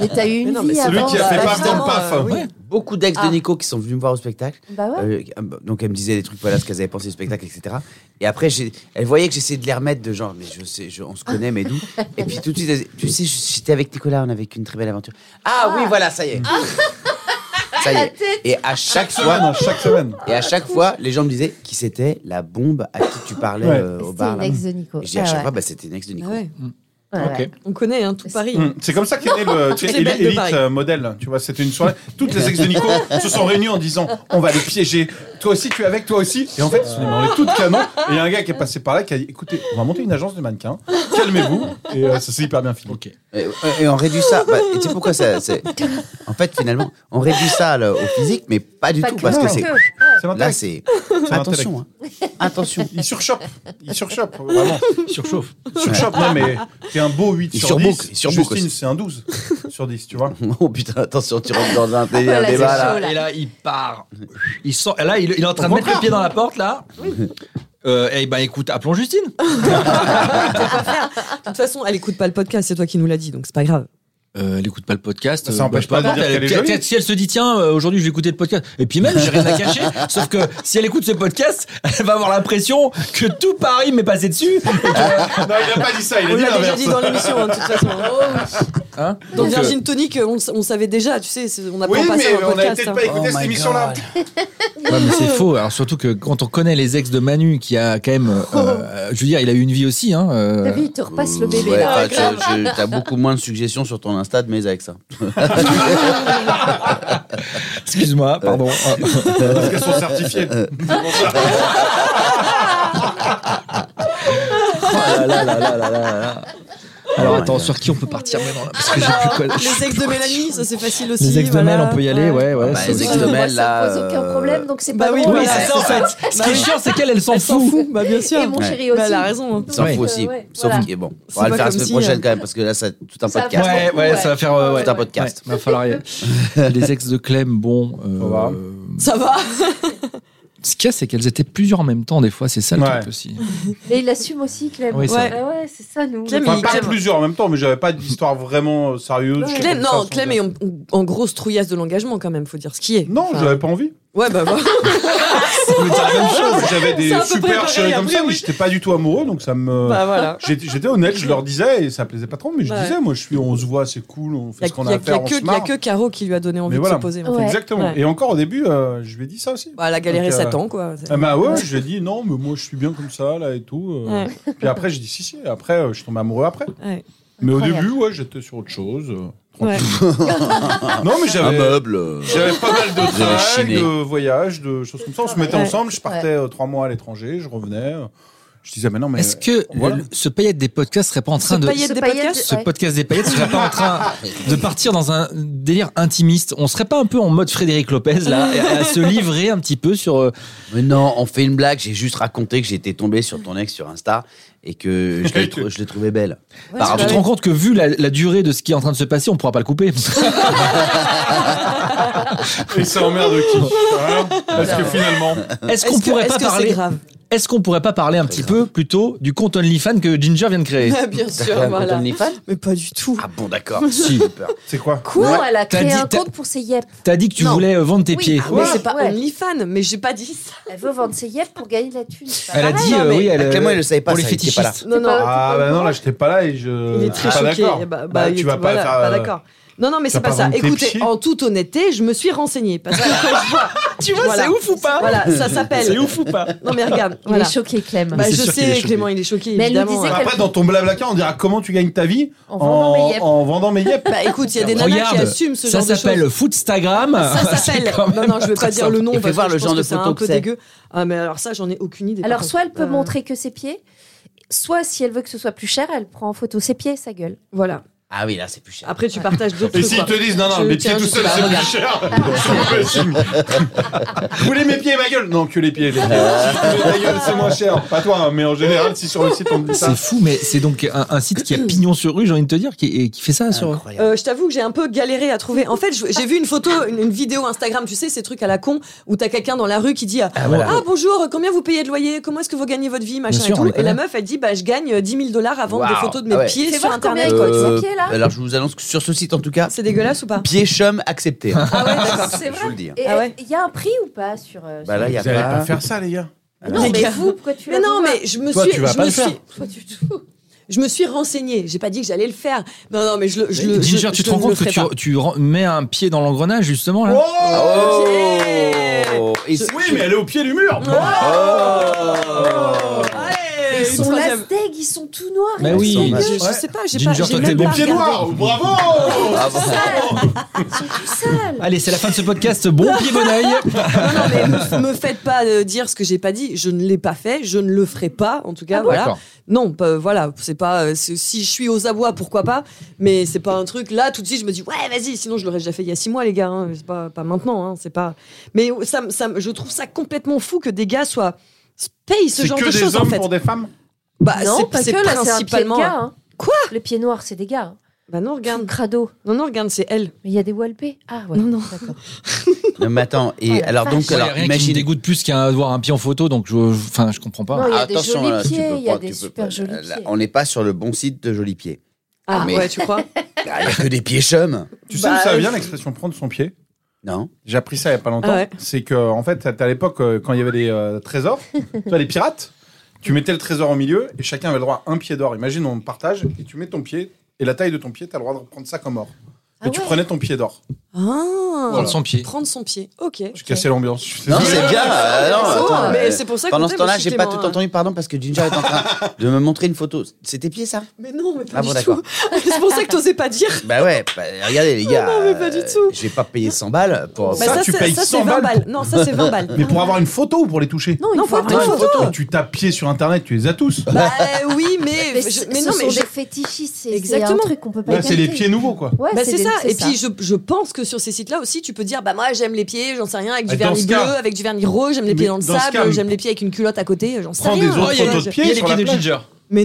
[SPEAKER 7] Mais t'as eu
[SPEAKER 6] Mais
[SPEAKER 7] une
[SPEAKER 6] non, mais
[SPEAKER 7] vie
[SPEAKER 6] c'est
[SPEAKER 3] Celui
[SPEAKER 7] avant.
[SPEAKER 3] qui a
[SPEAKER 6] Ah,
[SPEAKER 3] fait
[SPEAKER 6] bah,
[SPEAKER 3] paf dans le
[SPEAKER 6] évidemment,
[SPEAKER 3] paf.
[SPEAKER 6] euh, oui.
[SPEAKER 4] Beaucoup d'ex de
[SPEAKER 6] Ah.
[SPEAKER 4] Nico qui sont venus me voir au spectacle.
[SPEAKER 7] Bah ouais.
[SPEAKER 4] Euh, donc elle me disait des trucs voilà ce qu'elles avaient pensé du spectacle etc et après j'ai- elle voyait que j'essayais de les remettre de genre mais je sais je- on se connaît mais d'où et puis tout de suite elle dit, tu sais je- j'étais avec Nicolas on avait une très belle aventure ah, oui voilà ça y est ça y est et à chaque fois
[SPEAKER 3] Semaine, chaque semaine.
[SPEAKER 4] et
[SPEAKER 7] Ah,
[SPEAKER 4] à chaque fois les gens me disaient qui c'était la bombe à qui tu parlais
[SPEAKER 3] Ouais.
[SPEAKER 4] euh, au
[SPEAKER 7] C'était
[SPEAKER 4] bar
[SPEAKER 7] une
[SPEAKER 4] là.
[SPEAKER 7] ex de Nico.
[SPEAKER 4] Et je dis à chaque
[SPEAKER 7] Ah
[SPEAKER 4] fois bah, c'était une ex de
[SPEAKER 6] Ah
[SPEAKER 4] Nico
[SPEAKER 6] ouais,
[SPEAKER 7] ouais. Ouais, ouais.
[SPEAKER 6] on connaît hein, tout Paris.
[SPEAKER 3] Mm. C'est comme ça qu'est né le
[SPEAKER 6] *laughs*
[SPEAKER 3] tu sais,
[SPEAKER 6] Les belles de
[SPEAKER 3] élite
[SPEAKER 6] Paris.
[SPEAKER 3] euh, modèle. Tu vois, c'était une soirée. Toutes les ex de Nico se sont réunies en disant on va les piéger. Toi aussi, tu es avec toi aussi. Et en fait, ils se sont dit, mais on est toutes canon. Et il y a un gars qui est passé par là qui a dit écoutez, on va monter une agence de mannequins. Calmez-vous. Et euh, ça s'est hyper bien fini.
[SPEAKER 4] Et, et on réduit ça. Bah, et tu sais pourquoi ça c'est- *laughs* En fait, finalement, on réduit ça là, au physique, mais pas du
[SPEAKER 7] Pas
[SPEAKER 4] tout,
[SPEAKER 7] que,
[SPEAKER 4] parce que
[SPEAKER 7] pas
[SPEAKER 4] c'est.
[SPEAKER 7] que.
[SPEAKER 3] C'est l'intellect.
[SPEAKER 4] Là, c'est. Attention,
[SPEAKER 7] *laughs*
[SPEAKER 4] hein. Attention.
[SPEAKER 3] Il surchoppe, il surchoppe, vraiment.
[SPEAKER 2] Il surchauffe.
[SPEAKER 3] Il surchoppe, non mais t'es un beau 8
[SPEAKER 4] Il
[SPEAKER 3] sur
[SPEAKER 4] surbook,
[SPEAKER 3] 10.
[SPEAKER 4] il surbook
[SPEAKER 3] Justine,
[SPEAKER 4] aussi.
[SPEAKER 3] c'est un 12 sur 10, tu vois.
[SPEAKER 4] *laughs* Oh putain, attention, tu rentres dans un délire,
[SPEAKER 7] Voilà,
[SPEAKER 4] débat
[SPEAKER 7] c'est
[SPEAKER 4] là.
[SPEAKER 7] chaud, Oh, là.
[SPEAKER 2] Et là, il part. Il sort. et Là, il, il est en train
[SPEAKER 3] Au
[SPEAKER 2] de mettre le
[SPEAKER 3] contraire.
[SPEAKER 2] pied dans la porte là. Euh, eh ben écoute, appelons Justine.
[SPEAKER 6] De toute façon, elle écoute pas le podcast, c'est toi qui nous l'as dit, donc c'est pas grave.
[SPEAKER 2] euh, bah, elle écoute pas le podcast.
[SPEAKER 3] Bah, Ça empêche
[SPEAKER 2] peu
[SPEAKER 3] pas de
[SPEAKER 2] importe,
[SPEAKER 3] dire
[SPEAKER 2] elle-
[SPEAKER 3] qu'elle est jolie.
[SPEAKER 2] peut-être Si elle se dit tiens euh, aujourd'hui je vais écouter le podcast et puis même j'ai rien à
[SPEAKER 3] *laughs*
[SPEAKER 2] cacher sauf que si elle écoute ce podcast elle va avoir l'impression que tout Paris m'est passé dessus.
[SPEAKER 3] Non, il a pas dit ça, il a
[SPEAKER 6] On
[SPEAKER 3] dit
[SPEAKER 6] l'a déjà
[SPEAKER 3] l'inverse.
[SPEAKER 6] dit dans l'émission, hein, de toute façon.
[SPEAKER 2] Hein
[SPEAKER 6] Dans
[SPEAKER 2] Donc, euh,
[SPEAKER 6] Virgin Tonic, on, s- on savait déjà, tu sais, c'est- on n'a
[SPEAKER 3] Oui,
[SPEAKER 6] pas passé
[SPEAKER 3] mais
[SPEAKER 6] un
[SPEAKER 3] on a
[SPEAKER 6] podcast.
[SPEAKER 3] peut-être
[SPEAKER 6] hein.
[SPEAKER 3] pas écouté
[SPEAKER 4] Oh
[SPEAKER 3] cette
[SPEAKER 4] my
[SPEAKER 3] émission-là.
[SPEAKER 4] God.
[SPEAKER 2] Ouais, mais c'est faux. Alors surtout que quand on connaît les ex de Manu, qui a quand même, euh,
[SPEAKER 4] Oh.
[SPEAKER 2] euh, je veux dire, il a eu une vie aussi. Hein, euh,
[SPEAKER 7] T'as vu, il te repasse le bébé
[SPEAKER 4] Ouais,
[SPEAKER 7] là.
[SPEAKER 4] enfin, je- je- T'as beaucoup moins de suggestions sur ton Insta de mes ex. hein.
[SPEAKER 2] Excuse-moi, pardon.
[SPEAKER 4] Euh.
[SPEAKER 2] Ah.
[SPEAKER 4] *laughs*
[SPEAKER 3] Parce qu'elles sont certifiées.
[SPEAKER 2] Oh là là là là là là là. Alors
[SPEAKER 4] Oh my
[SPEAKER 2] attends,
[SPEAKER 4] God.
[SPEAKER 2] sur qui on peut partir maintenant là Parce que j'ai plus quoi-
[SPEAKER 6] Les ex de Mélanie, ça c'est facile aussi.
[SPEAKER 2] Les ex de Mel,
[SPEAKER 6] voilà.
[SPEAKER 2] on peut y aller, ouais, ouais.
[SPEAKER 4] Bah,
[SPEAKER 2] c'est-
[SPEAKER 4] les
[SPEAKER 7] Ouais,
[SPEAKER 4] ex de
[SPEAKER 7] moi,
[SPEAKER 4] Mel, là.
[SPEAKER 7] Ça pose aucun
[SPEAKER 4] euh,
[SPEAKER 7] problème, donc c'est
[SPEAKER 6] bah
[SPEAKER 7] pas
[SPEAKER 6] oui,
[SPEAKER 7] drôle.
[SPEAKER 2] Oui,
[SPEAKER 6] Voilà,
[SPEAKER 7] *laughs*
[SPEAKER 2] c'est ça en fait. Ce qui est chiant, c'est qu'elle, elle s'en
[SPEAKER 6] Elle s'en
[SPEAKER 2] fout.
[SPEAKER 6] fout, bah bien sûr.
[SPEAKER 7] Et mon
[SPEAKER 4] Ouais.
[SPEAKER 7] chéri
[SPEAKER 6] Bah,
[SPEAKER 7] aussi.
[SPEAKER 6] elle a raison. hein.
[SPEAKER 4] S'en
[SPEAKER 2] Ouais.
[SPEAKER 4] fout aussi.
[SPEAKER 7] Euh, ouais,
[SPEAKER 4] S'en
[SPEAKER 7] voilà.
[SPEAKER 4] fout qui est bon.
[SPEAKER 6] C'est
[SPEAKER 4] On va le
[SPEAKER 6] pas
[SPEAKER 4] faire la
[SPEAKER 6] comme
[SPEAKER 4] semaine
[SPEAKER 6] si,
[SPEAKER 4] prochaine
[SPEAKER 6] euh,
[SPEAKER 4] quand même, parce que là, c'est tout un
[SPEAKER 7] Ça va
[SPEAKER 4] podcast.
[SPEAKER 7] faire-
[SPEAKER 2] Ouais, ouais, ça va faire. euh, ouais.
[SPEAKER 4] Tout un podcast.
[SPEAKER 2] Ouais, va falloir y
[SPEAKER 4] *laughs*
[SPEAKER 2] aller. Les ex de Clem, bon. euh,
[SPEAKER 3] voir.
[SPEAKER 6] Ça va.
[SPEAKER 2] ce qu'il y a, c'est qu'elles étaient plusieurs en même temps, des fois, c'est ça le
[SPEAKER 3] Ouais.
[SPEAKER 2] truc aussi.
[SPEAKER 7] Mais il assume aussi, Clem.
[SPEAKER 2] Oui, c'est
[SPEAKER 7] ouais,
[SPEAKER 6] vrai.
[SPEAKER 7] ouais, c'est ça, nous.
[SPEAKER 6] Clem,
[SPEAKER 3] Enfin,
[SPEAKER 6] il-
[SPEAKER 3] pas plusieurs en même temps, mais j'avais pas d'histoire vraiment euh, sérieuse.
[SPEAKER 7] Ouais.
[SPEAKER 3] Je sais
[SPEAKER 6] Clem,
[SPEAKER 3] comme ça,
[SPEAKER 6] non,
[SPEAKER 3] sans
[SPEAKER 6] Clem
[SPEAKER 3] dire.
[SPEAKER 6] est en, en grosse trouillasse de l'engagement quand même, faut dire ce qui est.
[SPEAKER 3] Non,
[SPEAKER 6] Enfin,
[SPEAKER 3] j'avais pas
[SPEAKER 6] *laughs*
[SPEAKER 3] envie.
[SPEAKER 6] Ouais, bah voilà.
[SPEAKER 3] J'avais des
[SPEAKER 6] C'est à peu près
[SPEAKER 3] super
[SPEAKER 6] pareil,
[SPEAKER 3] chéris comme
[SPEAKER 6] après,
[SPEAKER 3] ça, mais
[SPEAKER 6] oui.
[SPEAKER 3] j'étais pas du tout amoureux, donc ça me.
[SPEAKER 6] Bah voilà.
[SPEAKER 3] J'étais j'étais honnête, je leur disais et ça plaisait pas trop, mais je
[SPEAKER 6] Ouais.
[SPEAKER 3] disais, moi je suis, on se voit, c'est cool, on
[SPEAKER 6] Il y
[SPEAKER 3] fait
[SPEAKER 6] a,
[SPEAKER 3] ce qu'on
[SPEAKER 6] y
[SPEAKER 3] a
[SPEAKER 6] a-
[SPEAKER 3] à faire,
[SPEAKER 6] y a
[SPEAKER 3] on
[SPEAKER 6] que,
[SPEAKER 3] se
[SPEAKER 6] y a
[SPEAKER 3] marre.
[SPEAKER 6] que Caro qui lui a donné envie
[SPEAKER 3] Mais
[SPEAKER 6] de
[SPEAKER 3] voilà.
[SPEAKER 6] se poser. en fait.
[SPEAKER 7] Ouais.
[SPEAKER 3] Exactement.
[SPEAKER 6] Ouais.
[SPEAKER 3] Et encore au début, euh, je lui ai dit ça aussi.
[SPEAKER 6] Bah, elle a galéré
[SPEAKER 3] Donc, euh,
[SPEAKER 6] 7 ans, quoi. C'est-
[SPEAKER 3] Ah bah ouais, j'ai dit non, mais moi je suis bien comme ça, là et tout. euh. Puis après, j'ai dit si, si, et après, euh, je suis tombé amoureux après.
[SPEAKER 6] Ouais.
[SPEAKER 3] Mais au
[SPEAKER 7] Incroyable.
[SPEAKER 3] début, ouais, j'étais sur autre chose. euh.
[SPEAKER 6] Ouais.
[SPEAKER 7] Ah.
[SPEAKER 3] Non, mais
[SPEAKER 4] Un
[SPEAKER 7] bah,
[SPEAKER 3] j'avais.
[SPEAKER 4] meuble. euh,
[SPEAKER 3] J'avais pas mal de
[SPEAKER 4] Vous avez
[SPEAKER 3] travail,
[SPEAKER 4] chiné.
[SPEAKER 3] de voyages, de choses comme ça. On se mettait
[SPEAKER 6] Ouais.
[SPEAKER 3] ensemble, je partais euh, trois mois à l'étranger, je revenais. euh, Je disais, mais non, mais.
[SPEAKER 2] Est-ce que
[SPEAKER 3] voilà.
[SPEAKER 2] le- ce paillette des podcasts serait pas en train
[SPEAKER 6] Ce
[SPEAKER 2] de.
[SPEAKER 6] paillette
[SPEAKER 7] Ce
[SPEAKER 6] des
[SPEAKER 7] paillette-
[SPEAKER 6] podcasts
[SPEAKER 2] Ce
[SPEAKER 7] Ouais.
[SPEAKER 2] podcast des paillettes serait pas en train
[SPEAKER 6] *laughs*
[SPEAKER 2] de partir dans un délire intimiste. On serait pas un peu en mode Frédéric Lopez
[SPEAKER 6] *laughs*
[SPEAKER 2] là, et à se livrer un petit peu sur. euh,
[SPEAKER 4] Mais non, on fait une blague. J'ai juste raconté que j'étais tombé sur ton ex sur Insta et que je l'ai trou- je l'ai trouvée belle. Par
[SPEAKER 2] tu te rends compte que vu la, la durée de ce qui est en train de se passer, on pourra pas le couper. *laughs*
[SPEAKER 3] Et ça emmerde
[SPEAKER 4] *laughs*
[SPEAKER 3] qui Voilà. Parce que finalement.
[SPEAKER 2] Est-ce
[SPEAKER 6] Est-ce
[SPEAKER 2] qu'on
[SPEAKER 6] que-
[SPEAKER 2] pourrait
[SPEAKER 6] est-ce
[SPEAKER 2] pas
[SPEAKER 6] que c'est
[SPEAKER 2] parler
[SPEAKER 6] grave
[SPEAKER 2] Est-ce qu'on pourrait pas parler un petit peu plutôt du compte OnlyFans que Ginger vient de
[SPEAKER 6] *laughs*
[SPEAKER 2] créer
[SPEAKER 6] Ah, Bien sûr, voilà. Mais pas du tout.
[SPEAKER 4] Ah bon, d'accord.
[SPEAKER 2] Si.
[SPEAKER 4] Super.
[SPEAKER 3] C'est quoi
[SPEAKER 7] Quoi Elle a
[SPEAKER 2] T'as
[SPEAKER 7] créé
[SPEAKER 2] dit-
[SPEAKER 7] un
[SPEAKER 2] t'as-
[SPEAKER 7] compte pour ses yep.
[SPEAKER 2] T'as dit que tu
[SPEAKER 6] Non.
[SPEAKER 2] voulais euh, vendre tes
[SPEAKER 7] Oui,
[SPEAKER 2] pieds.
[SPEAKER 7] ah
[SPEAKER 6] Mais
[SPEAKER 7] Ouais.
[SPEAKER 6] c'est pas
[SPEAKER 7] Ouais.
[SPEAKER 6] OnlyFan, mais j'ai pas dit ça.
[SPEAKER 7] Elle veut vendre ses yep pour gagner de la thune. c'est pas hein.
[SPEAKER 2] Elle a
[SPEAKER 7] pareil.
[SPEAKER 2] dit
[SPEAKER 6] non,
[SPEAKER 2] euh,
[SPEAKER 6] mais-
[SPEAKER 2] oui, elle.
[SPEAKER 4] Ah, Clément, il le savait pas,
[SPEAKER 2] pour les
[SPEAKER 4] ça, il était pas là.
[SPEAKER 2] fétichistes.
[SPEAKER 6] Non, non.
[SPEAKER 7] pas-
[SPEAKER 3] Ah bah non, là j'étais pas là et je.
[SPEAKER 6] Il est très
[SPEAKER 3] Ah, pas
[SPEAKER 6] choqué.
[SPEAKER 3] d'accord.
[SPEAKER 6] Eh bah, bah,
[SPEAKER 3] Bah,
[SPEAKER 6] il
[SPEAKER 3] tu
[SPEAKER 6] est-
[SPEAKER 3] vas pas
[SPEAKER 6] voilà,
[SPEAKER 3] faire,
[SPEAKER 6] pas
[SPEAKER 3] euh,
[SPEAKER 6] d'accord. Non, non, mais c'est
[SPEAKER 3] t'as
[SPEAKER 6] pas
[SPEAKER 3] pas
[SPEAKER 6] ça.
[SPEAKER 3] vendu tes
[SPEAKER 6] Écoutez,
[SPEAKER 3] pieds
[SPEAKER 6] en toute honnêteté, je me suis renseignée.
[SPEAKER 2] *laughs*
[SPEAKER 6] Parce que quand je vois.
[SPEAKER 2] Tu vois,
[SPEAKER 6] Voilà.
[SPEAKER 2] c'est ouf ou pas
[SPEAKER 6] Voilà,
[SPEAKER 2] *laughs*
[SPEAKER 6] ça s'appelle.
[SPEAKER 2] C'est ouf ou pas
[SPEAKER 6] *laughs* Non, mais regarde.
[SPEAKER 7] Il
[SPEAKER 6] voilà.
[SPEAKER 7] est choqué, Clem.
[SPEAKER 6] Bah,
[SPEAKER 2] Mais euh, c'est
[SPEAKER 6] je
[SPEAKER 2] sûr qu'il est
[SPEAKER 6] sais,
[SPEAKER 2] choqué.
[SPEAKER 6] Clément, il est choqué.
[SPEAKER 7] Mais elle nous
[SPEAKER 6] évidemment.
[SPEAKER 7] disait qu'elle-
[SPEAKER 3] Bah, Après, dans ton blablacar, on dira comment tu gagnes ta vie
[SPEAKER 7] En vendant mes yep.
[SPEAKER 3] en vendant mes yep.
[SPEAKER 6] Bah écoute, il y a des nanas qui
[SPEAKER 2] Regarde,
[SPEAKER 6] assument ce
[SPEAKER 2] ça
[SPEAKER 6] genre de choses.
[SPEAKER 2] s'appelle Foodstagram. *laughs* C'est
[SPEAKER 6] Ça s'appelle.
[SPEAKER 2] quand
[SPEAKER 6] Non,
[SPEAKER 2] même
[SPEAKER 6] non, je vais pas
[SPEAKER 2] très
[SPEAKER 6] dire le nom.
[SPEAKER 4] Et fais
[SPEAKER 6] parce que
[SPEAKER 4] voir
[SPEAKER 6] je
[SPEAKER 4] le
[SPEAKER 6] pense
[SPEAKER 4] genre
[SPEAKER 6] que
[SPEAKER 4] de
[SPEAKER 6] c'est un
[SPEAKER 4] photo que
[SPEAKER 6] peu
[SPEAKER 4] c'est.
[SPEAKER 6] dégueu. Ah, mais alors ça, j'en ai aucune idée. par
[SPEAKER 7] Alors,
[SPEAKER 6] contre.
[SPEAKER 7] soit elle peut
[SPEAKER 6] Euh,
[SPEAKER 7] montrer que ses pieds, soit si elle veut que ce soit plus cher, elle prend en photo ses pieds et sa gueule.
[SPEAKER 6] Voilà.
[SPEAKER 4] Ah oui, là, c'est plus cher.
[SPEAKER 6] Après, tu partages d'autres
[SPEAKER 3] Et
[SPEAKER 6] trucs,
[SPEAKER 3] s'ils
[SPEAKER 6] quoi.
[SPEAKER 3] te disent non, non,
[SPEAKER 6] Je-
[SPEAKER 3] mes
[SPEAKER 6] tiens,
[SPEAKER 3] pieds tout
[SPEAKER 6] je sais
[SPEAKER 3] seuls,
[SPEAKER 6] pas,
[SPEAKER 3] c'est plus
[SPEAKER 6] regarde.
[SPEAKER 3] cher. C'est possible. Vous voulez mes pieds et ma gueule Non, que les pieds. Les pieds. Si tu
[SPEAKER 4] Euh.
[SPEAKER 3] veux ta gueule, c'est moins cher. Pas toi, hein, mais en général, si sur le site on me dit ça.
[SPEAKER 2] C'est fou, mais c'est donc un, un site
[SPEAKER 6] *clears throat*
[SPEAKER 2] qui a pignon sur rue, j'ai envie de te dire, qui, et qui fait ça sur.
[SPEAKER 6] Euh, je t'avoue que j'ai un peu galéré à trouver. En fait, je- j'ai vu une photo, une, une vidéo Instagram, tu sais, ces trucs à la con, où t'as quelqu'un dans la rue qui dit Ah,
[SPEAKER 2] voilà.
[SPEAKER 6] bonjour, combien vous payez de loyer Comment est-ce que vous gagnez votre vie Machin
[SPEAKER 2] Bien sûr, on
[SPEAKER 6] et
[SPEAKER 2] les
[SPEAKER 6] tout. Et la
[SPEAKER 2] connaît.
[SPEAKER 6] meuf, elle dit Bah, je gagne 10 000 dollars à vendre
[SPEAKER 4] Waouh.
[SPEAKER 6] des photos de mes
[SPEAKER 4] Ah ouais.
[SPEAKER 6] pieds
[SPEAKER 7] Fais
[SPEAKER 6] sur
[SPEAKER 7] voir combien
[SPEAKER 6] Internet.
[SPEAKER 7] il
[SPEAKER 6] quoi,
[SPEAKER 7] coûte.
[SPEAKER 6] tu vois.
[SPEAKER 7] pieds, là
[SPEAKER 4] Euh, alors, je vous annonce que sur ce site, en tout cas,
[SPEAKER 6] C'est dégueulasse ou pas
[SPEAKER 4] pied chum accepté. hein.
[SPEAKER 6] Ah ouais, d'accord.
[SPEAKER 7] C'est
[SPEAKER 4] Je vous le dis. hein.
[SPEAKER 7] Et
[SPEAKER 6] Ah ouais.
[SPEAKER 7] il y a un prix ou pas sur. euh,
[SPEAKER 4] Bah là, il y a
[SPEAKER 3] Vous allez
[SPEAKER 4] pas. Ah
[SPEAKER 3] pas faire ça, les gars.
[SPEAKER 7] sur- Non,
[SPEAKER 6] Les
[SPEAKER 7] mais
[SPEAKER 6] gars.
[SPEAKER 4] *laughs*
[SPEAKER 7] vous, pourquoi tu
[SPEAKER 6] Mais
[SPEAKER 7] vas
[SPEAKER 6] non,
[SPEAKER 7] voir
[SPEAKER 6] mais je me
[SPEAKER 3] Toi,
[SPEAKER 6] suis,
[SPEAKER 3] tu vas
[SPEAKER 6] je
[SPEAKER 3] pas
[SPEAKER 6] me
[SPEAKER 3] le
[SPEAKER 6] suis,
[SPEAKER 3] faire.
[SPEAKER 7] Toi, tu
[SPEAKER 2] *laughs*
[SPEAKER 7] te fous.
[SPEAKER 6] je me suis renseignée. J'ai pas dit que j'allais le faire. Non, non, mais je le, je le. je-
[SPEAKER 2] Ginger, tu
[SPEAKER 6] je
[SPEAKER 2] te rends
[SPEAKER 6] ne
[SPEAKER 2] compte
[SPEAKER 6] le
[SPEAKER 2] que
[SPEAKER 6] ferai
[SPEAKER 2] tu,
[SPEAKER 6] pas.
[SPEAKER 2] tu ren- mets un pied dans l'engrenage, justement, là
[SPEAKER 4] Oh
[SPEAKER 2] Oh.
[SPEAKER 4] Et c'est-
[SPEAKER 3] Oui, mais elle est au pied du mur.
[SPEAKER 4] Oh
[SPEAKER 6] Allez,
[SPEAKER 7] Ils
[SPEAKER 6] une
[SPEAKER 7] sont
[SPEAKER 6] troisième.
[SPEAKER 7] lasteg, ils sont tout noirs.
[SPEAKER 2] Mais
[SPEAKER 7] ils
[SPEAKER 2] Bah oui.
[SPEAKER 7] sont-
[SPEAKER 6] Je, je
[SPEAKER 3] Ouais.
[SPEAKER 6] sais pas, j'ai pas.
[SPEAKER 2] Ginger,
[SPEAKER 6] j'ai
[SPEAKER 2] toi,
[SPEAKER 6] même
[SPEAKER 2] t'es
[SPEAKER 6] pas
[SPEAKER 2] bon.
[SPEAKER 3] Pied
[SPEAKER 6] regardé.
[SPEAKER 3] noir, bravo
[SPEAKER 4] Ah, bon.
[SPEAKER 7] Ils sont tout sales.
[SPEAKER 2] Allez, c'est la fin de ce podcast.
[SPEAKER 6] *laughs*
[SPEAKER 2] Bon pied, bon oeil.
[SPEAKER 6] Non, non, mais me, me faites pas euh, dire ce que j'ai pas dit. Je ne l'ai pas fait. Je ne le ferai pas, en tout
[SPEAKER 4] Ah
[SPEAKER 6] cas. voilà.
[SPEAKER 2] D'accord.
[SPEAKER 6] Non, bah, voilà. C'est pas. euh, c'est- si je suis aux abois, pourquoi pas. Mais c'est pas un truc. Là, tout de suite, je me dis ouais, vas-y. Sinon, je l'aurais déjà fait il y a six mois, les gars. hein. C'est pas pas maintenant. hein. C'est pas. Mais ça, me- ça me- je trouve ça complètement fou que des gars soient payent ce
[SPEAKER 3] C'est
[SPEAKER 6] genre
[SPEAKER 3] que
[SPEAKER 6] de
[SPEAKER 3] des
[SPEAKER 6] choses en
[SPEAKER 3] hommes
[SPEAKER 6] fait.
[SPEAKER 3] pour des femmes
[SPEAKER 6] Bah,
[SPEAKER 7] non,
[SPEAKER 6] c'est-
[SPEAKER 7] pas
[SPEAKER 6] c'est
[SPEAKER 7] que là, c'est un pied de
[SPEAKER 6] principalement-
[SPEAKER 7] gars. hein.
[SPEAKER 6] Quoi
[SPEAKER 7] Le pied noir, c'est des gars. hein.
[SPEAKER 6] Bah non, regarde.
[SPEAKER 7] Crado.
[SPEAKER 6] Non, non, regarde, c'est elle.
[SPEAKER 7] Mais il y a des wallpés. Ah ouais.
[SPEAKER 6] Non, non.
[SPEAKER 7] D'accord.
[SPEAKER 4] Non, mais attends,
[SPEAKER 7] Oh,
[SPEAKER 4] et
[SPEAKER 7] la
[SPEAKER 4] alors donc,
[SPEAKER 7] vache.
[SPEAKER 2] Alors,
[SPEAKER 4] alors,
[SPEAKER 2] rien qui me
[SPEAKER 4] imagine.
[SPEAKER 2] dégoûte plus qu'un voir un pied en photo, donc je, je- enfin, je comprends
[SPEAKER 7] Non,
[SPEAKER 2] pas.
[SPEAKER 7] il y a
[SPEAKER 4] Ah,
[SPEAKER 7] des
[SPEAKER 4] attention,
[SPEAKER 7] jolis
[SPEAKER 4] là, tu
[SPEAKER 7] pieds,
[SPEAKER 4] peux
[SPEAKER 7] il y a
[SPEAKER 4] pas,
[SPEAKER 7] des
[SPEAKER 4] tu peux
[SPEAKER 7] super
[SPEAKER 4] pas.
[SPEAKER 7] jolis
[SPEAKER 4] Là,
[SPEAKER 7] pieds.
[SPEAKER 4] On n'est pas sur le bon site de jolis pieds.
[SPEAKER 6] Ah,
[SPEAKER 4] Mais- *laughs*
[SPEAKER 6] ouais, tu crois
[SPEAKER 4] Il n'y a que des pieds chums.
[SPEAKER 3] Tu sais
[SPEAKER 6] Bah,
[SPEAKER 3] d'où ça
[SPEAKER 6] je-
[SPEAKER 3] vient l'expression prendre son pied
[SPEAKER 4] Non.
[SPEAKER 3] J'ai appris ça il n'y a pas longtemps.
[SPEAKER 6] Ah ouais.
[SPEAKER 3] C'est que, en fait, à l'époque, euh, quand il y avait les euh, trésors, tu vois, les pirates, tu mettais le trésor au milieu et chacun avait le droit à un pied d'or. Imagine, on partage et tu mets ton pied et la taille de ton pied, tu as le droit de prendre ça comme or. Et
[SPEAKER 7] Ah
[SPEAKER 3] tu
[SPEAKER 7] ouais.
[SPEAKER 3] prenais ton pied d'or.
[SPEAKER 6] Ah.
[SPEAKER 2] Prendre son pied.
[SPEAKER 6] Prendre son pied. Ok.
[SPEAKER 3] J'ai cassé l'ambiance. je suis
[SPEAKER 4] Non,
[SPEAKER 3] désolé.
[SPEAKER 4] c'est bien. euh, non,
[SPEAKER 6] Oh,
[SPEAKER 4] attends,
[SPEAKER 6] mais
[SPEAKER 4] euh,
[SPEAKER 6] c'est pour ça que
[SPEAKER 4] Pendant
[SPEAKER 6] tu
[SPEAKER 4] ce
[SPEAKER 6] sais,
[SPEAKER 4] temps-là,
[SPEAKER 6] moi,
[SPEAKER 4] j'ai
[SPEAKER 6] j'étais
[SPEAKER 4] pas
[SPEAKER 6] moins-
[SPEAKER 4] tout entendu, pardon, parce que Ginger est en train de me montrer une photo. C'est tes pieds, ça
[SPEAKER 6] Mais non, mais pas
[SPEAKER 4] Ah
[SPEAKER 6] du
[SPEAKER 4] bon,
[SPEAKER 6] tout.
[SPEAKER 4] d'accord.
[SPEAKER 6] *laughs* c'est pour ça que t'osais pas dire.
[SPEAKER 4] Bah ouais, bah, regardez les gars.
[SPEAKER 6] non, mais pas du
[SPEAKER 4] euh,
[SPEAKER 6] tout.
[SPEAKER 4] J'ai pas payé 100 balles pour.
[SPEAKER 3] Ça,
[SPEAKER 6] Bah,
[SPEAKER 3] tu
[SPEAKER 6] c'est-
[SPEAKER 3] payes
[SPEAKER 6] ça,
[SPEAKER 3] 100
[SPEAKER 6] c'est 20
[SPEAKER 3] balles.
[SPEAKER 6] balles. Non, ça, c'est 20 balles.
[SPEAKER 3] *laughs* Mais pour avoir une photo ou pour les toucher
[SPEAKER 7] Non, il
[SPEAKER 6] Non,
[SPEAKER 7] faut
[SPEAKER 6] faut
[SPEAKER 7] avoir
[SPEAKER 6] avoir
[SPEAKER 7] une
[SPEAKER 6] une
[SPEAKER 7] photo.
[SPEAKER 3] Et Tu tapes pied sur internet, tu les as tous.
[SPEAKER 6] Bah oui, mais.
[SPEAKER 7] *laughs* Mais,
[SPEAKER 6] je-
[SPEAKER 7] ce-
[SPEAKER 6] mais
[SPEAKER 7] ce
[SPEAKER 6] non, mais.
[SPEAKER 7] sont
[SPEAKER 6] je-
[SPEAKER 7] des fétichistes, c'est- c'est un
[SPEAKER 6] Exactement.
[SPEAKER 7] truc qu'on peut pas
[SPEAKER 3] Là, Bah, c'est les
[SPEAKER 7] éviter.
[SPEAKER 3] pieds nouveaux, quoi.
[SPEAKER 7] Ouais,
[SPEAKER 6] Bah, c'est
[SPEAKER 7] des-
[SPEAKER 6] ça.
[SPEAKER 7] c'est
[SPEAKER 6] Et puis, je, je pense que sur ces sites-là aussi, tu peux dire Bah, moi, j'aime les pieds, j'en sais rien, avec du
[SPEAKER 3] Bah, dans
[SPEAKER 6] vernis
[SPEAKER 3] ce
[SPEAKER 6] bleu,
[SPEAKER 3] cas-
[SPEAKER 6] avec du vernis rose, j'aime les
[SPEAKER 3] Mais
[SPEAKER 6] pieds dans le
[SPEAKER 3] dans ce
[SPEAKER 6] sable,
[SPEAKER 3] cas,
[SPEAKER 6] j'aime les pieds avec une culotte à côté, j'en sais
[SPEAKER 3] prends
[SPEAKER 6] rien.
[SPEAKER 3] des autres
[SPEAKER 6] Ouais,
[SPEAKER 3] photos de
[SPEAKER 6] je-
[SPEAKER 3] pieds
[SPEAKER 2] Ah, Il y a les
[SPEAKER 3] sur
[SPEAKER 2] pieds
[SPEAKER 3] la
[SPEAKER 2] de
[SPEAKER 3] plage.
[SPEAKER 2] Ginger.
[SPEAKER 6] Mais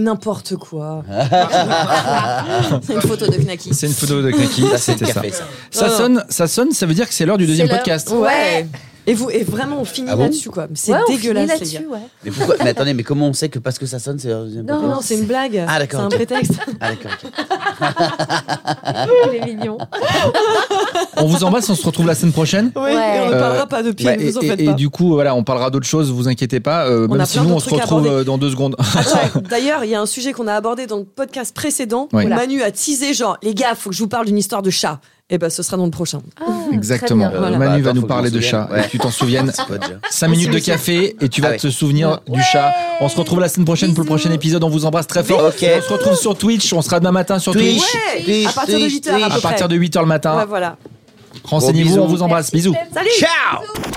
[SPEAKER 3] *laughs*
[SPEAKER 6] n'importe quoi. *laughs* Une photo de Knacky.
[SPEAKER 2] C'est une photo de Kaki.
[SPEAKER 4] Ça, c'est le
[SPEAKER 2] C'était ça.
[SPEAKER 4] café, ça.
[SPEAKER 2] Ça
[SPEAKER 6] Non,
[SPEAKER 2] sonne, ça sonne, ça veut dire que c'est l'heure du deuxième
[SPEAKER 7] l'heure.
[SPEAKER 2] podcast.
[SPEAKER 7] Ouais.
[SPEAKER 6] Et vous, et vraiment, on finit
[SPEAKER 4] Ah bon
[SPEAKER 6] là-dessus, quoi. C'est
[SPEAKER 7] Ouais, on finit
[SPEAKER 6] dégueulasse, les
[SPEAKER 7] là-dessus,
[SPEAKER 6] gars.
[SPEAKER 7] ouais.
[SPEAKER 4] Mais pourquoi Mais attendez, mais comment on sait que parce que ça sonne, c'est.
[SPEAKER 7] Non,
[SPEAKER 6] Non, non, c'est une blague.
[SPEAKER 4] Ah, d'accord,
[SPEAKER 6] C'est un
[SPEAKER 4] ok.
[SPEAKER 6] prétexte.
[SPEAKER 4] Ah, d'accord. ok.
[SPEAKER 7] Il est mignon.
[SPEAKER 2] On vous embrasse, on se retrouve la semaine
[SPEAKER 6] *laughs*
[SPEAKER 2] prochaine.
[SPEAKER 6] Oui,
[SPEAKER 7] Ouais.
[SPEAKER 6] et on ne
[SPEAKER 2] Euh,
[SPEAKER 6] parlera pas de pieds,
[SPEAKER 2] Bah,
[SPEAKER 6] ne vous en
[SPEAKER 2] et-
[SPEAKER 6] faites
[SPEAKER 2] et-
[SPEAKER 6] pas.
[SPEAKER 2] et du coup, voilà, on parlera d'autres choses, vous inquiétez pas. euh,
[SPEAKER 6] On
[SPEAKER 2] même
[SPEAKER 6] a
[SPEAKER 2] si
[SPEAKER 6] plein
[SPEAKER 2] nous, on
[SPEAKER 6] d'autres
[SPEAKER 2] se
[SPEAKER 6] trucs à
[SPEAKER 2] retrouve
[SPEAKER 6] aborder. Ah,
[SPEAKER 2] euh, dans deux secondes. *laughs*
[SPEAKER 6] Ouais. D'ailleurs, il y a un sujet qu'on a abordé dans le podcast précédent.
[SPEAKER 2] Ouais.
[SPEAKER 6] où Manu a teasé genre, les gars, faut que je vous parle d'une histoire de chat. Et ben, ce sera dans le prochain.
[SPEAKER 7] Ah,
[SPEAKER 2] Exactement.
[SPEAKER 7] très bien.
[SPEAKER 4] Euh,
[SPEAKER 2] Manu
[SPEAKER 4] bah, attends,
[SPEAKER 2] va nous
[SPEAKER 4] faut que
[SPEAKER 2] parler
[SPEAKER 4] je
[SPEAKER 2] de
[SPEAKER 4] m'en
[SPEAKER 2] chat.
[SPEAKER 4] souvienne. *laughs*
[SPEAKER 2] Et tu t'en souviens.
[SPEAKER 4] C'est quoi déjà
[SPEAKER 2] 5 minutes de café et tu vas
[SPEAKER 4] Ah ouais.
[SPEAKER 2] te souvenir du chat. On se retrouve la semaine prochaine pour le prochain épisode. On vous embrasse très fort.
[SPEAKER 4] Ok.
[SPEAKER 2] On se retrouve sur Twitch. On sera demain matin sur Twitch.
[SPEAKER 6] à partir de 8 heures,
[SPEAKER 2] À
[SPEAKER 6] peu près.
[SPEAKER 2] partir de 8h le matin.
[SPEAKER 6] Ouais, voilà.
[SPEAKER 2] Renseignez-vous.
[SPEAKER 4] Gros
[SPEAKER 2] On vous embrasse. Bisous.
[SPEAKER 6] Salut
[SPEAKER 4] Ciao